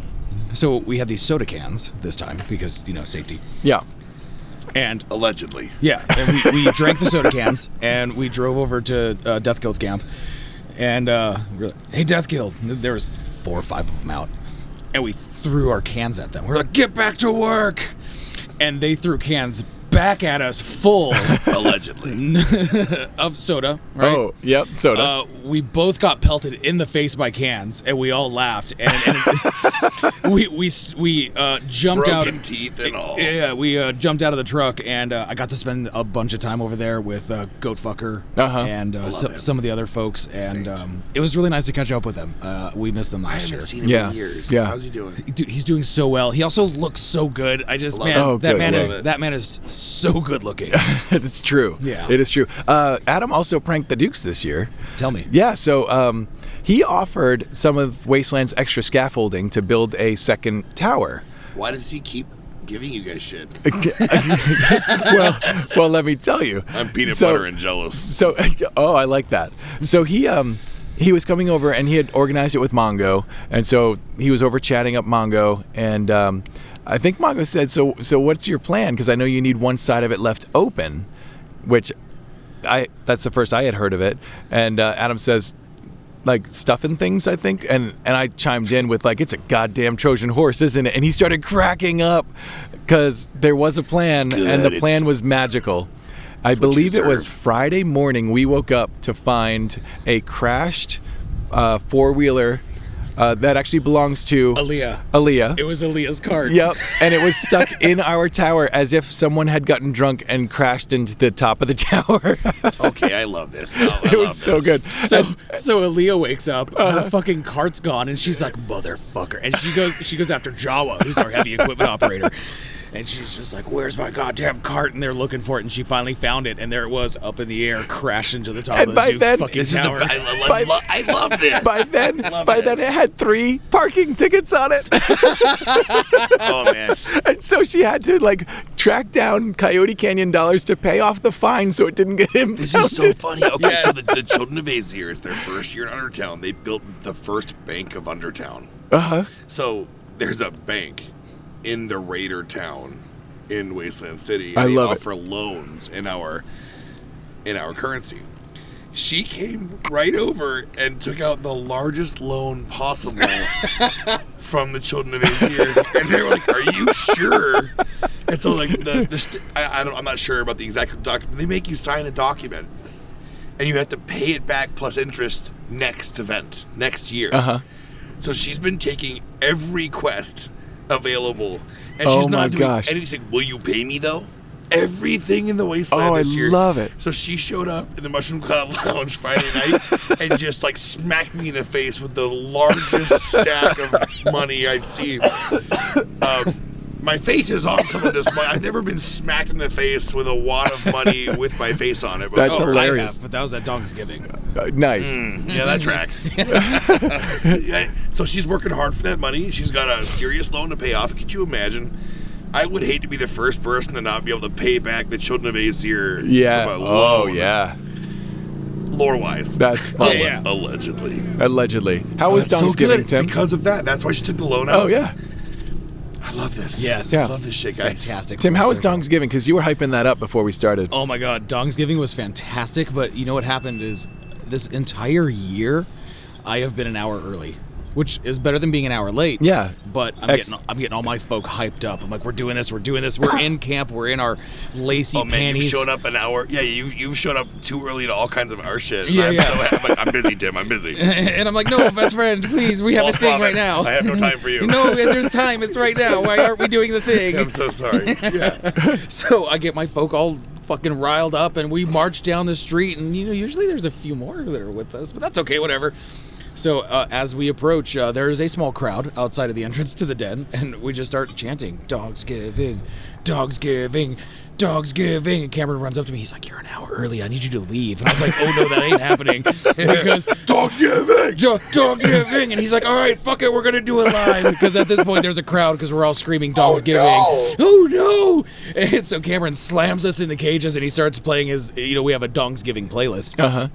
[SPEAKER 4] So we had these soda cans this time because you know safety.
[SPEAKER 1] Yeah.
[SPEAKER 4] And
[SPEAKER 2] Allegedly.
[SPEAKER 4] yeah, and we, we drank the soda cans and we drove over to uh, Death Guild's camp. And uh, we were like, hey, Death Guild, there was four or five of them out, and we threw our cans at them. We are like, get back to work, and they threw cans back at us full
[SPEAKER 2] Allegedly.
[SPEAKER 4] of soda. Right?
[SPEAKER 1] Oh, yep. Soda.
[SPEAKER 4] Uh, we both got pelted in the face by cans, and we all laughed. And, and we we we uh, jumped
[SPEAKER 2] Broken
[SPEAKER 4] out.
[SPEAKER 2] teeth and all.
[SPEAKER 4] Yeah, we uh, jumped out of the truck, and uh, I got to spend a bunch of time over there with uh, Goatfucker
[SPEAKER 1] Uh-huh.
[SPEAKER 4] and uh, so,
[SPEAKER 2] him.
[SPEAKER 4] some of the other folks, and um, it was really nice to catch up with them. Uh, we missed them
[SPEAKER 2] I
[SPEAKER 4] last year.
[SPEAKER 2] haven't seen him
[SPEAKER 1] Yeah.
[SPEAKER 2] in years.
[SPEAKER 1] Yeah.
[SPEAKER 2] How's he doing?
[SPEAKER 4] Dude, he's doing so well. He also looks so good. I just
[SPEAKER 2] Love
[SPEAKER 4] man,
[SPEAKER 2] it.
[SPEAKER 1] Oh,
[SPEAKER 4] that
[SPEAKER 1] good.
[SPEAKER 4] man
[SPEAKER 2] Love
[SPEAKER 4] is
[SPEAKER 2] it.
[SPEAKER 4] that man is so good looking.
[SPEAKER 1] it's true.
[SPEAKER 4] Yeah.
[SPEAKER 1] It is true. Uh, Adam also pranked the Dukes this year.
[SPEAKER 4] Tell me.
[SPEAKER 1] Yeah, so um, he offered some of Wasteland's extra scaffolding to build a second tower.
[SPEAKER 2] Why does he keep giving you guys shit?
[SPEAKER 1] well, well, let me tell you.
[SPEAKER 2] I'm peanut
[SPEAKER 1] So-
[SPEAKER 2] butter and jealous.
[SPEAKER 1] So, oh, I like that. So he um he was coming over and he had organized it with Mongo, and so he was over chatting up Mongo, and um, I think Mongo said, "So, so what's your plan? Because I know you need one side of it left open," which I that's the first I had heard of it, and uh, Adam says. Like stuffing things, I think, and and I chimed in with like, "It's a goddamn Trojan horse, isn't it?" And he started cracking up because there was a plan, and
[SPEAKER 2] Good,
[SPEAKER 1] the
[SPEAKER 2] it's-
[SPEAKER 1] plan was magical. I believe it was
[SPEAKER 2] deserve.
[SPEAKER 1] Friday morning. We woke up to find a crashed uh, four wheeler uh, that actually belongs to
[SPEAKER 4] Aaliyah.
[SPEAKER 1] Aaliyah.
[SPEAKER 4] It was Aaliyah's card.
[SPEAKER 1] Yep, and it was stuck in our tower as if someone had gotten drunk and crashed into the top of the tower.
[SPEAKER 2] Okay, I love this. Oh, I
[SPEAKER 1] it
[SPEAKER 2] love
[SPEAKER 1] was so
[SPEAKER 2] this.
[SPEAKER 1] good.
[SPEAKER 4] So so Aaliyah wakes up,
[SPEAKER 1] Uh-huh.
[SPEAKER 4] her fucking cart's gone, and she's like, "Motherfucker!" And she goes she goes after Jawa, who's our heavy equipment operator, and she's just like, "Where's my goddamn cart?" And they're looking for it, and she finally found it, and there it was, up in the air, crashing to the top
[SPEAKER 1] And
[SPEAKER 4] of
[SPEAKER 1] by
[SPEAKER 4] the Duke's
[SPEAKER 1] then-
[SPEAKER 4] fucking
[SPEAKER 2] This is the,
[SPEAKER 4] tower.
[SPEAKER 2] I, lo- I,
[SPEAKER 1] By-
[SPEAKER 2] lo- I love this.
[SPEAKER 1] By then,
[SPEAKER 2] Love
[SPEAKER 1] by
[SPEAKER 2] it.
[SPEAKER 1] then it had three parking tickets on it,
[SPEAKER 2] oh man,
[SPEAKER 1] and so she had to like track down Coyote Canyon dollars to pay off the fine so it didn't get impounded.
[SPEAKER 2] this is so funny. Okay, so the, the children of Azir is their first year in Undertown. They built the first bank of Undertown. Uh
[SPEAKER 1] Uh-huh.
[SPEAKER 2] huh. So there's a bank in the Raider town in Wasteland City. and
[SPEAKER 1] I
[SPEAKER 2] they
[SPEAKER 1] love it.
[SPEAKER 2] offer loans in our in our currency. She came right over and took out the largest loan possible from the children of Azir, and they were like, "Are you sure?" And so, like, the, the st- I, I don't, I'm not sure about the exact document. They make you sign a document, and you have to pay it back plus interest next event, next year.
[SPEAKER 1] Uh-huh.
[SPEAKER 2] So she's been taking every quest available, and
[SPEAKER 1] Oh
[SPEAKER 2] she's
[SPEAKER 1] my
[SPEAKER 2] not doing
[SPEAKER 1] gosh.
[SPEAKER 2] anything. Will you pay me though? Everything in the wasteland
[SPEAKER 1] Oh, I
[SPEAKER 2] this year.
[SPEAKER 1] love it.
[SPEAKER 2] So she showed up in the Mushroom Cloud Lounge Friday night and just like smacked me in the face with the largest stack of money I've seen. Um, my face is on some of this money. I've never been smacked in the face with a wad of money with my face on it.
[SPEAKER 1] That's
[SPEAKER 2] Oh,
[SPEAKER 4] I have,
[SPEAKER 1] hilarious.
[SPEAKER 4] but that was at Dong's giving.
[SPEAKER 1] Uh, nice.
[SPEAKER 2] yeah, that tracks. Yeah, so she's working hard for that money. She's got a serious loan to pay off. Could you imagine? I would hate to be the first person to not be able to pay back the children of Azir.
[SPEAKER 1] Yeah.
[SPEAKER 2] From a
[SPEAKER 1] Oh,
[SPEAKER 2] loan,
[SPEAKER 1] yeah.
[SPEAKER 2] Lore wise.
[SPEAKER 1] That's fun.
[SPEAKER 2] yeah. allegedly.
[SPEAKER 1] Allegedly. How was
[SPEAKER 2] That's so
[SPEAKER 1] Dung's giving,
[SPEAKER 2] good
[SPEAKER 1] Tim?
[SPEAKER 2] Because of that. That's why she took the loan out.
[SPEAKER 1] Oh, yeah.
[SPEAKER 2] I love this.
[SPEAKER 4] Yes.
[SPEAKER 1] Yeah.
[SPEAKER 2] I love this shit, guys.
[SPEAKER 4] Fantastic.
[SPEAKER 1] Tim, how was
[SPEAKER 4] Dong?
[SPEAKER 1] Dung's giving? Because you were hyping that up before we started.
[SPEAKER 4] Oh my God, Dong's giving was fantastic, but you know what happened is this entire year, I have been an hour early, which is better than being an hour late.
[SPEAKER 1] Yeah.
[SPEAKER 4] but I'm
[SPEAKER 1] Ex-
[SPEAKER 4] getting I'm getting all my folk hyped up. I'm like, we're doing this, we're doing this, we're in camp, we're in our lacy
[SPEAKER 2] Oh man,
[SPEAKER 4] panties.
[SPEAKER 2] you've shown up an hour. Yeah, you've you've shown up too early to all kinds of our shit.
[SPEAKER 4] Yeah,
[SPEAKER 2] I'm
[SPEAKER 4] yeah.
[SPEAKER 2] so happy. I'm busy, Tim. I'm busy.
[SPEAKER 4] and I'm like, no, best friend, please, we have
[SPEAKER 2] All
[SPEAKER 4] this thing right
[SPEAKER 2] vomit.
[SPEAKER 4] now.
[SPEAKER 2] I have no time for you.
[SPEAKER 4] no, there's time. It's right now. Why aren't we doing the thing?
[SPEAKER 2] I'm so sorry. Yeah.
[SPEAKER 4] So I get my folk all fucking riled up, and we march down the street. And you know, usually there's a few more that are with us, but that's okay, whatever. So uh, as we approach, uh, there is a small crowd outside of the entrance to the den, and we just start chanting "Dogs giving, dogs giving, dogs giving." And Cameron runs up to me. He's like, "You're an hour early. I need you to leave." And I was like, "Oh no, that ain't happening because
[SPEAKER 2] Dog's giving.
[SPEAKER 4] dog, dog giving, and he's like, "All right, fuck it, we're gonna do it live." Because at this point, there's a crowd because we're all screaming, "Dogs giving!"
[SPEAKER 2] no.
[SPEAKER 4] Oh no! And so Cameron slams us in the cages, and he starts playing his. You know, we have a Dongs giving playlist. Uh huh.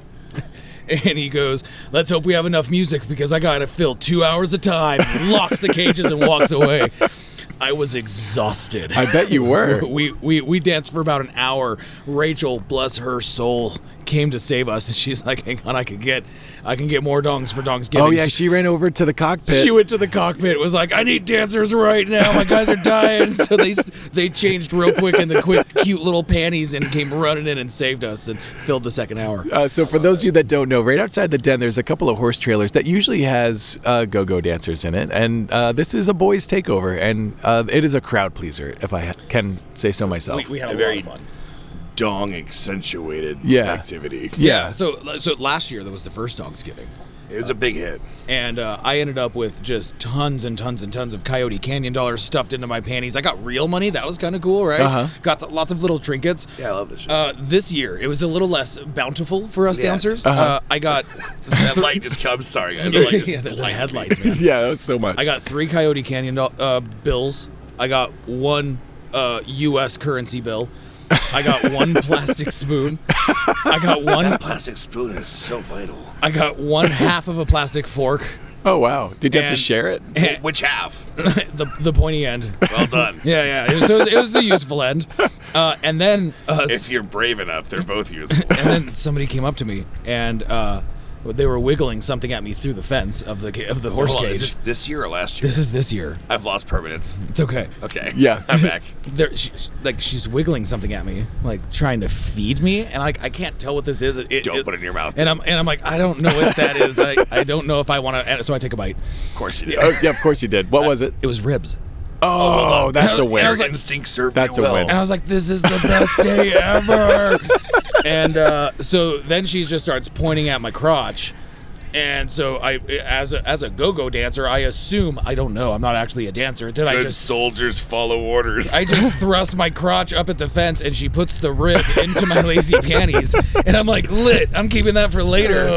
[SPEAKER 4] And he goes, "Let's hope we have enough music because I gotta fill two hours of time." Locks the cages and walks away. I was exhausted.
[SPEAKER 1] I bet you were.
[SPEAKER 4] We, we we danced for about an hour. Rachel, bless her soul, came to save us, and she's like, "Hang on, I can get, I can get more dongs for dongs giving."
[SPEAKER 1] Oh, yeah. She ran over to the cockpit.
[SPEAKER 4] She went to the cockpit. Was like, "I need dancers right now. My guys are dying." so they they changed real quick in the quick, cute little panties and came running in and saved us and filled the second hour.
[SPEAKER 1] Uh, so, for those of you that don't know, right outside the den, there's a couple of horse trailers that usually has uh, go-go dancers in it, and uh, this is a boys' takeover, and uh, it is a crowd pleaser, if I ha- can say so myself.
[SPEAKER 4] We, we had a
[SPEAKER 2] Very-
[SPEAKER 4] lot of fun.
[SPEAKER 2] Dong accentuated
[SPEAKER 1] Yeah.
[SPEAKER 2] activity.
[SPEAKER 1] yeah.
[SPEAKER 4] So so last year that was the first dongs giving.
[SPEAKER 2] It was a big hit.
[SPEAKER 4] and uh, I ended up with just tons and tons and tons of Coyote Canyon dollars stuffed into my panties. I got real money. That was kind of cool, right?
[SPEAKER 1] Uh-huh.
[SPEAKER 4] Got lots of little trinkets.
[SPEAKER 2] Yeah, I love this shit.
[SPEAKER 4] Uh, this year, it was a little less bountiful for us
[SPEAKER 2] Yeah.
[SPEAKER 4] dancers. uh
[SPEAKER 1] Uh-huh.
[SPEAKER 4] I got
[SPEAKER 2] that light just comes. Sorry, guys. The light just
[SPEAKER 4] Yeah, the- the
[SPEAKER 2] blanked
[SPEAKER 4] headlights, man.
[SPEAKER 1] Yeah, that's so much.
[SPEAKER 4] I got three Coyote Canyon do- uh, bills. I got one uh, U.S. currency bill. I got one plastic spoon. I got one.
[SPEAKER 2] That plastic spoon is so vital.
[SPEAKER 4] I got one half of a plastic fork.
[SPEAKER 1] Oh wow! Did you have to
[SPEAKER 4] And-
[SPEAKER 1] share it?
[SPEAKER 2] Which half?
[SPEAKER 4] the the pointy end.
[SPEAKER 2] Well done.
[SPEAKER 4] Yeah, yeah. It was, it was, it was the useful end. Uh, and then uh,
[SPEAKER 2] If you're brave enough, they're both useful.
[SPEAKER 4] and then somebody came up to me and uh, they were wiggling something at me through the fence of the ca- of the horse
[SPEAKER 2] Hold on,
[SPEAKER 4] cage.
[SPEAKER 2] is this this year or last year?
[SPEAKER 4] this is this year.
[SPEAKER 2] I've lost permanence.
[SPEAKER 4] It's okay.
[SPEAKER 2] Okay.
[SPEAKER 1] Yeah.
[SPEAKER 2] I'm back.
[SPEAKER 4] There, she, she- like she's wiggling something at me, like trying to feed me, and like I can't tell what this is. It- it-
[SPEAKER 2] Don't
[SPEAKER 4] it-
[SPEAKER 2] put it in your mouth.
[SPEAKER 4] And I'm and I'm like I don't know what that is. I, I don't know if I want to. So I take a bite.
[SPEAKER 2] Of course you do.
[SPEAKER 1] Oh, yeah, of course you did. What was it?
[SPEAKER 4] It was ribs.
[SPEAKER 1] Oh, that's a
[SPEAKER 4] And I
[SPEAKER 1] win.
[SPEAKER 4] was
[SPEAKER 2] Your
[SPEAKER 4] like-
[SPEAKER 2] instinct served
[SPEAKER 1] That's a
[SPEAKER 2] you well.
[SPEAKER 1] win.
[SPEAKER 4] And I was like, this is the best day ever. and uh, so then she just starts pointing at my crotch. And so I, as a, as a go-go dancer, I assume I don't know. I'm not actually a dancer. Did I
[SPEAKER 2] Good
[SPEAKER 4] just?
[SPEAKER 2] soldiers follow orders.
[SPEAKER 4] I just thrust my crotch up at the fence, and she puts the rib into my lazy panties, and I'm like, lit. I'm keeping that for later.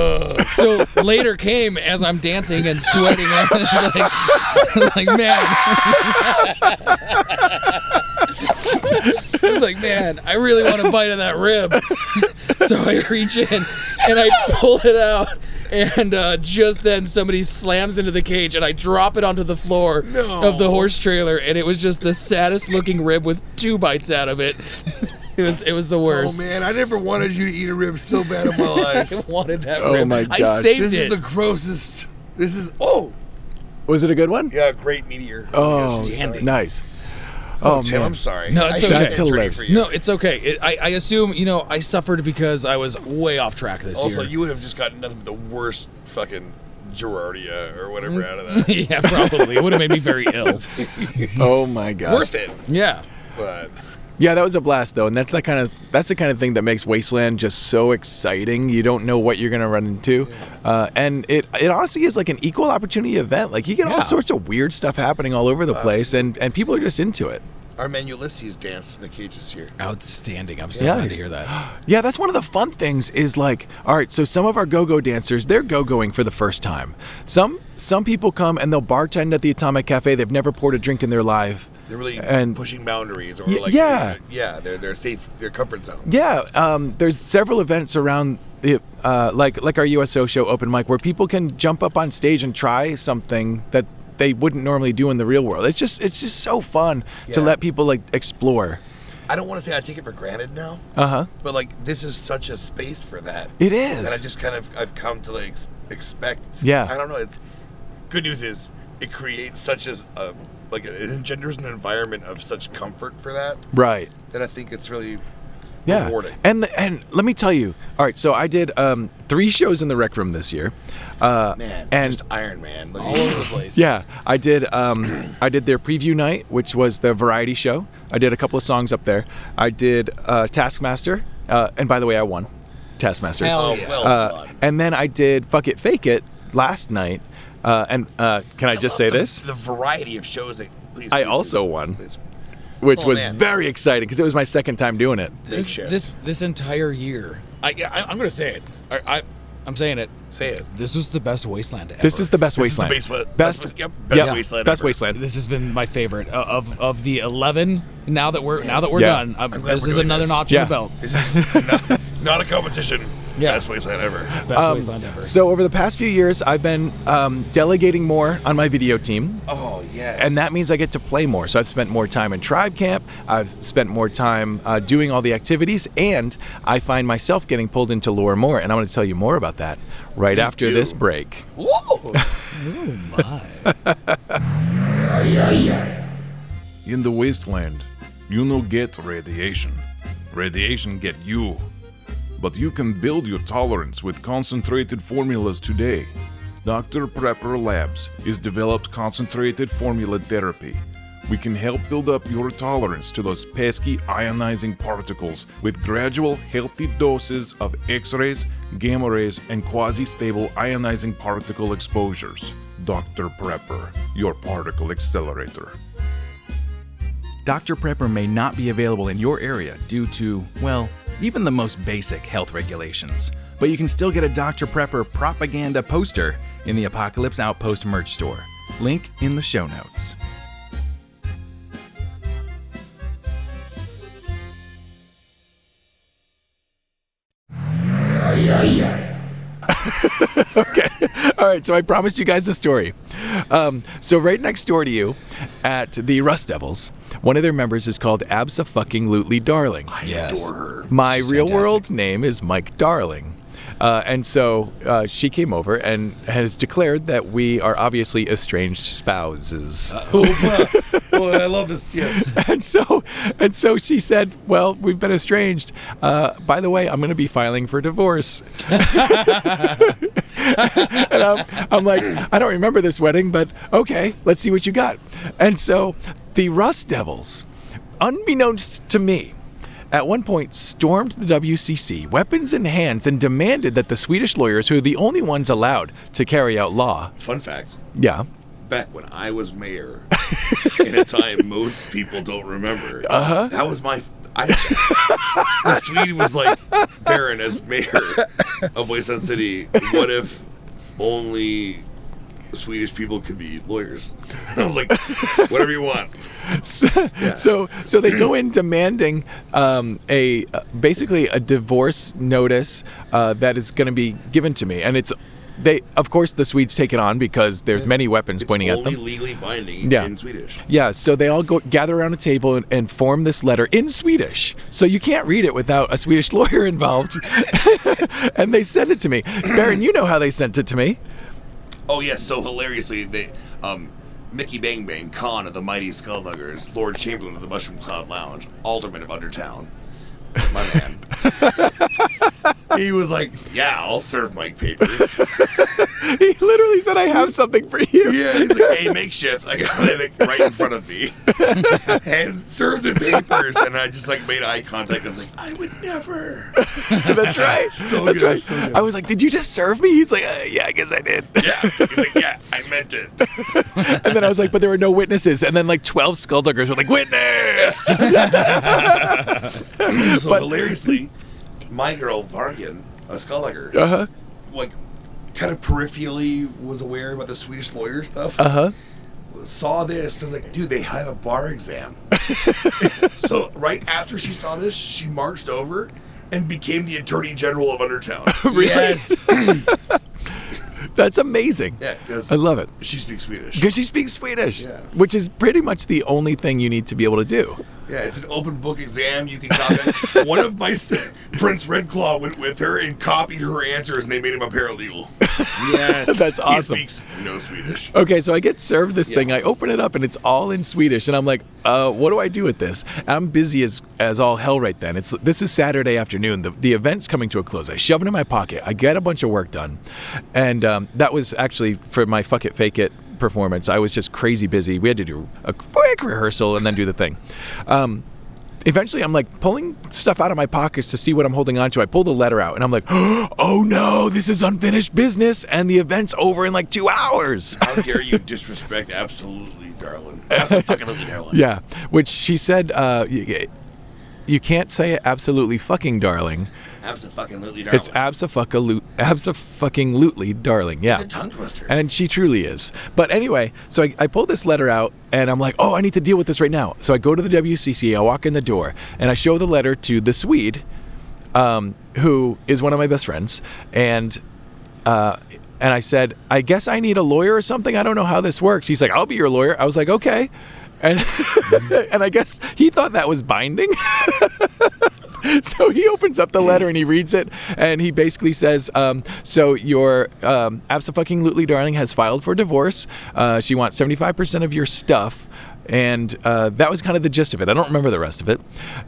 [SPEAKER 4] so later came as I'm dancing and sweating. I was like, like man. I was like, man, I really want a bite of that rib. so I reach in and I pull it out. And uh, just then, somebody slams into the cage, and I drop it onto the floor of the horse trailer, and it was just the saddest looking rib with two bites out of it. it was it was the worst.
[SPEAKER 2] Oh, man, I never wanted you to eat a rib so bad in my life.
[SPEAKER 4] I wanted that
[SPEAKER 1] Oh
[SPEAKER 4] rib.
[SPEAKER 1] my
[SPEAKER 4] I
[SPEAKER 1] gosh.
[SPEAKER 4] saved
[SPEAKER 2] This
[SPEAKER 4] it.
[SPEAKER 2] is the grossest. This is oh
[SPEAKER 1] Was it a good one?
[SPEAKER 2] yeah, great meteor.
[SPEAKER 1] Oh,
[SPEAKER 2] Outstanding.
[SPEAKER 1] nice. Oh,
[SPEAKER 2] Tim,
[SPEAKER 1] man.
[SPEAKER 2] I'm sorry.
[SPEAKER 4] No, it's
[SPEAKER 2] I
[SPEAKER 4] okay.
[SPEAKER 2] hate
[SPEAKER 4] That's
[SPEAKER 2] that journey
[SPEAKER 1] hilarious.
[SPEAKER 2] for you.
[SPEAKER 4] no, it's okay. It, I, I assume you know I suffered because I was way off track this
[SPEAKER 2] Also,
[SPEAKER 4] year.
[SPEAKER 2] you would have just gotten nothing but the worst fucking Gerardia or whatever
[SPEAKER 1] Mm.
[SPEAKER 2] out of that.
[SPEAKER 4] yeah, probably it would have made me very ill.
[SPEAKER 1] Oh my gosh.
[SPEAKER 2] Worth it,
[SPEAKER 4] Yeah.
[SPEAKER 2] but
[SPEAKER 1] Yeah, that was a blast though, and that's that kind of that's the kind of thing that makes Wasteland just so exciting. You don't know what you're gonna run into, uh, and it it honestly is like an equal opportunity event. Like you get all
[SPEAKER 4] Yeah.
[SPEAKER 1] sorts of weird stuff happening all over the place, and and people are just into it.
[SPEAKER 2] Our man Ulysses danced in the cages here.
[SPEAKER 4] Outstanding. I'm so glad
[SPEAKER 1] Yes.
[SPEAKER 4] to hear that.
[SPEAKER 1] Yeah, that's one of the fun things is like, all right, so some of our go-go dancers, they're go-going for the first time. Some some people come and they'll bartend at the Atomic Cafe. They've never poured a drink in their life.
[SPEAKER 2] They're really
[SPEAKER 1] and
[SPEAKER 2] pushing boundaries, or
[SPEAKER 1] Y-
[SPEAKER 2] like
[SPEAKER 1] yeah.
[SPEAKER 2] yeah, they're they're safe, their comfort zone.
[SPEAKER 1] Yeah, um, there's several events around the uh, like like our USO show open mic where people can jump up on stage and try something that they wouldn't normally do in the real world. It's just it's just so fun to
[SPEAKER 2] Yeah.
[SPEAKER 1] let people like explore.
[SPEAKER 2] I don't want to say I take it for granted now,
[SPEAKER 1] Uh huh.
[SPEAKER 2] but like this is such a space for that.
[SPEAKER 1] It is.
[SPEAKER 2] and I just kind of I've come to like ex- expect.
[SPEAKER 1] Yeah.
[SPEAKER 2] I don't know. It's good news is it creates such as a like it engenders an environment of such comfort for that
[SPEAKER 1] right.
[SPEAKER 2] that I think it's really
[SPEAKER 1] yeah.
[SPEAKER 2] rewarding.
[SPEAKER 1] And the, and let me tell you. All right, so I did um, three shows in the rec room this year. Uh,
[SPEAKER 2] Man,
[SPEAKER 1] and
[SPEAKER 2] just Iron Man. Look
[SPEAKER 4] All
[SPEAKER 2] at
[SPEAKER 4] over the
[SPEAKER 2] you.
[SPEAKER 4] place.
[SPEAKER 1] Yeah, I did. Um, I did their preview night, which was the variety show. I did a couple of songs up there. I did uh, Taskmaster, uh, and by the way, I won Taskmaster.
[SPEAKER 4] Hell
[SPEAKER 2] Oh,
[SPEAKER 4] yeah.
[SPEAKER 2] well
[SPEAKER 1] Uh,
[SPEAKER 2] done.
[SPEAKER 1] and then I did Fuck It Fake It last night. Uh, and uh, can I just say
[SPEAKER 2] The-
[SPEAKER 1] this?
[SPEAKER 2] The variety of shows that. Please,
[SPEAKER 1] I
[SPEAKER 2] please,
[SPEAKER 1] also
[SPEAKER 2] please,
[SPEAKER 1] won.
[SPEAKER 2] please.
[SPEAKER 1] Which
[SPEAKER 2] oh,
[SPEAKER 1] was
[SPEAKER 2] man.
[SPEAKER 1] very exciting because it was my second time doing it.
[SPEAKER 2] Big
[SPEAKER 4] This
[SPEAKER 2] shift.
[SPEAKER 4] this, this entire year, I, I I'm gonna say it. I, I I'm saying it.
[SPEAKER 2] Say it.
[SPEAKER 4] This was the best wasteland ever.
[SPEAKER 1] This is the best
[SPEAKER 2] This is the
[SPEAKER 1] wasteland.
[SPEAKER 2] base wa- best
[SPEAKER 1] best,
[SPEAKER 2] wa- yep, best
[SPEAKER 1] yeah,
[SPEAKER 2] wasteland
[SPEAKER 1] Best
[SPEAKER 2] ever.
[SPEAKER 1] wasteland.
[SPEAKER 4] This has been my favorite O- of of the eleven. Now that we're now that we're
[SPEAKER 1] Yeah.
[SPEAKER 4] done, I'm,
[SPEAKER 2] I'm glad
[SPEAKER 4] this
[SPEAKER 2] we're
[SPEAKER 4] is
[SPEAKER 2] doing
[SPEAKER 4] another
[SPEAKER 2] this.
[SPEAKER 4] notch
[SPEAKER 1] Yeah.
[SPEAKER 4] in the belt.
[SPEAKER 2] This is not, not a competition.
[SPEAKER 4] Yeah.
[SPEAKER 2] Best wasteland ever.
[SPEAKER 4] Best
[SPEAKER 1] Um,
[SPEAKER 4] wasteland ever.
[SPEAKER 1] so over the past few years, I've been um, delegating more on my video team.
[SPEAKER 2] Oh yes.
[SPEAKER 1] and that means I get to play more. So I've spent more time in tribe camp. I've spent more time uh, doing all the activities, and I find myself getting pulled into lore more. And I'm going to tell you more about that right after
[SPEAKER 2] do.
[SPEAKER 1] this break.
[SPEAKER 2] Whoa.
[SPEAKER 9] In the wasteland, you no get radiation. Radiation get you. But you can build your tolerance with concentrated formulas today. Dr. Prepper Labs is developed concentrated formula therapy. We can help build up your tolerance to those pesky ionizing particles with gradual, healthy doses of X rays, gamma rays, and quasi stable ionizing particle exposures. Dr. Prepper, your particle accelerator.
[SPEAKER 10] Dr. Prepper may not be available in your area due to, well, even the most basic health regulations. But you can still get a Dr. Prepper propaganda poster in the Apocalypse Outpost merch store. Link in the show notes.
[SPEAKER 1] All right, so I promised you guys a story. Um, so right next door to you, at the Rust Devils, one of their members is called Absa fucking Lutely Darling.
[SPEAKER 4] yes.
[SPEAKER 1] My
[SPEAKER 4] She's
[SPEAKER 1] real
[SPEAKER 4] fantastic.
[SPEAKER 1] world name is Mike Darling. Uh, and so uh, she came over and has declared that we are obviously estranged spouses.
[SPEAKER 2] Uh, Boy, oh, I love this. Yes.
[SPEAKER 1] and so and so she said, "Well, we've been estranged. Uh, by the way, I'm going to be filing for divorce." and I'm, Um, I'm like, "I don't remember this wedding, but okay, let's see what you got." And so the Rust Devils, unbeknownst to me. At one point, stormed the WCC, weapons in hands, and demanded that the Swedish lawyers, who are the only ones allowed to carry out law,
[SPEAKER 2] Fun fact.
[SPEAKER 1] yeah,
[SPEAKER 2] back when I was mayor, in a time most people don't remember. Uh-huh. That was my. I, the Swede was like Baron as mayor of Wasteland City. What if only Swedish people could be lawyers? I was like, whatever you want.
[SPEAKER 1] so, so so they go in demanding um, a uh, basically a divorce notice uh, that is going to be given to me, and it's they of course the Swedes take it on because there's many weapons
[SPEAKER 2] It's
[SPEAKER 1] pointing
[SPEAKER 2] only
[SPEAKER 1] at them.
[SPEAKER 2] legally binding
[SPEAKER 1] Yeah.
[SPEAKER 2] in Swedish.
[SPEAKER 1] yeah, so they all go gather around a table and, and form this letter in Swedish. So you can't read it without a Swedish lawyer involved. and they send it to me. Baron, you know how they sent it to me.
[SPEAKER 2] Oh yes, so hilariously they um Mickey Bang Bang, Khan of the Mighty Skullnuggers, Lord Chamberlain of the Mushroom Cloud Lounge, Alderman of Undertown, my man. he was like, "Yeah, I'll serve my papers."
[SPEAKER 1] he literally said, "I have something for you."
[SPEAKER 2] yeah, he's like, "Hey, makeshift," I got it right in front of me, and serves in papers, and I just like made eye contact. I was like, "I would never."
[SPEAKER 1] That's right.
[SPEAKER 2] So
[SPEAKER 1] That's
[SPEAKER 2] good,
[SPEAKER 1] right.
[SPEAKER 2] so good.
[SPEAKER 1] I was like, "Did you just serve me?" He's like, uh, "Yeah, I guess I did."
[SPEAKER 2] Yeah, he's like, "Yeah, I meant it."
[SPEAKER 1] And then I was like, "But there were no witnesses." And then like twelve skulldugers were like, "Witness!"
[SPEAKER 2] So hilariously, my girl Vargen, a skulldugger,
[SPEAKER 1] Uh huh.
[SPEAKER 2] like kind of peripherally was aware about the Swedish lawyer stuff.
[SPEAKER 1] Uh huh.
[SPEAKER 2] saw this and was like, dude, they have a bar exam. so right after she saw this, she marched over and became the attorney general of Undertown.
[SPEAKER 11] Yes.
[SPEAKER 1] That's amazing.
[SPEAKER 2] yeah, because
[SPEAKER 1] I love it
[SPEAKER 2] she speaks Swedish.
[SPEAKER 1] because she speaks Swedish,
[SPEAKER 2] Yeah.
[SPEAKER 1] which is pretty much the only thing you need to be able to do.
[SPEAKER 2] Yeah, it's an open book exam. You can copy. One of my s- Prince Redclaw went with her and copied her answers, and they made him a paralegal.
[SPEAKER 11] yes.
[SPEAKER 1] That's awesome.
[SPEAKER 2] He speaks no Swedish.
[SPEAKER 1] Okay, so I get served this thing. I open it up and it's all in Swedish, and I'm like, uh, "What do I do with this?" I'm busy as as all hell right then. It's this is Saturday afternoon. The the event's coming to a close. I shove it in my pocket. I get a bunch of work done, and um, that was actually for my fuck it fake it performance. I was just crazy busy. We had to do a quick rehearsal and then do the thing. Um, eventually I'm like pulling stuff out of my pockets to see what I'm holding on to. I pull the letter out and I'm like, oh no, this is unfinished business and the event's over in like two hours.
[SPEAKER 2] How dare you disrespect? Absolutely, darling. Absolutely, darling.
[SPEAKER 1] yeah. Which she said, uh, you, you can't say absolutely fucking darling.
[SPEAKER 2] Absolutely, darling.
[SPEAKER 1] It's abso fucking lutely darling. Yeah.
[SPEAKER 2] a tongue twister.
[SPEAKER 1] And she truly is. But anyway, so I, I pull this letter out and I'm like, oh, I need to deal with this right now. So I go to the WCC, I walk in the door, and I show the letter to the Swede, um, who is one of my best friends. And, uh, and I said, I guess I need a lawyer or something. I don't know how this works. He's like, I'll be your lawyer. I was like, okay. And, and I guess he thought that was binding. so he opens up the letter and he reads it, and he basically says, um, "So your um, abso-fucking-lutely darling has filed for divorce. Uh, she wants seventy-five percent of your stuff." And uh, that was kind of the gist of it. I don't remember the rest of it.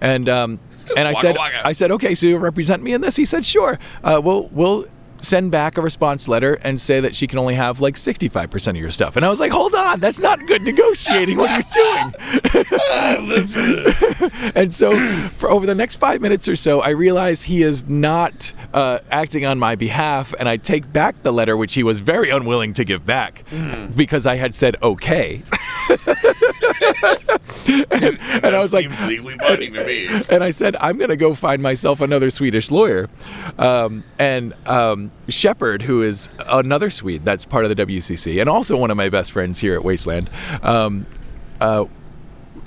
[SPEAKER 1] And um, and I
[SPEAKER 2] Waka
[SPEAKER 1] said,
[SPEAKER 2] waka.
[SPEAKER 1] I said, okay, so you'll represent me in this? He said, sure. Uh, we'll we'll send back a response letter and say that she can only have like 65% of your stuff. And I was like, hold on, that's not good negotiating. What are you doing? and so for over the next five minutes or so i realize he is not uh, acting on my behalf and i take back the letter which he was very unwilling to give back because i had said okay and, and i was like
[SPEAKER 2] seems legally binding to me.
[SPEAKER 1] and I said, I'm going to go find myself another Swedish lawyer. Um, and um, Shepard, who is another Swede that's part of the WCC and also one of my best friends here at Wasteland, um, uh,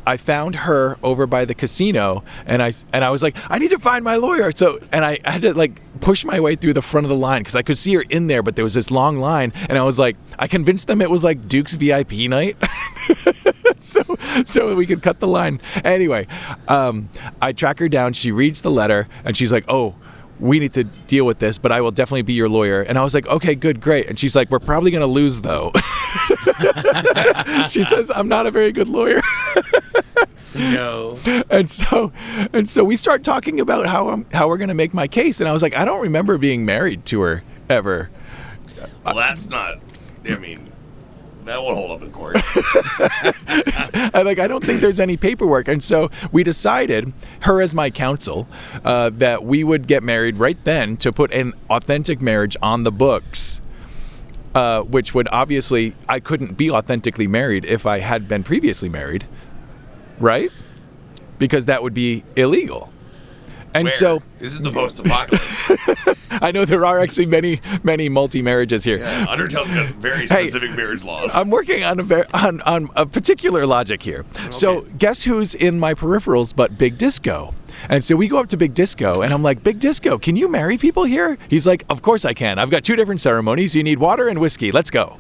[SPEAKER 1] I found her over by the casino, and I s- and I was like, I need to find my lawyer. So and I had to like push my way through the front of the line because I could see her in there, but there was this long line, and I was like, I convinced them it was like Duke's VIP night, so so we could cut the line. Anyway, um, I track her down. She reads the letter, and she's like, Oh. We need to deal with this, but I will definitely be your lawyer. And I was like, okay, good, great. And she's like, we're probably going to lose, though. she says, I'm not a very good lawyer.
[SPEAKER 2] No.
[SPEAKER 1] and so and so we start talking about how I'm, how we're going to make my case and I was like I don't remember being married to her ever.
[SPEAKER 2] Well, that's not. I mean, that won't hold up in court.
[SPEAKER 1] I like I don't think there's any paperwork and so we decided her as my counsel uh, that we would get married right then to put an authentic marriage on the books. Uh, which would obviously I couldn't be authentically married if I had been previously married, right? Because that would be illegal. And
[SPEAKER 2] Where?
[SPEAKER 1] so
[SPEAKER 2] this is the post-apocalypse.
[SPEAKER 1] I know there are actually many, many multi marriages here.
[SPEAKER 2] Undertale's got very specific marriage laws.
[SPEAKER 1] I'm working on a ver- on, on a particular logic here. So guess who's in my peripherals but Big Disco. And so we go up to Big Disco, and I'm like, Big Disco, can you marry people here? He's like, Of course I can. I've got two different ceremonies. You need water and whiskey. Let's go.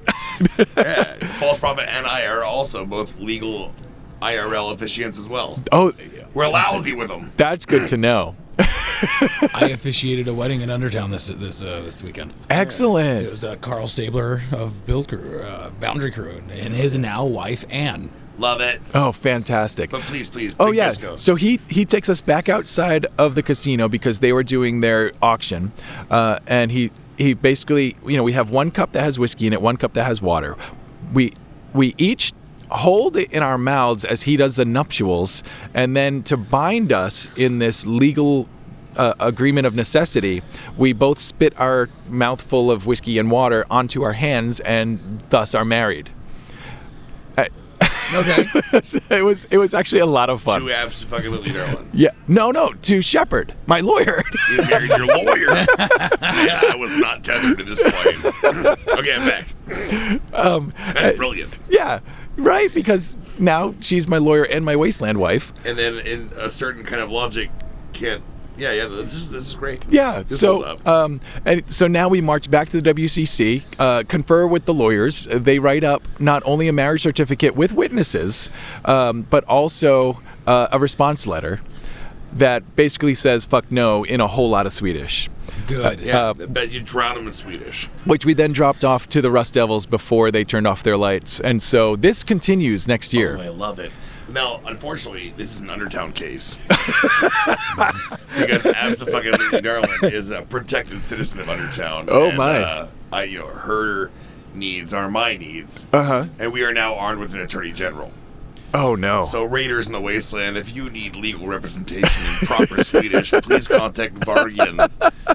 [SPEAKER 2] Yeah, false prophet and I are also both legal IRL officiants as well.
[SPEAKER 1] Oh,
[SPEAKER 2] We're lousy with them.
[SPEAKER 1] that's good to know.
[SPEAKER 11] I officiated a wedding in Undertown this this uh, this weekend. It
[SPEAKER 1] Excellent.
[SPEAKER 11] was uh, Carl Stabler of Build Crew, uh, Boundary Crew, and his now wife Anne.
[SPEAKER 2] Love it.
[SPEAKER 1] Oh, fantastic.
[SPEAKER 2] But please, please.
[SPEAKER 1] Oh
[SPEAKER 2] big
[SPEAKER 1] yeah.
[SPEAKER 2] disco.
[SPEAKER 1] So he he takes us back outside of the casino because they were doing their auction, uh, and he he basically you know we have one cup that has whiskey in it, one cup that has water. We we each hold it in our mouths as he does the nuptials, and then to bind us in this legal. Uh, agreement of necessity, we both spit our mouthful of whiskey and water onto our hands and thus are married.
[SPEAKER 4] Okay.
[SPEAKER 1] it was it was actually a lot of fun.
[SPEAKER 2] to absolutely no one.
[SPEAKER 1] Yeah. No, no, to Shepard, my lawyer.
[SPEAKER 2] You married your lawyer. yeah, I was not tethered at this point. okay, I'm back.
[SPEAKER 1] Um,
[SPEAKER 2] That's brilliant.
[SPEAKER 1] yeah. Right, because now she's my lawyer and my wasteland wife.
[SPEAKER 2] And then in a certain kind of logic, can't. Yeah, yeah. This is this is great.
[SPEAKER 1] Yeah.
[SPEAKER 2] This
[SPEAKER 1] so,
[SPEAKER 2] holds up.
[SPEAKER 1] um, and so now we march back to the WCC, uh, confer with the lawyers. They write up not only a marriage certificate with witnesses, um, but also uh, a response letter that basically says "fuck no" in a whole lot of Swedish.
[SPEAKER 4] Good.
[SPEAKER 2] yeah,
[SPEAKER 1] uh,
[SPEAKER 2] I bet you drown him in Swedish.
[SPEAKER 1] which we then dropped off to the Rust Devils before they turned off their lights. And so this continues next year.
[SPEAKER 2] Oh, I love it. Now, unfortunately, this is an Undertown case. because Absa Darwin is a protected citizen of Undertown.
[SPEAKER 1] Oh,
[SPEAKER 2] and,
[SPEAKER 1] my.
[SPEAKER 2] Uh, I, you know, her needs are my needs.
[SPEAKER 1] Uh-huh.
[SPEAKER 2] And we are now armed with an attorney general.
[SPEAKER 1] oh no.
[SPEAKER 2] So, Raiders in the Wasteland, if you need legal representation in proper Swedish, please contact Vargen,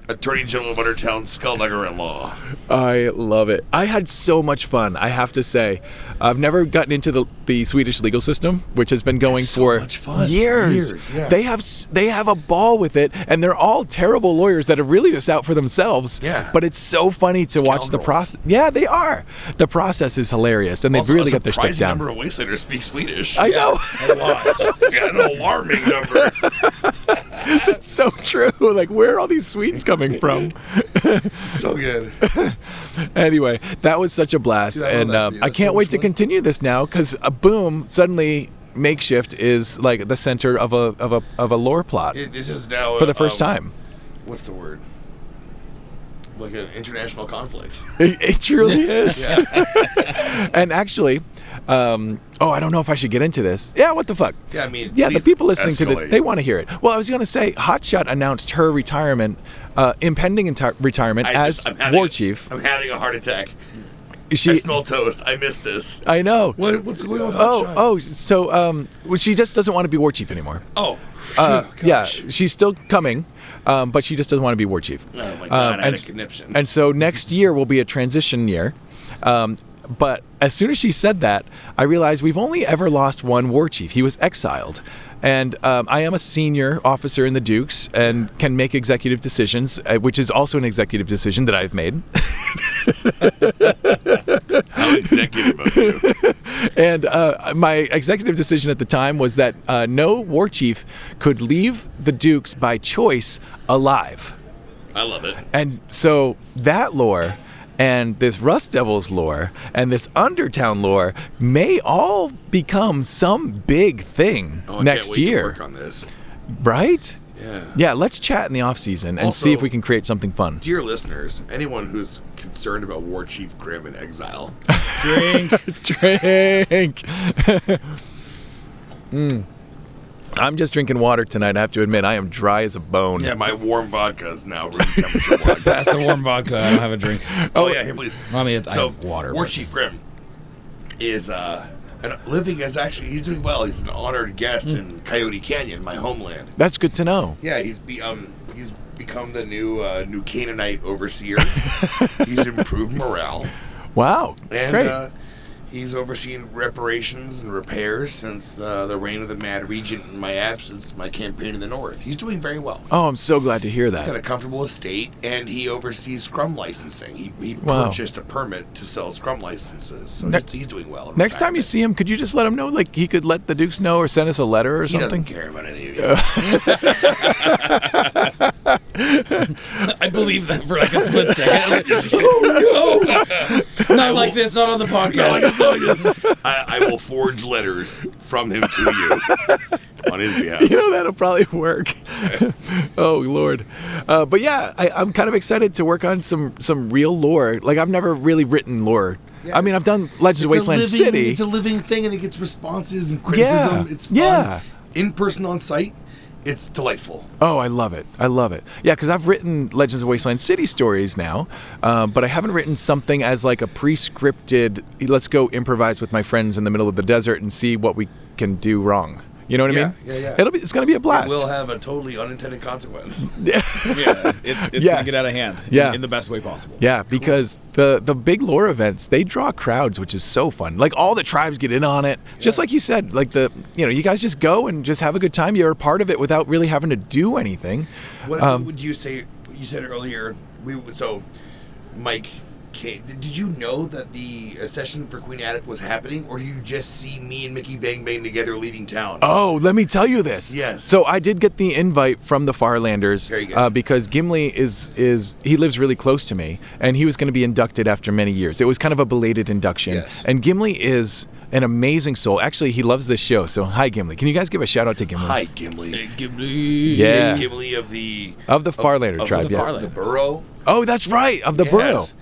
[SPEAKER 2] Attorney General of Undertown, Skulldugger at Law.
[SPEAKER 1] I love it. I had so much fun, I have to say. I've never gotten into the, the Swedish legal system, which has been going for
[SPEAKER 5] much fun.
[SPEAKER 1] years.
[SPEAKER 5] Years, yeah.
[SPEAKER 1] They have s- they have a ball with it and they're all terrible lawyers that are really just out for themselves.
[SPEAKER 2] Yeah.
[SPEAKER 1] But it's so funny to watch the
[SPEAKER 2] Scoundrels.
[SPEAKER 1] process. Yeah, they are. The process is hilarious and they've
[SPEAKER 2] Also,
[SPEAKER 1] really
[SPEAKER 2] a
[SPEAKER 1] got their shtick
[SPEAKER 2] surprising
[SPEAKER 1] down.
[SPEAKER 2] number of Wastelanders speak Swedish.
[SPEAKER 1] I know.
[SPEAKER 2] a lot. yeah, an alarming number.
[SPEAKER 1] so true. Like where are all these Swedes coming from?
[SPEAKER 2] so good.
[SPEAKER 1] anyway, that was such a blast,
[SPEAKER 5] Dude, I love
[SPEAKER 1] and
[SPEAKER 5] that for
[SPEAKER 1] um,
[SPEAKER 5] you.
[SPEAKER 1] I
[SPEAKER 5] That's
[SPEAKER 1] can't
[SPEAKER 5] so
[SPEAKER 1] wait
[SPEAKER 5] much
[SPEAKER 1] to
[SPEAKER 5] fun.
[SPEAKER 1] continue this now because uh, boom, suddenly makeshift is like the center of a of a of a lore plot
[SPEAKER 2] It- this is now
[SPEAKER 1] for the
[SPEAKER 2] uh,
[SPEAKER 1] first
[SPEAKER 2] um,
[SPEAKER 1] time.
[SPEAKER 2] What's the word? Like an international conflict.
[SPEAKER 1] It, it truly is. and actually, um, oh, I don't know if I should get into this. Yeah, what the fuck?
[SPEAKER 2] Yeah, I mean,
[SPEAKER 1] yeah, the
[SPEAKER 2] please
[SPEAKER 1] people listening to this,
[SPEAKER 2] escalate.
[SPEAKER 1] they want to hear it. Well, I was going to say, Hotshot announced her retirement, uh, impending enti- retirement as
[SPEAKER 2] just- I'm having-
[SPEAKER 1] war chief.
[SPEAKER 2] I'm having a heart attack. I
[SPEAKER 1] She,
[SPEAKER 2] smell toast. I missed this.
[SPEAKER 1] I know.
[SPEAKER 5] What, what's going on?
[SPEAKER 1] Oh, oh, so um, well, she just doesn't want to be war chief anymore.
[SPEAKER 2] Oh,
[SPEAKER 1] Uh, yeah, she's still coming, um, but she just doesn't want to be war chief.
[SPEAKER 2] oh my
[SPEAKER 1] Um,
[SPEAKER 2] god, I had
[SPEAKER 1] and,
[SPEAKER 2] a
[SPEAKER 1] s-
[SPEAKER 2] conniption.
[SPEAKER 1] and so next year will be a transition year. Um, but as soon as she said that, I realized we've only ever lost one war chief. He was exiled. And um, I am a senior officer in the Dukes and can make executive decisions, uh, which is also an executive decision that I've made.
[SPEAKER 2] How executive of you.
[SPEAKER 1] And uh, my executive decision at the time was that uh, no war chief could leave the Dukes by choice alive.
[SPEAKER 2] I love it.
[SPEAKER 1] And so that lore and this Rust Devils lore and this Undertown lore may all become some big thing
[SPEAKER 2] Oh, I
[SPEAKER 1] next
[SPEAKER 2] can't wait to
[SPEAKER 1] year,
[SPEAKER 2] work on this.
[SPEAKER 1] right?
[SPEAKER 2] Yeah.
[SPEAKER 1] Yeah, let's chat in the off season and see
[SPEAKER 2] Also-
[SPEAKER 1] if we can create something fun.
[SPEAKER 2] Dear listeners, anyone who's concerned about War Chief Grimm in exile,
[SPEAKER 1] Drink. Mm. I'm just drinking water tonight. I have to admit, I am dry as a bone.
[SPEAKER 2] yeah, my warm vodka is now room temperature vodka.
[SPEAKER 4] That's the warm vodka. I don't have a drink.
[SPEAKER 2] Oh yeah, here please.
[SPEAKER 4] uh, I mean, it's, I
[SPEAKER 2] so
[SPEAKER 4] have water.
[SPEAKER 2] War
[SPEAKER 4] but-
[SPEAKER 2] Chief Grimm is uh, an, living as actually he's doing well. He's an honored guest
[SPEAKER 4] Hmm.
[SPEAKER 2] in Coyote Canyon, my homeland.
[SPEAKER 1] That's good to know.
[SPEAKER 2] Yeah, he's be, um he's become the new uh, new Canaanite overseer. he's improved morale,
[SPEAKER 1] Wow.
[SPEAKER 2] and
[SPEAKER 1] Great.
[SPEAKER 2] uh, he's overseen reparations and repairs since uh, the reign of the Mad Regent in my absence, my campaign in the north. He's doing very well.
[SPEAKER 1] oh, I'm so glad to hear
[SPEAKER 2] Got
[SPEAKER 1] that.
[SPEAKER 2] a comfortable estate, and he oversees Scrum licensing. He, he
[SPEAKER 1] Wow.
[SPEAKER 2] purchased a permit to sell Scrum licenses, so
[SPEAKER 1] Ne-
[SPEAKER 2] he's, he's doing well. in
[SPEAKER 1] Next time you
[SPEAKER 2] retirement.
[SPEAKER 1] see him, could you just let him know? Like, he could let the Dukes know or send us a letter or
[SPEAKER 2] He doesn't
[SPEAKER 1] something?
[SPEAKER 2] care about any of you.
[SPEAKER 4] I believe that for like a split second. oh no! Not like this. Not on the podcast.
[SPEAKER 2] I, I will forge letters from him to you on his behalf.
[SPEAKER 1] You know, that'll probably work. oh, Lord. Uh, but yeah, I, I'm kind of excited to work on some, some real lore. Like, I've never really written lore. I mean, I've done Legends of Wasteland
[SPEAKER 2] living,
[SPEAKER 1] City.
[SPEAKER 2] It's a living thing, and it gets responses and criticism.
[SPEAKER 1] Yeah.
[SPEAKER 2] It's fun.
[SPEAKER 1] Yeah.
[SPEAKER 2] In person, on site, it's delightful.
[SPEAKER 1] Oh, I love it. I love it. Yeah, because I've written Legends of Wasteland City stories now, um, but I haven't written something as like a pre-scripted, let's go improvise with my friends in the middle of the desert and see what we can do wrong. You know what I
[SPEAKER 2] Yeah,
[SPEAKER 1] mean?
[SPEAKER 2] yeah, yeah.
[SPEAKER 1] It'll be, it's going to be a blast.
[SPEAKER 2] It will have a totally unintended consequence.
[SPEAKER 11] yeah, it, it's
[SPEAKER 1] Yes.
[SPEAKER 11] gonna get out of hand. in-
[SPEAKER 1] Yeah.
[SPEAKER 11] in, the best way possible.
[SPEAKER 1] yeah, because the, the big lore events, they draw crowds, which is so fun. Like all the tribes get in on it. Just like you said, like the, you know, you guys just go and just have a good time. You're a part of it without really having to do anything.
[SPEAKER 2] What
[SPEAKER 1] Um,
[SPEAKER 2] would you say? You said earlier. We so, Mike. Came, did you know that the uh, session for Queen Attic was happening, or did you just see me and Mickey Bang Bang together leaving town?
[SPEAKER 1] Oh, let me tell you this.
[SPEAKER 2] Yes.
[SPEAKER 1] So I did get the invite from the Farlanders
[SPEAKER 2] Very good.
[SPEAKER 1] uh, because Gimli is is he lives really close to me, and he was going to be inducted after many years. It was kind of a belated induction.
[SPEAKER 2] Yes.
[SPEAKER 1] And Gimli is an amazing soul. Actually, he loves this show. So hi, Gimli. Can you guys give a shout out to Gimli?
[SPEAKER 2] Hi, Gimli.
[SPEAKER 1] Yeah.
[SPEAKER 2] Gimli of the
[SPEAKER 1] Of the Farlander
[SPEAKER 2] of
[SPEAKER 1] tribe.
[SPEAKER 2] the,
[SPEAKER 1] yeah.
[SPEAKER 2] the borough.
[SPEAKER 1] Oh, that's right. Of the burrow.
[SPEAKER 2] Yes.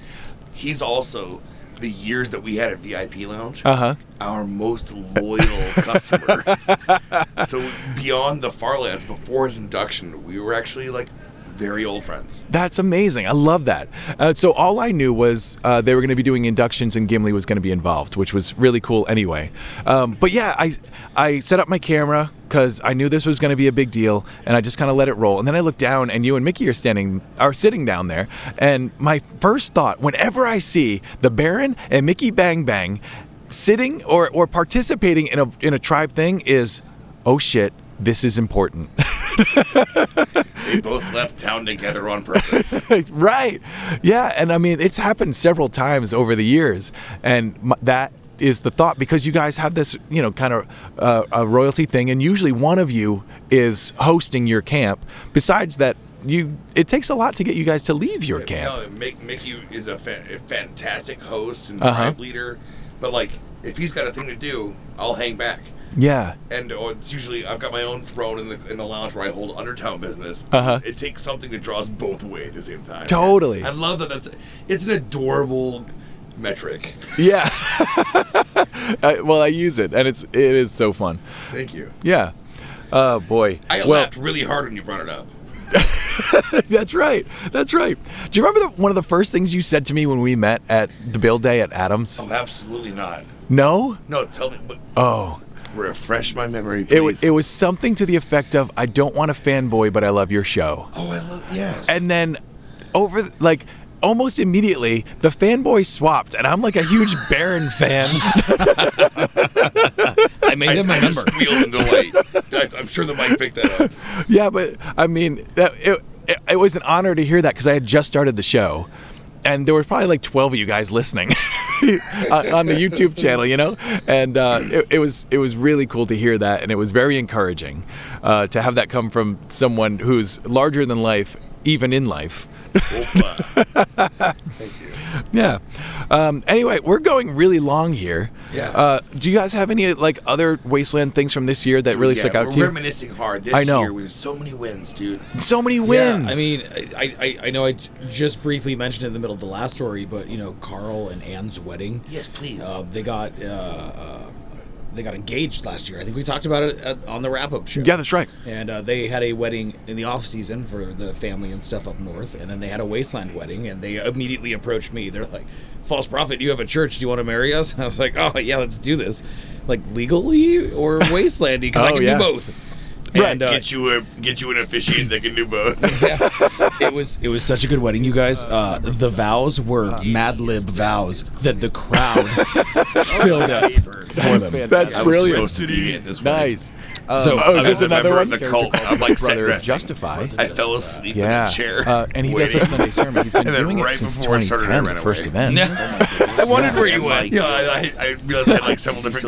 [SPEAKER 2] He's also the years that we had at VIP Lounge.
[SPEAKER 1] Uh huh.
[SPEAKER 2] our most loyal customer. so beyond the Farlands, before his induction, we were actually like very old friends.
[SPEAKER 1] That's amazing. I love that. Uh, so all I knew was uh, they were going to be doing inductions and Gimli was going to be involved, which was really cool anyway. Um, but yeah, I I set up my camera because I knew this was going to be a big deal, and I just kind of let it roll. And then I looked down, and you and Mickey are standing are sitting down there, and my first thought, whenever I see the Baron and Mickey Bang Bang sitting or or participating in a in a tribe thing, is oh shit. This is important.
[SPEAKER 2] They both left town together on purpose.
[SPEAKER 1] right. Yeah. And I mean, it's happened several times over the years. And m- that is the thought because you guys have this, you know, kind of uh, a royalty thing. And usually one of you is hosting your camp. Besides that, you it takes a lot to get you guys to leave your camp.
[SPEAKER 2] no, Mick, Mickey is a, fan, a fantastic host and
[SPEAKER 1] Uh-huh.
[SPEAKER 2] tribe leader, but like if he's got a thing to do, I'll hang back.
[SPEAKER 1] Yeah.
[SPEAKER 2] And or it's usually I've got my own throne in the in the lounge where I hold Undertown business.
[SPEAKER 1] Uh-huh.
[SPEAKER 2] It takes something to draw us both away at the same time.
[SPEAKER 1] Totally.
[SPEAKER 2] I love that. That's it's an adorable metric.
[SPEAKER 1] Yeah. I, well, I use it, and it's it is so fun.
[SPEAKER 2] Thank you.
[SPEAKER 1] Yeah. Oh boy.
[SPEAKER 2] I
[SPEAKER 1] well,
[SPEAKER 2] laughed really hard when you brought it up.
[SPEAKER 1] That's right. That's right. Do you remember the, one of the first things you said to me when we met at the build day at Adams?
[SPEAKER 2] Oh, absolutely not.
[SPEAKER 1] No?
[SPEAKER 2] No, tell me. But
[SPEAKER 1] Oh.
[SPEAKER 2] refresh my memory, please.
[SPEAKER 1] It was, it was something to the effect of I don't want a fanboy, but I love your show.
[SPEAKER 2] oh, I love. Yes.
[SPEAKER 1] And then over th- like almost immediately the fanboy swapped and I'm like a huge Baron fan.
[SPEAKER 11] I made him my
[SPEAKER 2] I
[SPEAKER 11] number.
[SPEAKER 2] squealed in delight. I- I'm sure the mic picked that up.
[SPEAKER 1] yeah, but I mean that, it, it it was an honor to hear that cuz I had just started the show. And there were probably like 12 of you guys listening on on the YouTube channel, you know, and uh, it, it was it was really cool to hear that, and it was very encouraging uh, to have that come from someone who's larger than life, even in life.
[SPEAKER 2] Opa.
[SPEAKER 1] Yeah. Um, anyway, we're going really long here.
[SPEAKER 2] Yeah.
[SPEAKER 1] Uh, do you guys have any like other wasteland things from this year that really
[SPEAKER 2] Yeah,
[SPEAKER 1] stuck out
[SPEAKER 2] we're
[SPEAKER 1] to you?
[SPEAKER 2] reminiscing hard this
[SPEAKER 1] I know.
[SPEAKER 2] year. We have so many wins, dude.
[SPEAKER 1] so many wins.
[SPEAKER 11] I mean, I, I, I know I j- just briefly mentioned it in the middle of the last story, but you know, Carl and Anne's wedding.
[SPEAKER 2] Yes, please.
[SPEAKER 11] Uh, they got uh, uh, they got engaged last year. I think we talked about it at, on the wrap up show.
[SPEAKER 1] yeah, that's right.
[SPEAKER 11] And uh, they had a wedding in the off season for the family and stuff up north, and then they had a wasteland wedding, and they immediately approached me. They're like, "False prophet, you have a church. Do you want to marry us?" I was like, "Oh yeah, let's do this, like legally or wastelandy, because I
[SPEAKER 1] Oh,
[SPEAKER 11] can
[SPEAKER 1] yeah.
[SPEAKER 11] do both."
[SPEAKER 1] Right,
[SPEAKER 11] And, uh,
[SPEAKER 2] get you a get you an officiant that can do both.
[SPEAKER 11] it was it was such a good wedding, you guys. Uh, the vows were
[SPEAKER 5] Uh,
[SPEAKER 11] Mad Lib vows that the crowd
[SPEAKER 5] Oh,
[SPEAKER 11] filled up for them.
[SPEAKER 1] That's
[SPEAKER 2] I was
[SPEAKER 1] brilliant.
[SPEAKER 2] roasted to at this wedding.
[SPEAKER 1] Nice. Um,
[SPEAKER 11] So-
[SPEAKER 1] oh, is this
[SPEAKER 11] I
[SPEAKER 2] was a
[SPEAKER 1] another
[SPEAKER 2] member
[SPEAKER 1] one?
[SPEAKER 2] of the cult. I'm like set
[SPEAKER 1] brother of
[SPEAKER 2] dressing.
[SPEAKER 1] Justify.
[SPEAKER 2] I fell asleep in
[SPEAKER 1] Yeah.
[SPEAKER 2] a chair.
[SPEAKER 1] Uh, and he does a
[SPEAKER 2] waiting.
[SPEAKER 1] Sunday sermon. He's been
[SPEAKER 2] And then
[SPEAKER 1] doing it
[SPEAKER 2] right
[SPEAKER 1] since
[SPEAKER 2] before it started, I
[SPEAKER 1] 2010,
[SPEAKER 2] ran
[SPEAKER 1] the first
[SPEAKER 2] away.
[SPEAKER 1] event.
[SPEAKER 2] I wondered where you went. Yeah, I, I, I realized I had like several different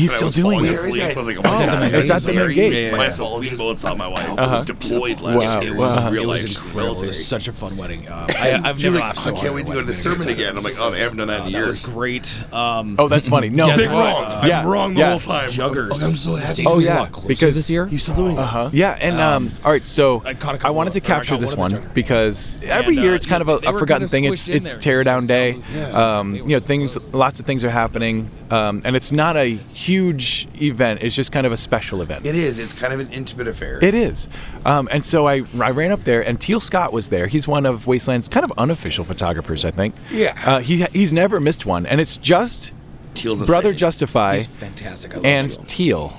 [SPEAKER 1] He's
[SPEAKER 2] and
[SPEAKER 1] still
[SPEAKER 2] I was
[SPEAKER 1] doing
[SPEAKER 2] falling
[SPEAKER 1] it.
[SPEAKER 2] asleep. I was like, oh,
[SPEAKER 1] Oh,
[SPEAKER 2] my God.
[SPEAKER 1] it's at the main gates.
[SPEAKER 2] My assault bullets on my wife. I was deployed last
[SPEAKER 1] Wow,
[SPEAKER 2] year. It
[SPEAKER 1] wow.
[SPEAKER 2] was
[SPEAKER 1] It
[SPEAKER 2] real
[SPEAKER 11] was
[SPEAKER 2] life. She was
[SPEAKER 4] It
[SPEAKER 5] military.
[SPEAKER 4] was such a fun wedding.
[SPEAKER 11] Uh,
[SPEAKER 4] Um, I, I've
[SPEAKER 5] She's
[SPEAKER 4] never
[SPEAKER 5] like,
[SPEAKER 4] laughed so
[SPEAKER 5] I
[SPEAKER 4] hard at
[SPEAKER 5] can't
[SPEAKER 4] a
[SPEAKER 5] wait to go to
[SPEAKER 4] wedding
[SPEAKER 5] the
[SPEAKER 4] than
[SPEAKER 5] sermon
[SPEAKER 4] this.
[SPEAKER 5] again. I'm like, oh, they haven't done that in
[SPEAKER 4] That was
[SPEAKER 5] years.
[SPEAKER 4] great. Um,
[SPEAKER 1] Oh, that's funny. No,
[SPEAKER 4] Yeah,
[SPEAKER 5] Big
[SPEAKER 4] that's right.
[SPEAKER 5] wrong.
[SPEAKER 4] Uh,
[SPEAKER 1] yeah.
[SPEAKER 5] I'm wrong the
[SPEAKER 1] Yeah.
[SPEAKER 5] whole time.
[SPEAKER 4] Juggers.
[SPEAKER 5] Oh, I'm so happy.
[SPEAKER 1] Oh
[SPEAKER 4] He's a
[SPEAKER 1] yeah,
[SPEAKER 4] lot closer
[SPEAKER 1] because
[SPEAKER 4] this year.
[SPEAKER 5] He's still doing it.
[SPEAKER 1] Uh-huh. Yeah, and um, all right, so
[SPEAKER 4] I caught a
[SPEAKER 1] I
[SPEAKER 4] couple
[SPEAKER 1] wanted to
[SPEAKER 4] of- or I
[SPEAKER 1] capture
[SPEAKER 4] caught
[SPEAKER 1] this
[SPEAKER 4] one of the
[SPEAKER 1] one
[SPEAKER 4] juggalos.
[SPEAKER 1] because every
[SPEAKER 4] And, uh,
[SPEAKER 1] year it's kind of
[SPEAKER 4] yeah, they
[SPEAKER 1] a, a
[SPEAKER 4] were
[SPEAKER 1] forgotten
[SPEAKER 4] kinda
[SPEAKER 1] thing. It's
[SPEAKER 4] squished in
[SPEAKER 1] it's
[SPEAKER 4] there.
[SPEAKER 1] teardown day.
[SPEAKER 5] Yeah.
[SPEAKER 1] Um, you know, things, lots of things are happening, um, and it's not a huge event. It's just kind of a special event.
[SPEAKER 5] It is. It's kind of an intimate affair.
[SPEAKER 1] It is. Um, and so I, I ran up there, and Teal Scott was there. He's one of Wasteland's kind of unofficial photographers, I think.
[SPEAKER 5] Yeah.
[SPEAKER 1] Uh, he, he's never missed one, and it's just
[SPEAKER 5] Teal's a
[SPEAKER 1] Brother
[SPEAKER 5] saint.
[SPEAKER 1] Justify
[SPEAKER 4] He's fantastic. I love
[SPEAKER 1] and
[SPEAKER 4] Teal.
[SPEAKER 1] Teal.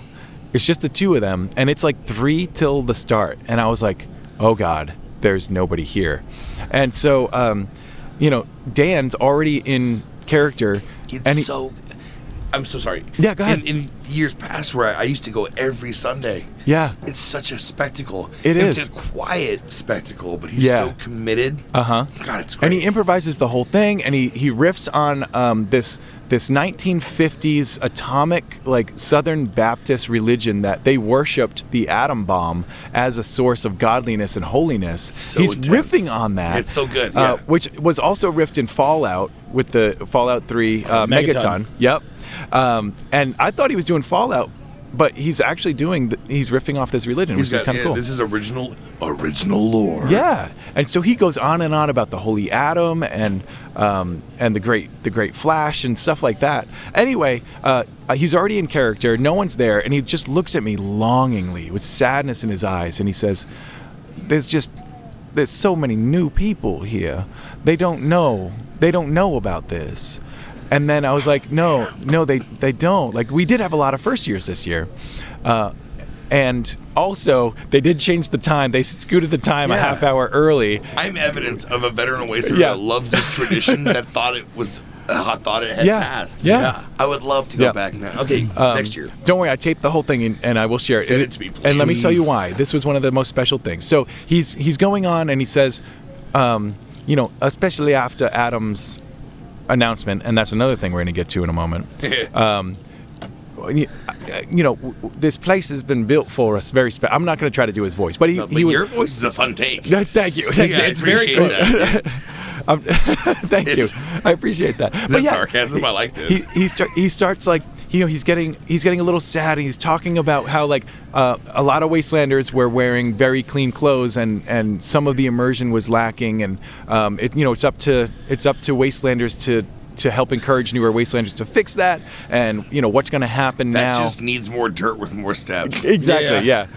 [SPEAKER 1] It's just the two of them, and it's like three till the start. And I was like, oh God, there's nobody here. And so, um, you know, Dan's already in character.
[SPEAKER 5] It's
[SPEAKER 1] and he-
[SPEAKER 5] so. I'm so sorry.
[SPEAKER 1] Yeah, go ahead.
[SPEAKER 5] In, in years past, where I, I used to go every Sunday.
[SPEAKER 1] Yeah.
[SPEAKER 5] It's such a spectacle.
[SPEAKER 1] It
[SPEAKER 5] it's
[SPEAKER 1] is.
[SPEAKER 5] a quiet spectacle, but he's
[SPEAKER 1] Yeah.
[SPEAKER 5] so committed.
[SPEAKER 1] Uh huh.
[SPEAKER 5] God, it's great.
[SPEAKER 1] And he improvises the whole thing, and he he riffs on um, this this 1950s atomic like Southern Baptist religion that they worshipped the atom bomb as a source of godliness and holiness.
[SPEAKER 5] So
[SPEAKER 1] He's
[SPEAKER 5] intense.
[SPEAKER 1] riffing on that.
[SPEAKER 5] It's so good,
[SPEAKER 1] uh,
[SPEAKER 5] yeah.
[SPEAKER 1] which was also riffed in Fallout with the Fallout 3 uh, Megaton.
[SPEAKER 4] Megaton.
[SPEAKER 1] Yep. Um, and I thought he was doing Fallout. But he's actually doing. The, he's riffing off this religion,
[SPEAKER 5] He's
[SPEAKER 1] which is
[SPEAKER 5] got,
[SPEAKER 1] kind of
[SPEAKER 5] yeah,
[SPEAKER 1] cool.
[SPEAKER 5] This is original, original lore.
[SPEAKER 1] Yeah, and so he goes on and on about the holy atom and um, and the great the great flash and stuff like that. Anyway, uh, he's already in character. No one's there, and he just looks at me longingly with sadness in his eyes, and he says, "There's just there's so many new people here. They don't know. They don't know about this." And then I was like, "No, no, they they don't. Like we did have a lot of first years this year." Uh, and also, they did change the time. They scooted the time a
[SPEAKER 5] Yeah.
[SPEAKER 1] half hour early.
[SPEAKER 5] I'm evidence of a veteran waster
[SPEAKER 1] Yeah.
[SPEAKER 5] that loves this tradition that thought it was, uh, thought it had
[SPEAKER 1] Yeah.
[SPEAKER 5] passed.
[SPEAKER 1] Yeah.
[SPEAKER 5] I would love to go
[SPEAKER 1] Yeah. Um,
[SPEAKER 5] back now. Okay, next year.
[SPEAKER 1] Don't worry, I taped the whole thing and, and I will share it.
[SPEAKER 5] Send
[SPEAKER 1] And
[SPEAKER 5] it to me,
[SPEAKER 1] And let me tell you
[SPEAKER 5] please.
[SPEAKER 1] why. This was one of the most special things. So he's he's going on and he says, um, you know, especially after Adam's announcement, and that's another thing we're going to get to in a moment. um, you uh, you know, w- w- this place has been built for us. Very. Spe- I'm not going to try to do his voice, but he.
[SPEAKER 5] But
[SPEAKER 1] he was-
[SPEAKER 5] your voice is a fun take.
[SPEAKER 1] Yeah, Thank you.
[SPEAKER 5] Yeah,
[SPEAKER 1] Thank you.
[SPEAKER 5] I
[SPEAKER 1] It's very
[SPEAKER 5] appreciate
[SPEAKER 1] cool.
[SPEAKER 5] that.
[SPEAKER 1] I'm- thank you.
[SPEAKER 5] It's-
[SPEAKER 1] I appreciate that. But
[SPEAKER 5] That
[SPEAKER 1] yeah,
[SPEAKER 5] sarcasm,
[SPEAKER 1] he-
[SPEAKER 5] I liked it.
[SPEAKER 1] He he, start, he starts like you know he's getting he's getting a little sad and he's talking about how like uh, a lot of wastelanders were wearing very clean clothes and and some of the immersion was lacking and um, it you know it's up to it's up to wastelanders to to help encourage newer wastelanders to fix that and you know what's going to happen
[SPEAKER 5] That
[SPEAKER 1] now
[SPEAKER 5] just needs more dirt with more steps.
[SPEAKER 1] Exactly. Yeah.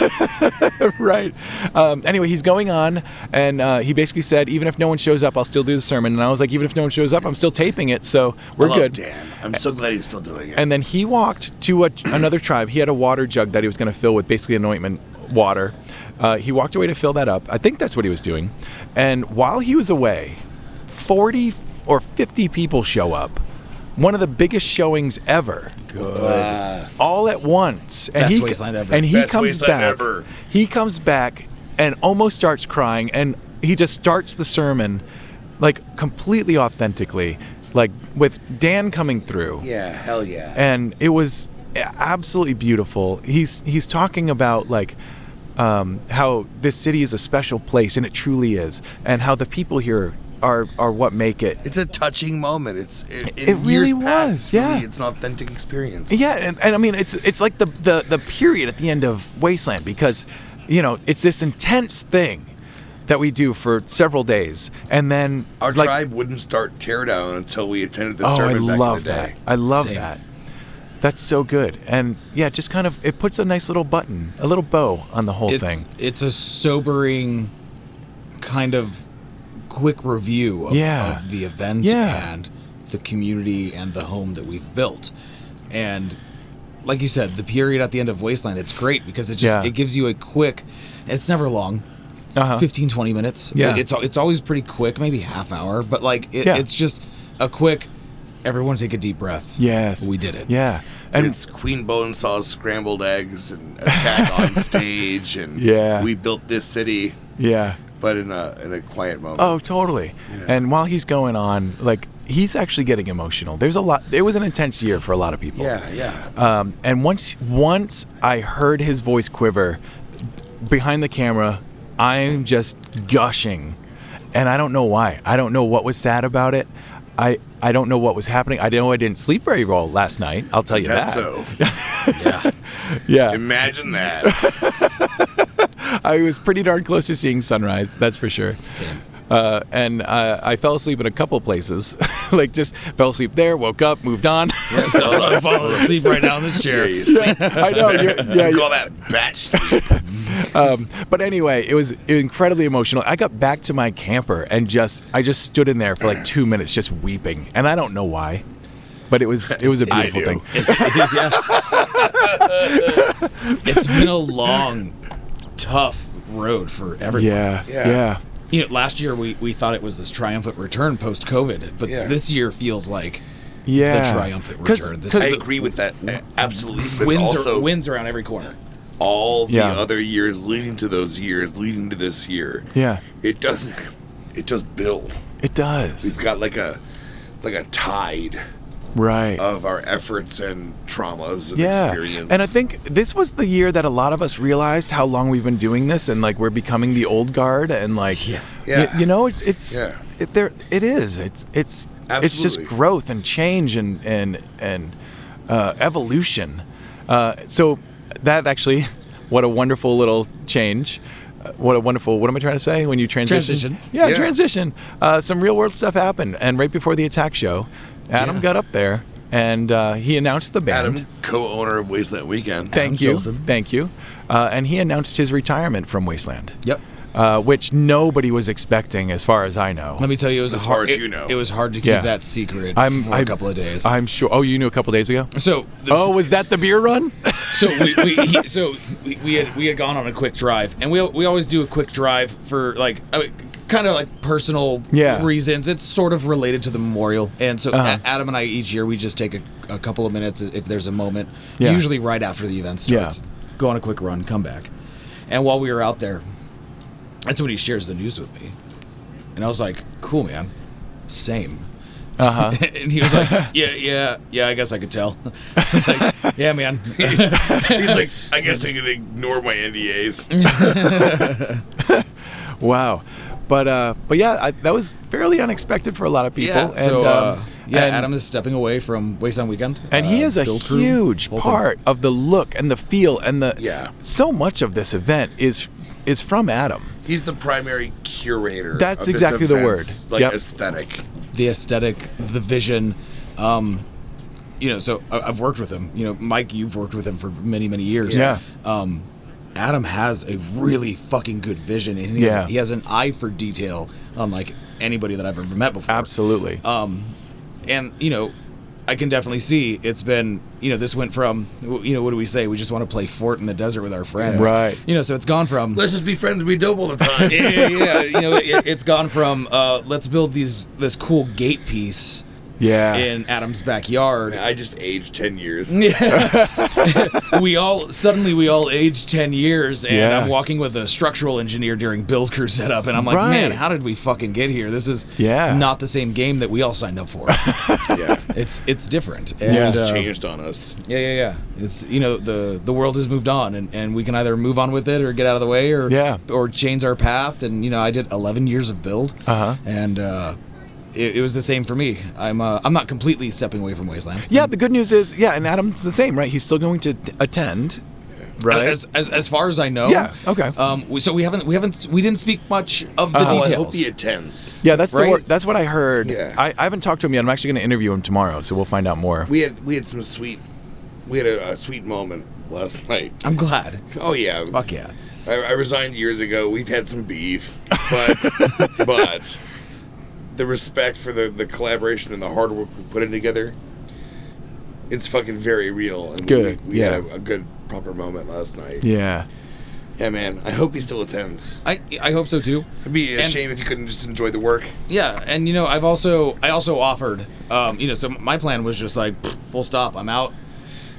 [SPEAKER 1] right. Um, anyway, he's going on, and uh, he basically said, "Even if no one shows up, I'll still do the sermon." And I was like, "Even if no one shows up, I'm still taping it, so we're
[SPEAKER 5] I love
[SPEAKER 1] good."
[SPEAKER 5] Dan. Oh, I'm so glad he's still doing it.
[SPEAKER 1] And then he walked to a, another tribe. He had a water jug that he was going to fill with basically an ointment water. Uh, he walked away to fill that up. I think that's what he was doing. And while he was away, 40 or 50 people show up. One of the biggest showings ever. Good. All at once. And
[SPEAKER 4] Best
[SPEAKER 1] he,
[SPEAKER 4] wasteland ever.
[SPEAKER 1] And he
[SPEAKER 5] Best
[SPEAKER 1] comes
[SPEAKER 5] wasteland
[SPEAKER 1] back.
[SPEAKER 5] ever.
[SPEAKER 1] He comes back and almost starts crying and he just starts the sermon like completely authentically. Like with Dan coming through
[SPEAKER 5] yeah, hell yeah.
[SPEAKER 1] and it was absolutely beautiful. He's he's talking about like um, how this city is a special place, and it truly is, and how the people here are are what make it.
[SPEAKER 5] it's a touching moment. It's it,
[SPEAKER 1] It really was, yeah.
[SPEAKER 5] it's an authentic experience.
[SPEAKER 1] Yeah, and, and I mean it's it's like the, the the period at the end of Wasteland because you know it's this intense thing that we do for several days, and then
[SPEAKER 5] Our
[SPEAKER 1] like,
[SPEAKER 5] tribe wouldn't start teardown until we attended the
[SPEAKER 1] oh, I
[SPEAKER 5] sermon back
[SPEAKER 1] love
[SPEAKER 5] in the
[SPEAKER 1] that.
[SPEAKER 5] day.
[SPEAKER 1] I love
[SPEAKER 4] Same.
[SPEAKER 1] that. That's so good, and yeah, just kind of it puts a nice little button, a little bow on the whole
[SPEAKER 4] it's,
[SPEAKER 1] thing.
[SPEAKER 4] It's a sobering kind of quick review of,
[SPEAKER 1] Yeah.
[SPEAKER 4] of the event
[SPEAKER 1] Yeah.
[SPEAKER 4] and the community and the home that we've built. And like you said, the period at the end of Wasteland, it's great because it just
[SPEAKER 1] Yeah.
[SPEAKER 4] it gives you a quick it's never long.
[SPEAKER 1] Uh-huh.
[SPEAKER 4] fifteen twenty 15 20 minutes.
[SPEAKER 1] Yeah.
[SPEAKER 4] It- it's al- it's always pretty quick, maybe half hour, but like it,
[SPEAKER 1] Yeah.
[SPEAKER 4] it's just a quick everyone take a deep breath.
[SPEAKER 1] Yes.
[SPEAKER 4] We did it.
[SPEAKER 1] Yeah. And
[SPEAKER 5] it's Queen Bone Saw's scrambled eggs and attack on stage and
[SPEAKER 1] Yeah.
[SPEAKER 5] we built this city,
[SPEAKER 1] yeah.
[SPEAKER 5] but in a in a quiet moment.
[SPEAKER 1] Oh, totally. And while he's going on, like he's actually getting emotional. There's a lot it was an intense year for a lot of people.
[SPEAKER 5] yeah, yeah.
[SPEAKER 1] Um, and once once I heard his voice quiver behind the camera, I'm just gushing. And I don't know why. I don't know what was sad about it. I, I don't know what was happening. I know I didn't sleep very well last night. I'll tell you
[SPEAKER 2] Is that
[SPEAKER 1] that.
[SPEAKER 2] so?
[SPEAKER 1] Yeah.
[SPEAKER 2] Imagine that.
[SPEAKER 1] I was pretty darn close to seeing sunrise, that's for sure. Uh, and uh, I fell asleep in a couple places. like, just fell asleep there, woke up, moved on.
[SPEAKER 11] I'm falling asleep right now in this
[SPEAKER 2] Yeah,
[SPEAKER 11] chair.
[SPEAKER 2] you sleep.
[SPEAKER 1] I know. You're, yeah,
[SPEAKER 2] you
[SPEAKER 1] you-
[SPEAKER 2] call that bat sleep?
[SPEAKER 1] But anyway, it was incredibly emotional. I got back to my camper and just, I just stood in there for like two minutes, just weeping, and I don't know why, but it was, it was a
[SPEAKER 2] I
[SPEAKER 1] beautiful
[SPEAKER 2] do.
[SPEAKER 1] thing.
[SPEAKER 11] It's been a long, tough road for everyone.
[SPEAKER 1] Yeah, yeah,
[SPEAKER 2] Yeah.
[SPEAKER 11] You know, last year we, we thought it was this triumphant return post COVID, but
[SPEAKER 2] Yeah.
[SPEAKER 11] this year feels like
[SPEAKER 1] yeah.
[SPEAKER 11] the triumphant
[SPEAKER 1] 'Cause-
[SPEAKER 11] return. This
[SPEAKER 2] I
[SPEAKER 11] is
[SPEAKER 2] agree with that. uh, Absolutely. But it's
[SPEAKER 11] wins,
[SPEAKER 2] also
[SPEAKER 11] are, wins around every corner.
[SPEAKER 2] all the
[SPEAKER 1] Yeah.
[SPEAKER 2] other years leading to those years, leading to this year.
[SPEAKER 1] Yeah,
[SPEAKER 2] It doesn't it just build.
[SPEAKER 1] it does.
[SPEAKER 2] We've got like a like a tide
[SPEAKER 1] Right.
[SPEAKER 2] of our efforts and traumas and
[SPEAKER 1] yeah.
[SPEAKER 2] experience.
[SPEAKER 1] And I think this was the year that a lot of us realized how long we've been doing this and like we're becoming the old guard and like yeah.
[SPEAKER 2] Yeah.
[SPEAKER 1] you know it's it's
[SPEAKER 2] Yeah.
[SPEAKER 1] it, there it is. It's it's it's just
[SPEAKER 2] Absolutely.
[SPEAKER 1] growth and change and and and uh, evolution. Uh, so that actually what a wonderful little change. Uh, What a wonderful! What am I trying to say? When you transition,
[SPEAKER 11] Transition.
[SPEAKER 1] yeah,
[SPEAKER 2] Yeah.
[SPEAKER 1] transition. Uh, some real world stuff happened, and right before the attack show, Adam got up there and uh, he announced the band.
[SPEAKER 2] Adam, co-owner of Wasteland Weekend.
[SPEAKER 1] Thank
[SPEAKER 11] Adam
[SPEAKER 1] you.
[SPEAKER 11] Jolson.
[SPEAKER 1] Thank you. Uh, and he announced his retirement from Wasteland.
[SPEAKER 11] Yep.
[SPEAKER 1] Uh, which nobody was expecting, as far as I know.
[SPEAKER 11] Let me tell you, it was
[SPEAKER 2] As
[SPEAKER 11] hard.
[SPEAKER 2] far as
[SPEAKER 11] it,
[SPEAKER 2] you know.
[SPEAKER 11] it was hard to keep
[SPEAKER 1] Yeah.
[SPEAKER 11] that secret
[SPEAKER 1] I'm
[SPEAKER 11] for a
[SPEAKER 1] I'm-
[SPEAKER 11] couple of days.
[SPEAKER 1] I'm sure. Oh, you knew a couple days ago.
[SPEAKER 11] so, the,
[SPEAKER 1] Oh, was that the beer run?
[SPEAKER 11] so we, we he, so we, we had we had gone on a quick drive, and we we always do a quick drive for like I mean, kind of like personal
[SPEAKER 1] Yeah. Uh-huh.
[SPEAKER 11] reasons. It's sort of related to the memorial, and so A- Adam and I each year we just take a, a couple of minutes if there's a moment,
[SPEAKER 1] Yeah.
[SPEAKER 11] usually right after the event
[SPEAKER 1] Yeah.
[SPEAKER 11] starts. Go on a quick run, come back, and while we were out there, that's when he shares the news with me, and I was like, "Cool, man, same."
[SPEAKER 1] Uh-huh.
[SPEAKER 11] and he was like, "Yeah, yeah, yeah. I guess I could tell." I was like, "Yeah, man."
[SPEAKER 2] He's like, I guess I can ignore my NDAs.
[SPEAKER 1] wow. But uh, but yeah, I, that was fairly unexpected for a lot of people.
[SPEAKER 11] Yeah.
[SPEAKER 1] And,
[SPEAKER 11] so uh,
[SPEAKER 1] um,
[SPEAKER 11] yeah,
[SPEAKER 1] and-
[SPEAKER 11] Adam is stepping away from Wasteland Weekend,
[SPEAKER 1] and he
[SPEAKER 11] uh,
[SPEAKER 1] is a
[SPEAKER 11] build crew,
[SPEAKER 1] huge
[SPEAKER 11] whole thing.
[SPEAKER 1] part of the look and the feel and the
[SPEAKER 2] Yeah.
[SPEAKER 1] So much of this event is is from Adam.
[SPEAKER 2] He's the primary curator.
[SPEAKER 1] That's
[SPEAKER 2] of this
[SPEAKER 1] exactly the
[SPEAKER 2] event's,
[SPEAKER 1] word.
[SPEAKER 2] Like
[SPEAKER 1] Yep.
[SPEAKER 2] aesthetic.
[SPEAKER 11] The aesthetic, the vision. Um, you know, so I- I've worked with him. You know, Mike, you've worked with him for many, many years.
[SPEAKER 1] Yeah.
[SPEAKER 11] Um, Adam has a really fucking good vision, and he,
[SPEAKER 1] Yeah.
[SPEAKER 11] has, he has an eye for detail, unlike anybody that I've ever met before.
[SPEAKER 1] Absolutely.
[SPEAKER 11] Uh, and you know i can definitely see it's been you know this went from you know what do we say we just want to play fort in the desert with our friends
[SPEAKER 1] Right.
[SPEAKER 11] you know so it's gone from
[SPEAKER 2] Let's just be friends. We dope all the time.
[SPEAKER 11] yeah, yeah, yeah, Uh, you know it, it's gone from uh, let's build these this cool gate piece
[SPEAKER 1] yeah.
[SPEAKER 11] in adam's backyard
[SPEAKER 2] I just aged ten years.
[SPEAKER 11] we all suddenly we all aged 10 years and
[SPEAKER 1] Yeah.
[SPEAKER 11] i'm walking with a structural engineer during build crew setup and i'm like
[SPEAKER 1] Right.
[SPEAKER 11] man how did we fucking get here this is
[SPEAKER 1] Yeah.
[SPEAKER 11] not the same game that we all signed up for
[SPEAKER 2] yeah,
[SPEAKER 11] it's it's different and,
[SPEAKER 1] Yeah.
[SPEAKER 2] it's
[SPEAKER 11] uh,
[SPEAKER 2] changed on us.
[SPEAKER 11] Yeah, yeah, yeah. It's you know the the world has moved on, and, and we can either move on with it or get out of the way or
[SPEAKER 1] Yeah.
[SPEAKER 11] or change our path. And you know, I did 11 years of build,
[SPEAKER 1] Uh-huh.
[SPEAKER 11] and uh, it, it was the same for me. I'm uh, I'm not completely stepping away from Wasteland.
[SPEAKER 1] Yeah, the good news is, yeah, and Adam's the same, right? He's still going to t- attend, right?
[SPEAKER 11] As, as, as far as I know,
[SPEAKER 1] Yeah, okay.
[SPEAKER 11] Um, we, so we haven't we haven't we didn't speak much of the
[SPEAKER 1] Uh-huh. Well,
[SPEAKER 2] I
[SPEAKER 11] details.
[SPEAKER 2] hope he attends.
[SPEAKER 1] yeah, that's the
[SPEAKER 11] right?
[SPEAKER 1] word, that's what I heard.
[SPEAKER 2] Yeah.
[SPEAKER 1] I, I haven't talked to him yet. I'm actually going to interview him tomorrow, so we'll find out more.
[SPEAKER 2] We had we had some sweet, we had a, a sweet moment last night.
[SPEAKER 11] I'm glad.
[SPEAKER 2] Oh yeah, it was-
[SPEAKER 11] Fuck yeah.
[SPEAKER 2] I, I resigned years ago. We've had some beef, but but the respect for the the collaboration and the hard work we put in together, it's fucking very real. And we-
[SPEAKER 1] Good,
[SPEAKER 2] We, we had
[SPEAKER 1] yeah.
[SPEAKER 2] a, a good proper moment last night.
[SPEAKER 1] yeah,
[SPEAKER 2] Yeah, man. I hope he still attends.
[SPEAKER 11] I I hope so too.
[SPEAKER 2] It'd be a
[SPEAKER 11] And-
[SPEAKER 2] shame if you couldn't just enjoy the work.
[SPEAKER 11] Yeah, and you know, I've also I also offered, um, you know, so my plan was just like pfft, full stop. I'm out.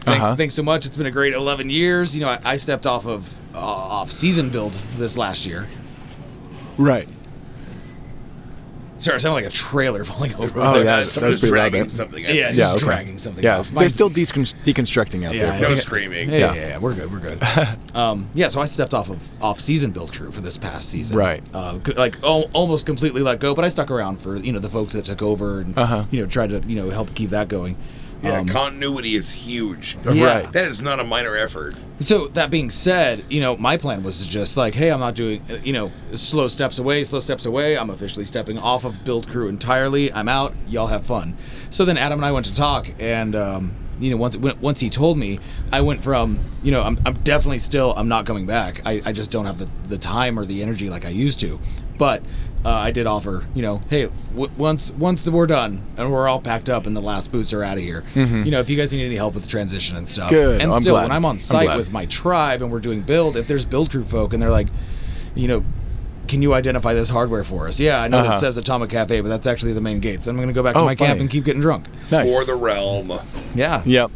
[SPEAKER 11] Thanks,
[SPEAKER 1] Uh-huh.
[SPEAKER 11] thanks so much. It's been a great 11 years. You know, I, I stepped off of uh, off season build this last year.
[SPEAKER 1] right.
[SPEAKER 11] Sorry, I sound like a trailer falling over.
[SPEAKER 1] Oh, yeah, that
[SPEAKER 2] Somebody's
[SPEAKER 1] was pretty loud,
[SPEAKER 2] dragging
[SPEAKER 1] man.
[SPEAKER 2] something. I
[SPEAKER 11] yeah,
[SPEAKER 2] think.
[SPEAKER 11] just
[SPEAKER 1] okay.
[SPEAKER 11] dragging something.
[SPEAKER 1] Yeah,
[SPEAKER 11] off.
[SPEAKER 1] they're
[SPEAKER 11] Mine's-
[SPEAKER 1] still decon- deconstructing out
[SPEAKER 11] Yeah,
[SPEAKER 1] there.
[SPEAKER 11] I
[SPEAKER 2] No
[SPEAKER 11] think-
[SPEAKER 2] screaming.
[SPEAKER 11] Yeah,
[SPEAKER 1] Yeah.
[SPEAKER 11] yeah, yeah, we're good, we're good. um, yeah, so I stepped off of off season build crew for this past season,
[SPEAKER 1] Right.
[SPEAKER 11] Uh, c- like al- almost completely let go, but I stuck around for you know the folks that took over and
[SPEAKER 1] Uh-huh.
[SPEAKER 11] you know tried to you know help keep that going.
[SPEAKER 2] Yeah,
[SPEAKER 11] Um,
[SPEAKER 2] continuity is huge.
[SPEAKER 11] Yeah.
[SPEAKER 1] Right.
[SPEAKER 2] That is not a minor effort.
[SPEAKER 11] So that being said, you know, my plan was to just like, hey, I'm not doing, uh, you know, slow steps away, slow steps away. I'm officially stepping off of build crew entirely. I'm out. Y'all have fun. So then Adam and I went to talk, and um, you know, once when- once he told me, I went from, you know, I'm, I'm definitely still, I'm not coming back. I, I just don't have the the time or the energy like I used to. But uh, I did offer, you know, hey, w- once once we're done and we're all packed up and the last boots are out of here, you know, if you guys need any help with the transition and stuff,
[SPEAKER 1] Mm-hmm. Good. Oh,
[SPEAKER 11] and
[SPEAKER 1] I'm
[SPEAKER 11] still,
[SPEAKER 1] glad.
[SPEAKER 11] when I'm
[SPEAKER 1] I'm
[SPEAKER 11] on site
[SPEAKER 1] glad.
[SPEAKER 11] with my tribe and we're doing build, if there's build crew folk and they're like, you know, can you identify this hardware for us? Yeah, I know
[SPEAKER 1] Uh-huh.
[SPEAKER 11] it says Atomic Cafe, but that's actually the main gates. I'm going to go back
[SPEAKER 1] Oh,
[SPEAKER 11] to my camp
[SPEAKER 1] funny.
[SPEAKER 11] and keep getting drunk.
[SPEAKER 1] Nice.
[SPEAKER 2] For the realm.
[SPEAKER 11] Yeah.
[SPEAKER 1] Yep.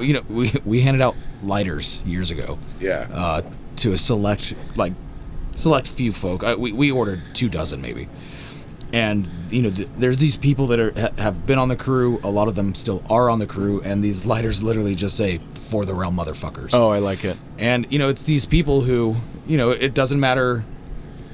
[SPEAKER 11] You know, we, we handed out lighters years ago
[SPEAKER 2] Yeah.
[SPEAKER 11] uh, to a select, like, select few folk. I, we, we ordered two dozen maybe. And, you know, th- there's these people that are, ha- have been on the crew. A lot of them still are on the crew. And these lighters literally just say, for the realm motherfuckers.
[SPEAKER 1] Oh, I like it.
[SPEAKER 11] and you know it's these people who you know it doesn't matter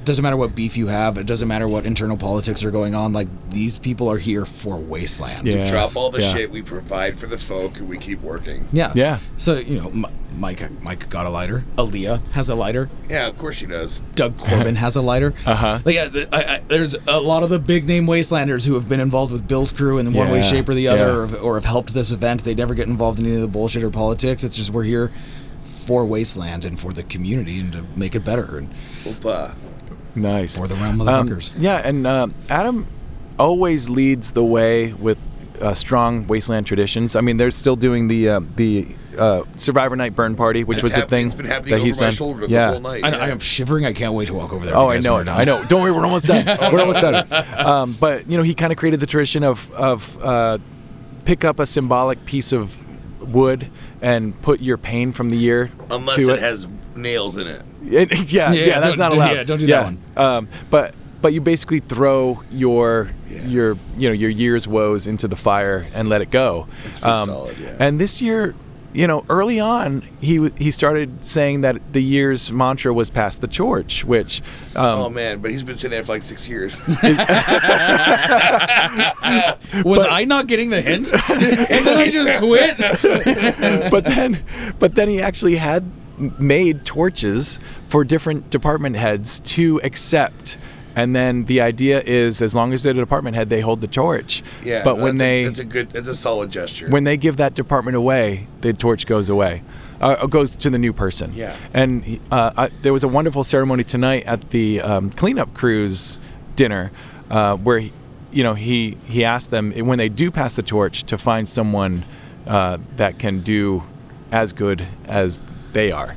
[SPEAKER 11] doesn't matter what beef you have it doesn't matter what internal politics are going on like these people are here for wasteland
[SPEAKER 1] Yeah.
[SPEAKER 2] Drop all the
[SPEAKER 1] yeah.
[SPEAKER 2] shit we provide for the folk and we keep working.
[SPEAKER 11] yeah
[SPEAKER 1] Yeah.
[SPEAKER 11] so you know M- mike mike got a lighter aaliyah has a lighter
[SPEAKER 2] Yeah, of course she does.
[SPEAKER 11] doug corbin has a lighter uh-huh like, yeah th- I, I, there's a lot of the big name wastelanders who have been involved with build crew in one way
[SPEAKER 1] Yeah,
[SPEAKER 11] shape or the other
[SPEAKER 1] yeah.
[SPEAKER 11] or, have, or have helped this event they never get involved in any of the bullshit or politics it's just we're here for wasteland and for the community and to make it better and
[SPEAKER 2] Opa.
[SPEAKER 1] Nice.
[SPEAKER 11] For the round
[SPEAKER 1] Um,
[SPEAKER 11] motherfuckers.
[SPEAKER 1] yeah, and uh, Adam always leads the way with uh, strong wasteland traditions. I mean, they're still doing the uh, the uh, Survivor Night burn party, which
[SPEAKER 2] It's
[SPEAKER 1] was a
[SPEAKER 2] hap-
[SPEAKER 1] thing
[SPEAKER 2] it's been happening
[SPEAKER 1] that
[SPEAKER 2] over
[SPEAKER 1] he's
[SPEAKER 2] my
[SPEAKER 1] done.
[SPEAKER 2] shoulder
[SPEAKER 1] yeah.
[SPEAKER 2] the whole night.
[SPEAKER 11] I, know, I
[SPEAKER 2] yeah.
[SPEAKER 11] am shivering. I can't wait to walk over there.
[SPEAKER 1] Oh,
[SPEAKER 11] if
[SPEAKER 1] I
[SPEAKER 11] you guys
[SPEAKER 1] know
[SPEAKER 11] are
[SPEAKER 1] it.
[SPEAKER 11] not.
[SPEAKER 1] I know. Don't worry, we're almost done. we're almost done. Um, but you know, he kind of created the tradition of of uh, pick up a symbolic piece of wood and put your pain from the year
[SPEAKER 2] Unless
[SPEAKER 1] to
[SPEAKER 2] it has nails in it.
[SPEAKER 1] It- yeah, yeah,
[SPEAKER 11] Yeah,
[SPEAKER 1] that's
[SPEAKER 11] don't-
[SPEAKER 1] not
[SPEAKER 11] don't-
[SPEAKER 1] allowed.
[SPEAKER 11] yeah, don't do that one.
[SPEAKER 1] Um, but but you basically throw your your you know your year's woes into the fire and let it go. Um,
[SPEAKER 2] pretty solid, yeah.
[SPEAKER 1] And this year, you know, early on, he w- he started saying that the year's mantra was "Pass the torch," which um,
[SPEAKER 2] oh man, but he's been sitting there for like six years.
[SPEAKER 11] Was I not getting the hint? and then I just quit.
[SPEAKER 1] but then but then he actually had made torches for different department heads to accept and then the idea is as long as they're the department head they hold the torch
[SPEAKER 2] Yeah.
[SPEAKER 1] but
[SPEAKER 2] no,
[SPEAKER 1] when
[SPEAKER 2] that's
[SPEAKER 1] they
[SPEAKER 2] a, that's a good that's a solid gesture.
[SPEAKER 1] when they give that department away, the torch goes away, uh, goes to the new person.
[SPEAKER 2] Yeah.
[SPEAKER 1] And he- uh, I, there was a wonderful ceremony tonight at the um, cleanup crews dinner, uh, where he, you know he he asked them when they do pass the torch to find someone uh, that can do as good as they are,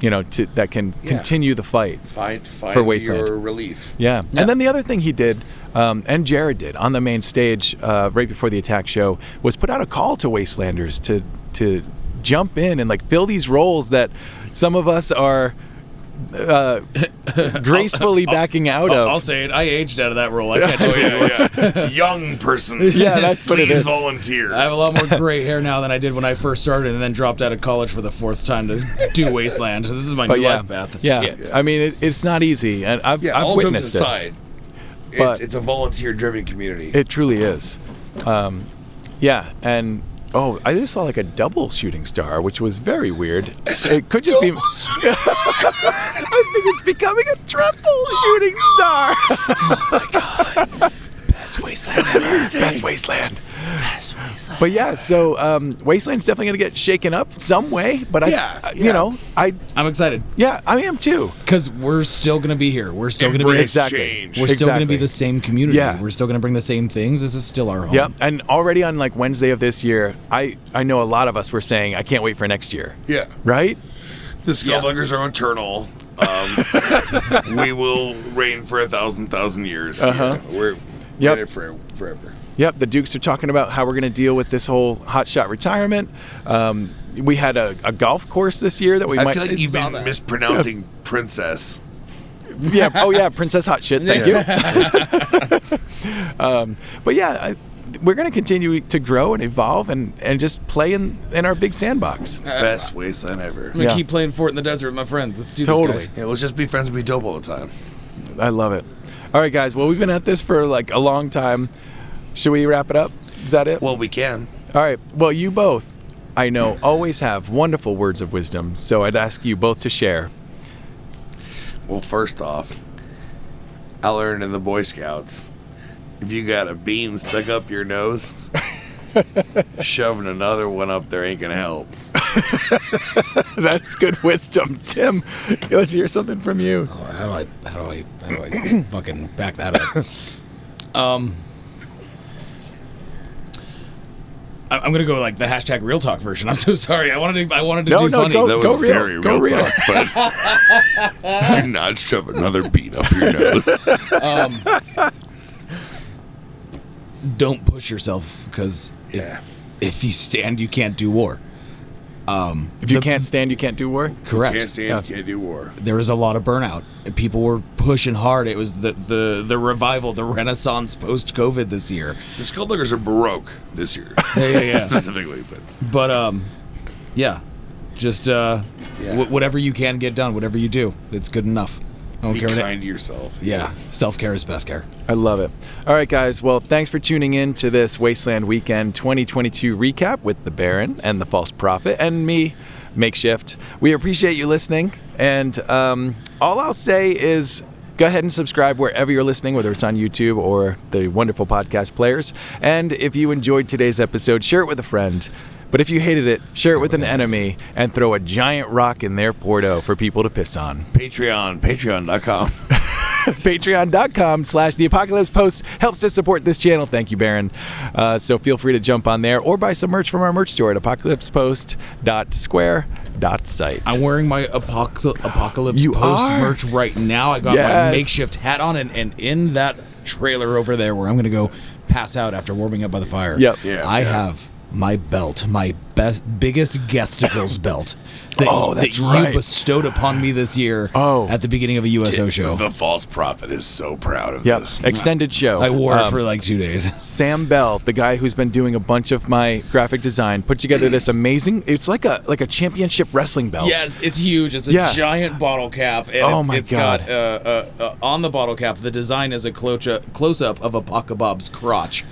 [SPEAKER 1] you know, to, that can continue the fight.
[SPEAKER 2] find find
[SPEAKER 1] Wasteland.
[SPEAKER 2] your relief.
[SPEAKER 1] Yeah. And then the other thing he did, um, and Jared did on the main stage uh, right before the attack show, was put out a call to Wastelanders to to jump in and like fill these roles that some of us are uh, gracefully backing out of.
[SPEAKER 11] I'll say it. I aged out of that role. I can't tell you.
[SPEAKER 2] Oh, Yeah, yeah. Young person.
[SPEAKER 1] Yeah, that's what it
[SPEAKER 2] Please
[SPEAKER 1] is.
[SPEAKER 2] volunteer.
[SPEAKER 11] I have a lot more gray hair now than I did when I first started, and then dropped out of college for the fourth time to do Wasteland. This is my
[SPEAKER 1] but
[SPEAKER 11] new
[SPEAKER 1] yeah,
[SPEAKER 11] life path.
[SPEAKER 1] yeah, I mean, it, it's not easy, and I've,
[SPEAKER 2] yeah,
[SPEAKER 1] I've
[SPEAKER 2] all jokes
[SPEAKER 1] witnessed it.
[SPEAKER 2] aside. It,
[SPEAKER 1] But-
[SPEAKER 2] it's a volunteer driven community.
[SPEAKER 1] It truly is. Um, yeah, and oh, I just saw like a double shooting star, which was very weird. It could just be. I think it's becoming a triple shooting star.
[SPEAKER 11] Best Wasteland ever.
[SPEAKER 1] Best wasteland. But yeah, so um, wasteland's definitely gonna get shaken up some way. But I,
[SPEAKER 2] Yeah,
[SPEAKER 1] I-
[SPEAKER 2] yeah.
[SPEAKER 1] you know, I
[SPEAKER 11] I'm excited
[SPEAKER 1] yeah, I am too.
[SPEAKER 11] because we're still going to be here. We're still going to be.
[SPEAKER 2] Embrace
[SPEAKER 1] exactly.
[SPEAKER 2] change.
[SPEAKER 11] We're still going to
[SPEAKER 1] exactly.
[SPEAKER 11] be the same community.
[SPEAKER 1] Yeah.
[SPEAKER 11] We're still going to bring the same things. This is still our home.
[SPEAKER 1] Yep, and already on like Wednesday of this year, I I know a lot of us were saying I can't wait for next year.
[SPEAKER 2] Yeah.
[SPEAKER 1] Right?
[SPEAKER 2] The scumbungers are eternal. Um, we will reign for a thousand thousand years. Uh-huh. we're
[SPEAKER 1] Yep.
[SPEAKER 2] in it for, forever.
[SPEAKER 1] Yep, the Dukes are talking about how we're going to deal with this whole hotshot retirement. Um, we had a, a golf course this year that we
[SPEAKER 2] I
[SPEAKER 1] might.
[SPEAKER 2] feel like you've been mispronouncing princess.
[SPEAKER 1] yeah. Oh yeah, Princess Hot Shit. Thank you. um, but yeah, I, we're going to continue to grow and evolve and, and just play in, in our big sandbox.
[SPEAKER 5] Best wasteland ever.
[SPEAKER 4] I'm gonna
[SPEAKER 1] Yeah.
[SPEAKER 4] keep playing Fort in the Desert with my friends. Let's do
[SPEAKER 1] Totally.
[SPEAKER 4] this. guys.
[SPEAKER 5] Yeah, let's just be friends and be dope all the time.
[SPEAKER 1] I love it. All right, guys. Well, we've been at this for like a long time. Should we wrap it up? Is that it?
[SPEAKER 5] Well, we can.
[SPEAKER 1] All right. Well, you both, I know, always have wonderful words of wisdom. So I'd ask you both to share.
[SPEAKER 5] Well, first off, I learned in the Boy Scouts if you got a bean stuck up your nose, shoving another one up there ain't gonna help.
[SPEAKER 1] That's good wisdom, Tim. Let's hear something from you.
[SPEAKER 4] All right, how do I? How do I? How do I fucking back that up? Um, I- I'm gonna go like the hashtag real talk version. I'm so sorry. I wanted to. I wanted to
[SPEAKER 1] No,
[SPEAKER 4] do
[SPEAKER 1] no,
[SPEAKER 4] funny.
[SPEAKER 1] Oh, go-
[SPEAKER 5] That was
[SPEAKER 1] real,
[SPEAKER 5] very
[SPEAKER 1] go
[SPEAKER 5] real,
[SPEAKER 1] real.
[SPEAKER 5] talk, but do not shove another bean up your nose.
[SPEAKER 4] Don't push yourself because
[SPEAKER 5] yeah.
[SPEAKER 4] if you stand, you can't do war.
[SPEAKER 1] If you can't stand, you can't do work.
[SPEAKER 4] Correct.
[SPEAKER 5] Can't stand, can't do war.
[SPEAKER 4] there was a lot of burnout. People were pushing hard. It was the the the revival, the renaissance post COVID this year.
[SPEAKER 5] The Skullduggers are baroque this year,
[SPEAKER 4] yeah, yeah.
[SPEAKER 5] specifically, but
[SPEAKER 4] But um, yeah, just uh, wh- whatever you can get done, whatever you do, it's good enough. I don't
[SPEAKER 5] be
[SPEAKER 4] care. what it-
[SPEAKER 5] kind to yourself.
[SPEAKER 4] Yeah, self care is best care.
[SPEAKER 1] I love it. All right, guys. Well, thanks for tuning in to this Wasteland Weekend 2022 recap with the Baron and the False Prophet and me, Makeshift. We appreciate you listening. And um, all I'll say is go ahead and subscribe wherever you're listening, whether it's on YouTube or the wonderful podcast players. And if you enjoyed today's episode, share it with a friend. But if you hated it, share it with an enemy and throw a giant rock in their porto for people to piss on
[SPEAKER 5] Patreon, patreon.com.
[SPEAKER 1] patreon.com slash the apocalypse post helps to support this channel thank you baron uh, so feel free to jump on there or buy some merch from our merch store at apocalypsepost.square.site
[SPEAKER 4] I'm wearing my apox- apocalypse
[SPEAKER 1] You
[SPEAKER 4] post
[SPEAKER 1] are?
[SPEAKER 4] merch right now. I got
[SPEAKER 1] Yes.
[SPEAKER 4] my makeshift hat on, and, and in that trailer over there, where I'm gonna go pass out after warming up by the fire.
[SPEAKER 1] Yep.
[SPEAKER 5] Yeah,
[SPEAKER 4] I
[SPEAKER 5] yeah.
[SPEAKER 4] have my belt, my best, biggest gesticles belt that,
[SPEAKER 1] Oh,
[SPEAKER 4] that
[SPEAKER 1] that's
[SPEAKER 4] you
[SPEAKER 1] right.
[SPEAKER 4] bestowed upon me this year.
[SPEAKER 1] Oh.
[SPEAKER 4] at the beginning of a USO show,
[SPEAKER 5] The false prophet is so proud of
[SPEAKER 1] yep
[SPEAKER 5] this.
[SPEAKER 1] extended show
[SPEAKER 4] I wore it
[SPEAKER 1] Um,
[SPEAKER 4] for like two days.
[SPEAKER 1] Sam Bell, the guy who's been doing a bunch of my graphic design, put together this amazing. It's like a like a championship wrestling belt.
[SPEAKER 4] Yes, it's huge. It's a
[SPEAKER 1] Yeah.
[SPEAKER 4] giant bottle cap, and
[SPEAKER 1] Oh
[SPEAKER 4] it's,
[SPEAKER 1] my
[SPEAKER 4] it's
[SPEAKER 1] God.
[SPEAKER 4] got uh, uh, uh, on the bottle cap the design is a close up of a Bob's crotch,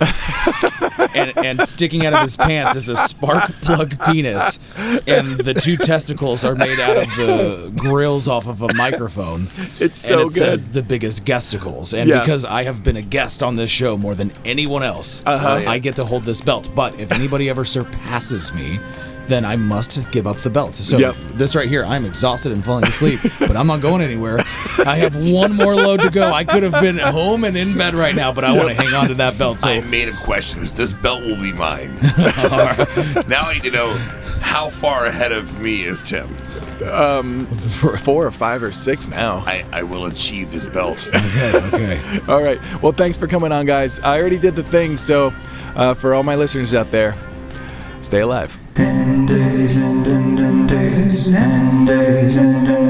[SPEAKER 4] and, and sticking out of his pants is a spark plug penis, and the two testicles are made out of the grills off of a microphone.
[SPEAKER 1] It's so
[SPEAKER 4] and it
[SPEAKER 1] good.
[SPEAKER 4] Says the biggest guesticles, and
[SPEAKER 1] Yeah.
[SPEAKER 4] because I have been a guest on this show more than anyone else, uh,
[SPEAKER 1] Uh-huh.
[SPEAKER 4] I get to hold this belt. But if anybody ever surpasses me. Then I must give up the belt. So
[SPEAKER 1] Yep.
[SPEAKER 4] this right here, I'm exhausted and falling asleep, but I'm not going anywhere. I have one more load to go. I could have been at home and in bed right now, but I want to hang on to that belt. So
[SPEAKER 5] I am made of questions. This belt will be mine. now I need to know how far ahead of me is Tim.
[SPEAKER 1] four or five or six now.
[SPEAKER 5] I, I will achieve this belt.
[SPEAKER 4] okay, okay.
[SPEAKER 1] All right. Well, thanks for coming on, guys. I already did the thing, so uh, for all my listeners out there, stay alive.
[SPEAKER 12] Days and days and days and days and days and days.